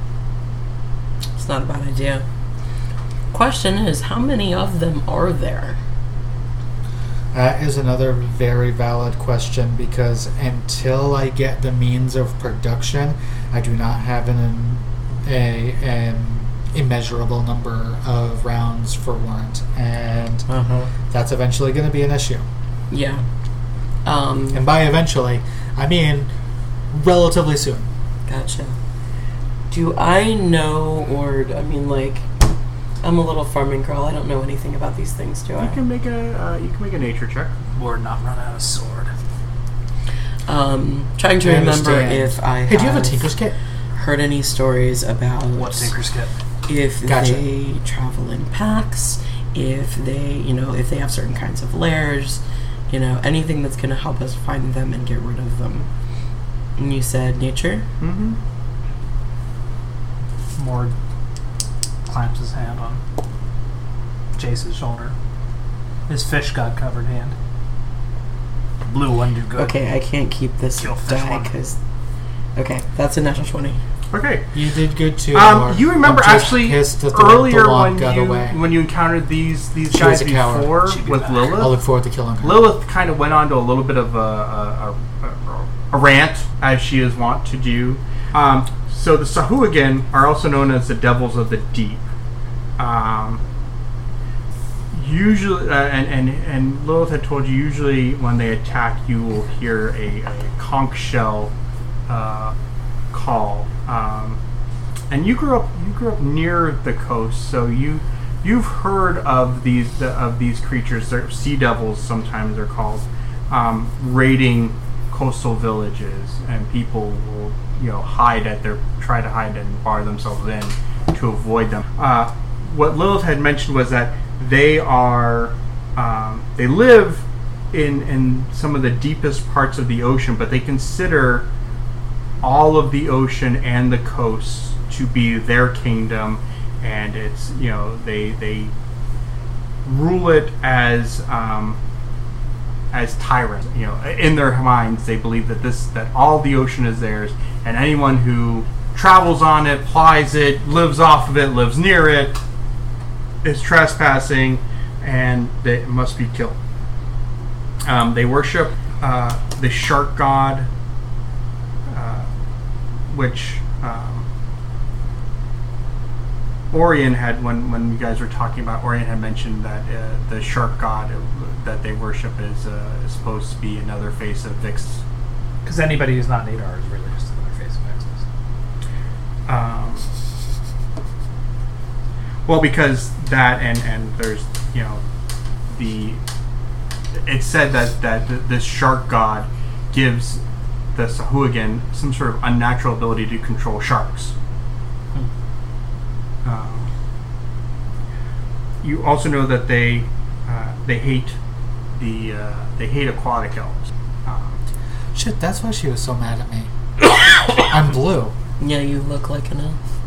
Speaker 5: It's not a bad idea. Question is, how many of them are there?
Speaker 2: That is another very valid question because until I get the means of production, I do not have an a, an immeasurable number of rounds for warrant, and
Speaker 5: Uh huh.
Speaker 2: that's eventually going to be an issue.
Speaker 5: Yeah. Um.
Speaker 2: And by eventually, I mean relatively soon.
Speaker 5: Gotcha. Do I know, or I mean, like, I'm a little farming girl. I don't know anything about these things. Do
Speaker 1: You
Speaker 5: I?
Speaker 1: can make a uh, you can make a nature check.
Speaker 3: Lord, not run out of sword.
Speaker 5: Um, trying to
Speaker 2: I
Speaker 5: remember
Speaker 2: understand.
Speaker 5: if I
Speaker 2: Hey, do you have a tinker's kit?
Speaker 5: heard any stories about
Speaker 3: What tinker's kit?
Speaker 5: if
Speaker 2: Gotcha.
Speaker 5: they travel in packs, if they, you know, if they have certain kinds of lairs, you know, anything that's going to help us find them and get rid of them. And you said nature.
Speaker 1: Mm-hmm.
Speaker 3: Mord clamps his hand on Jace's shoulder. His fish god covered hand. Blue one do good.
Speaker 5: Okay, I can't keep this
Speaker 3: Kill fish
Speaker 5: die
Speaker 3: one.
Speaker 5: because. Okay, that's a natural twenty.
Speaker 1: Okay.
Speaker 2: You did good too.
Speaker 1: Um,
Speaker 2: Mark.
Speaker 1: you remember
Speaker 2: I'm just
Speaker 1: actually
Speaker 2: pissed that the- the
Speaker 1: earlier
Speaker 2: log
Speaker 1: when
Speaker 2: got
Speaker 1: you
Speaker 2: away.
Speaker 1: when you encountered these these
Speaker 2: She was
Speaker 1: guys
Speaker 2: a coward.
Speaker 1: before
Speaker 3: She'd be
Speaker 1: with
Speaker 3: back.
Speaker 2: I'll
Speaker 1: Lilith.
Speaker 2: look forward to killing her.
Speaker 1: Lilith kind of went on to a little bit of a, a, a, a- a rant, as she is wont to do. Um, so the Sahuagin are also known as the Devils of the Deep. Um, usually, uh, and, and and Lilith had told you, usually when they attack, you will hear a, a conch shell uh, call. Um, and you grew up you grew up near the coast, so you you've heard of these the, of these creatures. They're sea devils, sometimes they're called, um, raiding coastal villages, and people will you know hide at their try to hide and bar themselves in to avoid them. Uh, what Lilith had mentioned was that they are um, they live in in some of the deepest parts of the ocean, but they consider all of the ocean and the coast to be their kingdom, and it's you know they they rule it as um, as tyrant. You know, in their minds, they believe that this that all the ocean is theirs, and anyone who travels on it, plies it, lives off of it, lives near it, is trespassing, and they must be killed. Um, they worship uh, the shark god uh, which um, Orion had when when you guys were talking about Orion had mentioned that uh, the shark god that they worship is, uh, is supposed to be another face of Vix.
Speaker 3: Because anybody who's not Nadar is really just another face of Exodus.
Speaker 1: Um, well, because that and and there's you know the it said that that th- this shark god gives the Sahuagin some sort of unnatural ability to control sharks. Um, you also know that they uh, they hate the uh, they hate aquatic elves. Um,
Speaker 2: Shit, that's why she was so mad at me. I'm blue,
Speaker 5: Yeah, you look like an elf.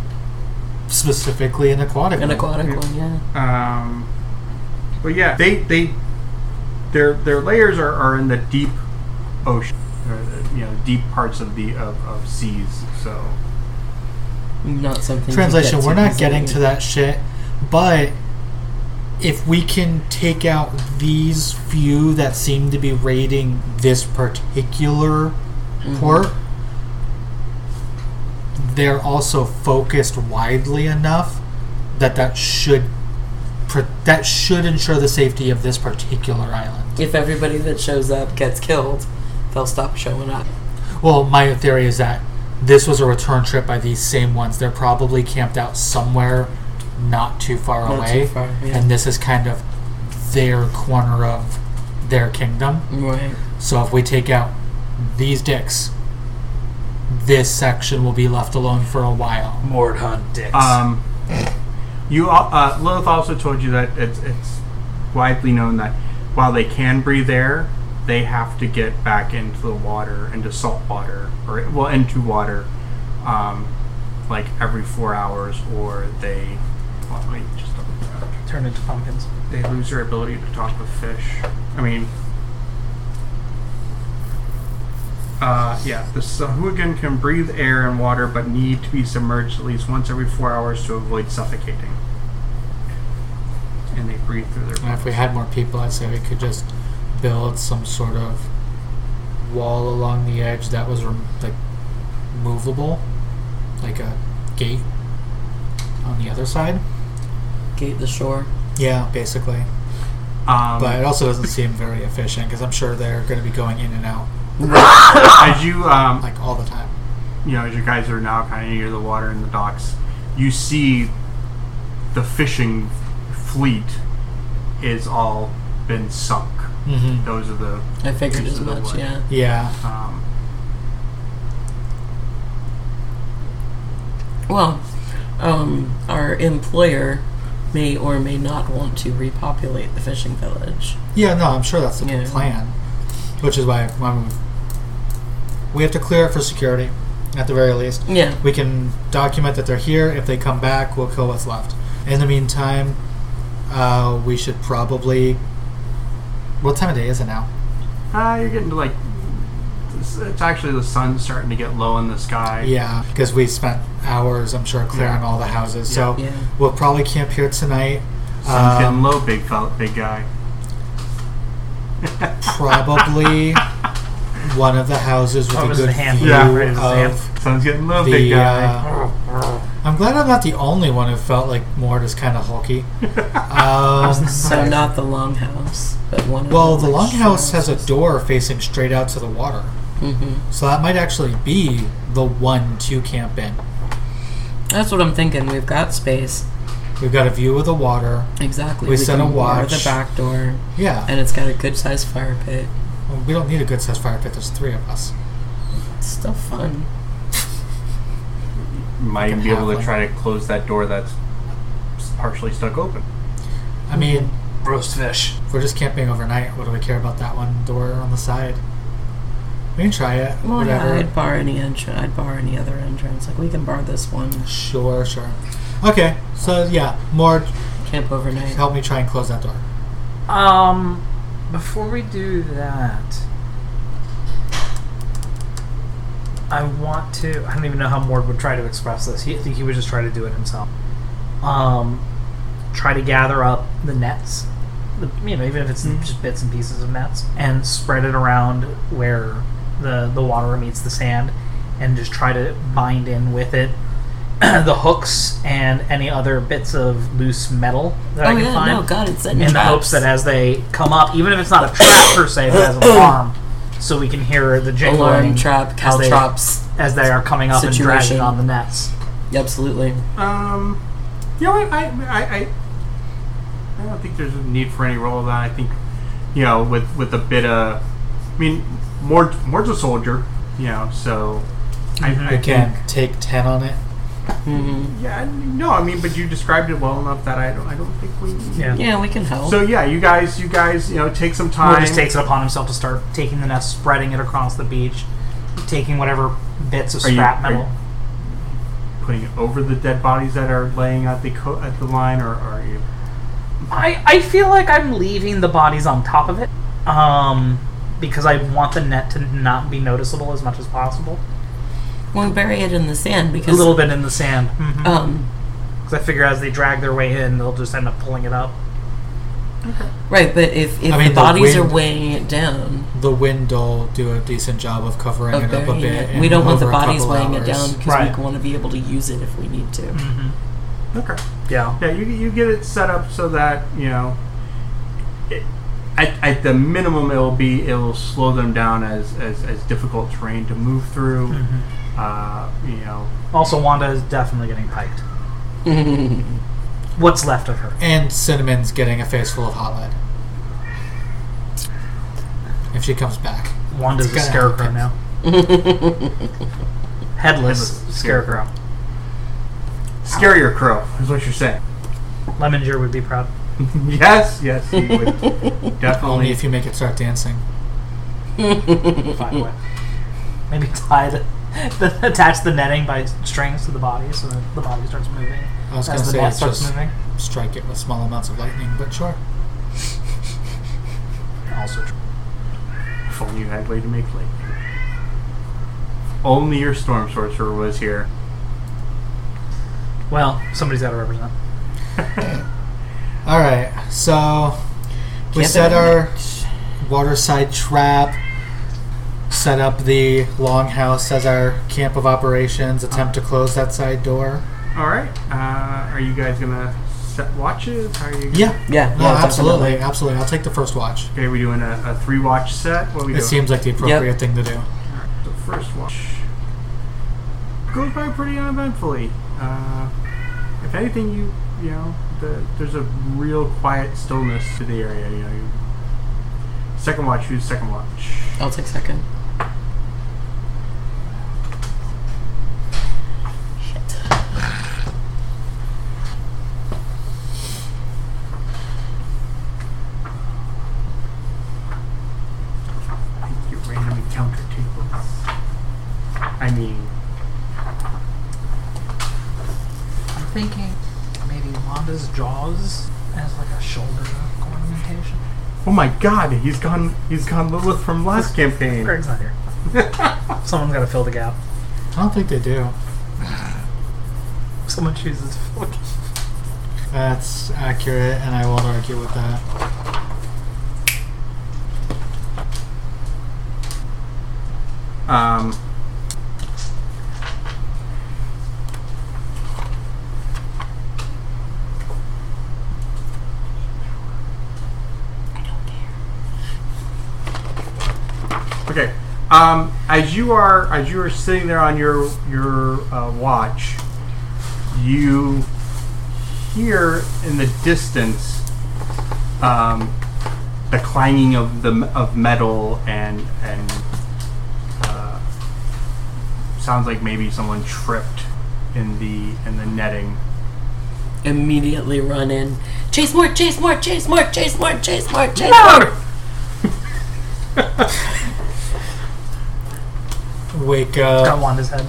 Speaker 2: specifically an aquatic.
Speaker 5: An
Speaker 2: one.
Speaker 5: aquatic one, yeah.
Speaker 1: Um, but yeah, they they their their layers are, are in the deep ocean, or, uh, you know, deep parts of the of, of seas. So
Speaker 5: Not something. to
Speaker 2: Translation:
Speaker 5: get
Speaker 2: We're
Speaker 5: to
Speaker 2: not getting
Speaker 5: easily.
Speaker 2: to that shit, but if we can take out these few that seem to be raiding this particular
Speaker 5: Mm-hmm.
Speaker 2: port, they're also focused widely enough that that should pro- that should ensure the safety of this particular island.
Speaker 5: If everybody that shows up gets killed, they'll stop showing up.
Speaker 2: Well, my theory is that this was a return trip by these same ones. They're probably camped out somewhere not too far
Speaker 5: Not too
Speaker 2: away,
Speaker 5: far, yeah.
Speaker 2: and this is kind of their corner of their kingdom.
Speaker 5: Right.
Speaker 2: So if we take out these dicks, this section will be left alone for a while.
Speaker 3: Mord hunt dicks.
Speaker 1: Um, you al- uh, Lilith also told you that it's, it's widely known that while they can breathe air, they have to get back into the water, into salt water, or well, into water, um, like every four hours, or they well, wait, just double check.
Speaker 3: Turn into pumpkins.
Speaker 1: they lose their ability to talk with fish. I mean, uh, yeah, the Sahuagin can breathe air and water, but need to be submerged at least once every four hours to avoid suffocating. And they breathe through their
Speaker 2: And if we had more people, I'd say we could just build some sort of wall along the edge that was rem- like movable, like a gate on the other side.
Speaker 5: Gate the shore.
Speaker 2: Yeah, basically.
Speaker 1: Um,
Speaker 2: But it also doesn't seem very efficient because I'm sure they're going to be going in and out
Speaker 1: as you um,
Speaker 2: like all the time.
Speaker 1: you know, as you guys are now kind of near the water and the docks, you see the fishing fleet is all been sunk.
Speaker 2: Mm-hmm.
Speaker 1: Those are the
Speaker 5: I figured
Speaker 1: Into
Speaker 5: as
Speaker 1: the
Speaker 5: much,
Speaker 1: wood.
Speaker 5: yeah.
Speaker 2: Yeah.
Speaker 1: um,
Speaker 5: Well, um, our employer may or may not want to repopulate the fishing village.
Speaker 2: Yeah, no, I'm sure that's the
Speaker 5: Yeah.
Speaker 2: plan. Which is why I mean, we have to clear it for security, at the very least.
Speaker 5: Yeah.
Speaker 2: We can document that they're here. If they come back, we'll kill what's left. In the meantime, uh, we should probably. What time of day is it now?
Speaker 1: Ah, you're getting to like. It's, it's actually the sun's starting to get low in the sky.
Speaker 2: Yeah, because we spent hours, I'm sure, clearing all the houses. So
Speaker 5: Yeah.
Speaker 2: we'll probably camp here tonight.
Speaker 1: Sun's getting
Speaker 2: Um,
Speaker 1: low, big fella, big guy.
Speaker 2: probably one of the houses with
Speaker 3: Oh, it
Speaker 2: a
Speaker 3: was
Speaker 2: good
Speaker 3: the ham.
Speaker 2: view
Speaker 1: Yeah, right, it was
Speaker 3: the ham.
Speaker 2: of
Speaker 1: Sun's getting low, big
Speaker 2: the.
Speaker 1: guy.
Speaker 2: Uh, I'm glad I'm not the only one who felt like Mort is kind of hulky. Um,
Speaker 5: So not the longhouse, but one.
Speaker 2: well,
Speaker 5: of
Speaker 2: the longhouse has a door facing straight out to the water,
Speaker 5: hmm
Speaker 2: so that might actually be the one to camp in.
Speaker 5: That's what I'm thinking. We've got space.
Speaker 2: We've got a view of the water.
Speaker 5: Exactly.
Speaker 2: We set
Speaker 5: can
Speaker 2: a
Speaker 5: bar The
Speaker 2: watch.
Speaker 5: back door,
Speaker 2: Yeah,
Speaker 5: and it's got a good sized fire pit.
Speaker 2: well, we don't need a good sized fire pit. There's three of us.
Speaker 5: It's still fun.
Speaker 1: Might
Speaker 2: Fucking
Speaker 1: be able to
Speaker 2: halfling.
Speaker 1: try to close that door that's partially stuck open.
Speaker 2: I mean,
Speaker 3: Roast fish.
Speaker 2: if we're just camping overnight. What do we care about that one door on the side? We can try it.
Speaker 4: Well,
Speaker 2: whatever.
Speaker 5: I'd bar any entrance. I'd bar any other entrance. Like we can bar this one.
Speaker 2: Sure, sure. Okay, so yeah, Mort,
Speaker 5: Camp overnight.
Speaker 2: help me try and close that door.
Speaker 3: Um, before we do that, I want to. I don't even know how Mord would try to express this. He, I think he would just try to do it himself. Um, try to gather up the nets. The, you know, even if it's just bits and pieces of nets, and spread it around where the the water meets the sand, and just try to bind in with it the hooks and any other bits of loose metal that I
Speaker 4: Oh
Speaker 3: can
Speaker 4: yeah,
Speaker 3: find
Speaker 4: no, God, it's
Speaker 5: In
Speaker 4: setting
Speaker 5: the
Speaker 3: in the
Speaker 4: traps.
Speaker 3: hopes that as they come up, even if it's not a trap per se, but as an alarm, so we can hear the jingling
Speaker 5: Alarm trap,
Speaker 3: as they,
Speaker 5: caltrops.
Speaker 3: as they are coming up and
Speaker 5: Situation.
Speaker 3: dragging on the nets.
Speaker 5: Absolutely.
Speaker 1: Um, you know what? I, I, I, I don't think there's a need for any roll of that. I think, you know, with with a bit of, I mean, more more's a soldier, you know. So, I, I
Speaker 2: We can take ten on it.
Speaker 5: hmm
Speaker 1: Yeah, no, I mean, but you described it well enough that I don't, I don't think we.
Speaker 3: Yeah.
Speaker 5: Yeah, we can help.
Speaker 1: So yeah, you guys, you guys, you know, take some time.
Speaker 3: Moore just takes it upon himself to start taking the nets, spreading it across the beach, taking whatever bits of
Speaker 1: Are you-
Speaker 3: scrap
Speaker 1: are you-
Speaker 3: metal.
Speaker 1: putting it over the dead bodies that are laying at the co- at the line, or are you?
Speaker 3: I, I feel like I'm leaving the bodies on top of it, um, because I want the net to not be noticeable as much as possible.
Speaker 5: we'll bury it in the sand
Speaker 3: A
Speaker 5: because
Speaker 3: little bit in the sand, Mm-hmm. because
Speaker 5: um
Speaker 3: I figure as they drag their way in, they'll just end up pulling it up.
Speaker 5: Right, but if, if
Speaker 2: I mean,
Speaker 5: the
Speaker 2: the
Speaker 5: bodies are
Speaker 2: wind-
Speaker 5: weighing it down,
Speaker 2: The wind will do a decent job of covering
Speaker 5: of
Speaker 2: it up a
Speaker 5: burying
Speaker 2: bit.
Speaker 5: it,
Speaker 2: and
Speaker 5: we don't want the
Speaker 2: over a
Speaker 5: bodies
Speaker 2: couple
Speaker 5: weighing it
Speaker 2: hours.
Speaker 5: down because
Speaker 1: Right.
Speaker 5: we want to be able to use it if we need to.
Speaker 3: Mm-hmm.
Speaker 1: Okay.
Speaker 3: Yeah.
Speaker 1: Yeah, you, you get it set up so that you know, it, at, at the minimum, it'll be it'll slow them down as as, as difficult terrain to move through.
Speaker 3: Hmm. Mm-hmm.
Speaker 1: Uh, you know,
Speaker 3: Also, Wanda is definitely getting piked. What's left of her?
Speaker 2: And Cinnamon's getting a face full of hot lead. If she comes back.
Speaker 3: Wanda's
Speaker 2: It's gonna
Speaker 3: a scarecrow
Speaker 2: happen.
Speaker 3: now. Headless scarecrow.
Speaker 1: scarier crow is what you're saying.
Speaker 3: Leminger would be proud.
Speaker 1: yes, yes, you would
Speaker 2: Only
Speaker 1: definitely.
Speaker 2: if you make it start dancing.
Speaker 3: Find a way. Maybe tie the, the attach the netting by strings to the body so that the body starts moving.
Speaker 2: I was going to
Speaker 3: As the
Speaker 2: say,
Speaker 3: net
Speaker 2: it's
Speaker 3: starts
Speaker 2: just
Speaker 3: moving.
Speaker 2: strike it with small amounts of lightning, but sure.
Speaker 3: Also true.
Speaker 1: If only you had way to make light. Only your storm sorcerer was here.
Speaker 3: Well, somebody's got to represent.
Speaker 2: All right, so we
Speaker 5: Give
Speaker 2: set
Speaker 5: it a
Speaker 2: our waterside trap, set up the longhouse as our camp of operations, attempt to close that side door.
Speaker 1: All right, uh, are you guys gonna set watches? How are you?
Speaker 2: Yeah,
Speaker 5: Yeah,
Speaker 2: no,
Speaker 5: yeah,
Speaker 2: absolutely,
Speaker 5: definitely.
Speaker 2: absolutely. I'll take the first watch.
Speaker 1: Okay, we doing a, a three watch set? What are we
Speaker 2: It
Speaker 1: doing?
Speaker 2: seems like the appropriate thing to do.
Speaker 1: The first watch goes by pretty uneventfully. Uh, if anything, you you know the, there's a real quiet stillness to the area. You know, you, second watch. Who's second watch?
Speaker 5: I'll take second.
Speaker 1: I think you random encounter tables. I mean,
Speaker 3: I'm thinking maybe Wanda's jaws as like a shoulder ornamentation.
Speaker 1: oh my God, he's gone. He's gone Lilith from last campaign.
Speaker 3: Greg's not here. Someone's got to fill the gap.
Speaker 2: I don't think they do.
Speaker 3: Someone chooses. to fill the gap.
Speaker 2: That's accurate, and I won't argue with that.
Speaker 1: Um, Okay. Um, as you are as you are sitting there on your your uh, watch, you hear in the distance um, the clanging of the of metal and and uh, sounds like maybe someone tripped in the in the netting.
Speaker 5: Immediately run in. Chase more, chase more, chase more, chase more, chase more, chase
Speaker 2: Wake
Speaker 1: Uh,
Speaker 3: Got
Speaker 2: up,
Speaker 3: Wanda's head.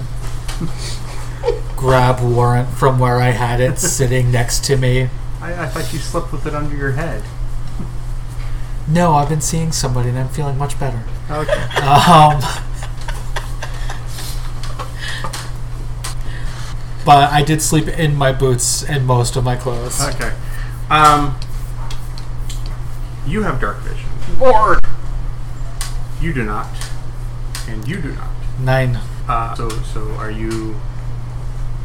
Speaker 2: grab warrant from where I had it sitting next to me.
Speaker 1: I, I thought you slept with it under your head.
Speaker 2: No, I've been seeing somebody, and I'm feeling much better.
Speaker 1: Okay.
Speaker 2: Um, but I did sleep in my boots and most of my clothes.
Speaker 1: okay. Um, you have dark vision.
Speaker 3: Or
Speaker 1: You do not, and you do not.
Speaker 2: Nine.
Speaker 1: Uh, so so are you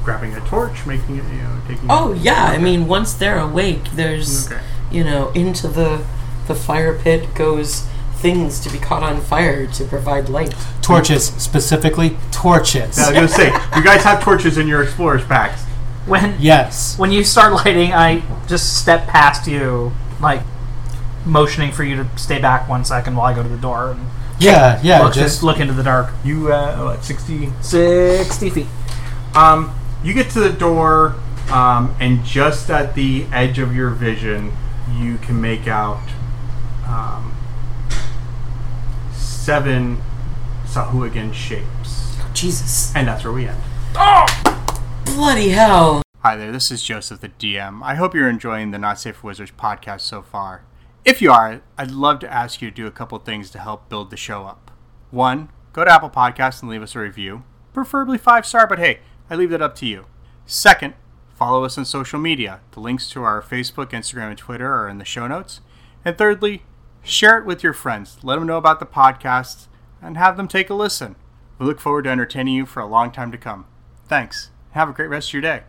Speaker 1: grabbing a torch, making it, you know, taking?
Speaker 5: Oh yeah, I mean once they're awake, there's
Speaker 1: Okay.
Speaker 5: you know into the the fire pit goes things to be caught on fire to provide light.
Speaker 2: Torches, specifically torches.
Speaker 1: I was gonna say, you guys have torches in your explorers packs.
Speaker 3: when
Speaker 2: Yes.
Speaker 3: when you start lighting, I just step past you, like motioning for you to stay back one second while I go to the door and
Speaker 2: Yeah, yeah,
Speaker 3: look,
Speaker 2: just
Speaker 3: look into the dark.
Speaker 1: You uh, what, sixty?
Speaker 3: Sixty feet.
Speaker 1: Um, you get to the door, um, and just at the edge of your vision, you can make out um, seven Sahuagin shapes,
Speaker 5: Jesus,
Speaker 1: and that's where we end.
Speaker 5: bloody hell!
Speaker 1: Hi there, this is Joseph the DM. I hope you're enjoying the Not Safe for Wizards podcast so far. If you are, I'd love to ask you to do a couple things to help build the show up. One, go to Apple Podcasts and leave us a review, preferably five star, but hey, I leave that up to you. Second, follow us on social media. The links to our Facebook, Instagram, and Twitter are in the show notes. And thirdly, share it with your friends. Let them know about the podcast and have them take a listen. We look forward to entertaining you for a long time to come. Thanks. Have a great rest of your day.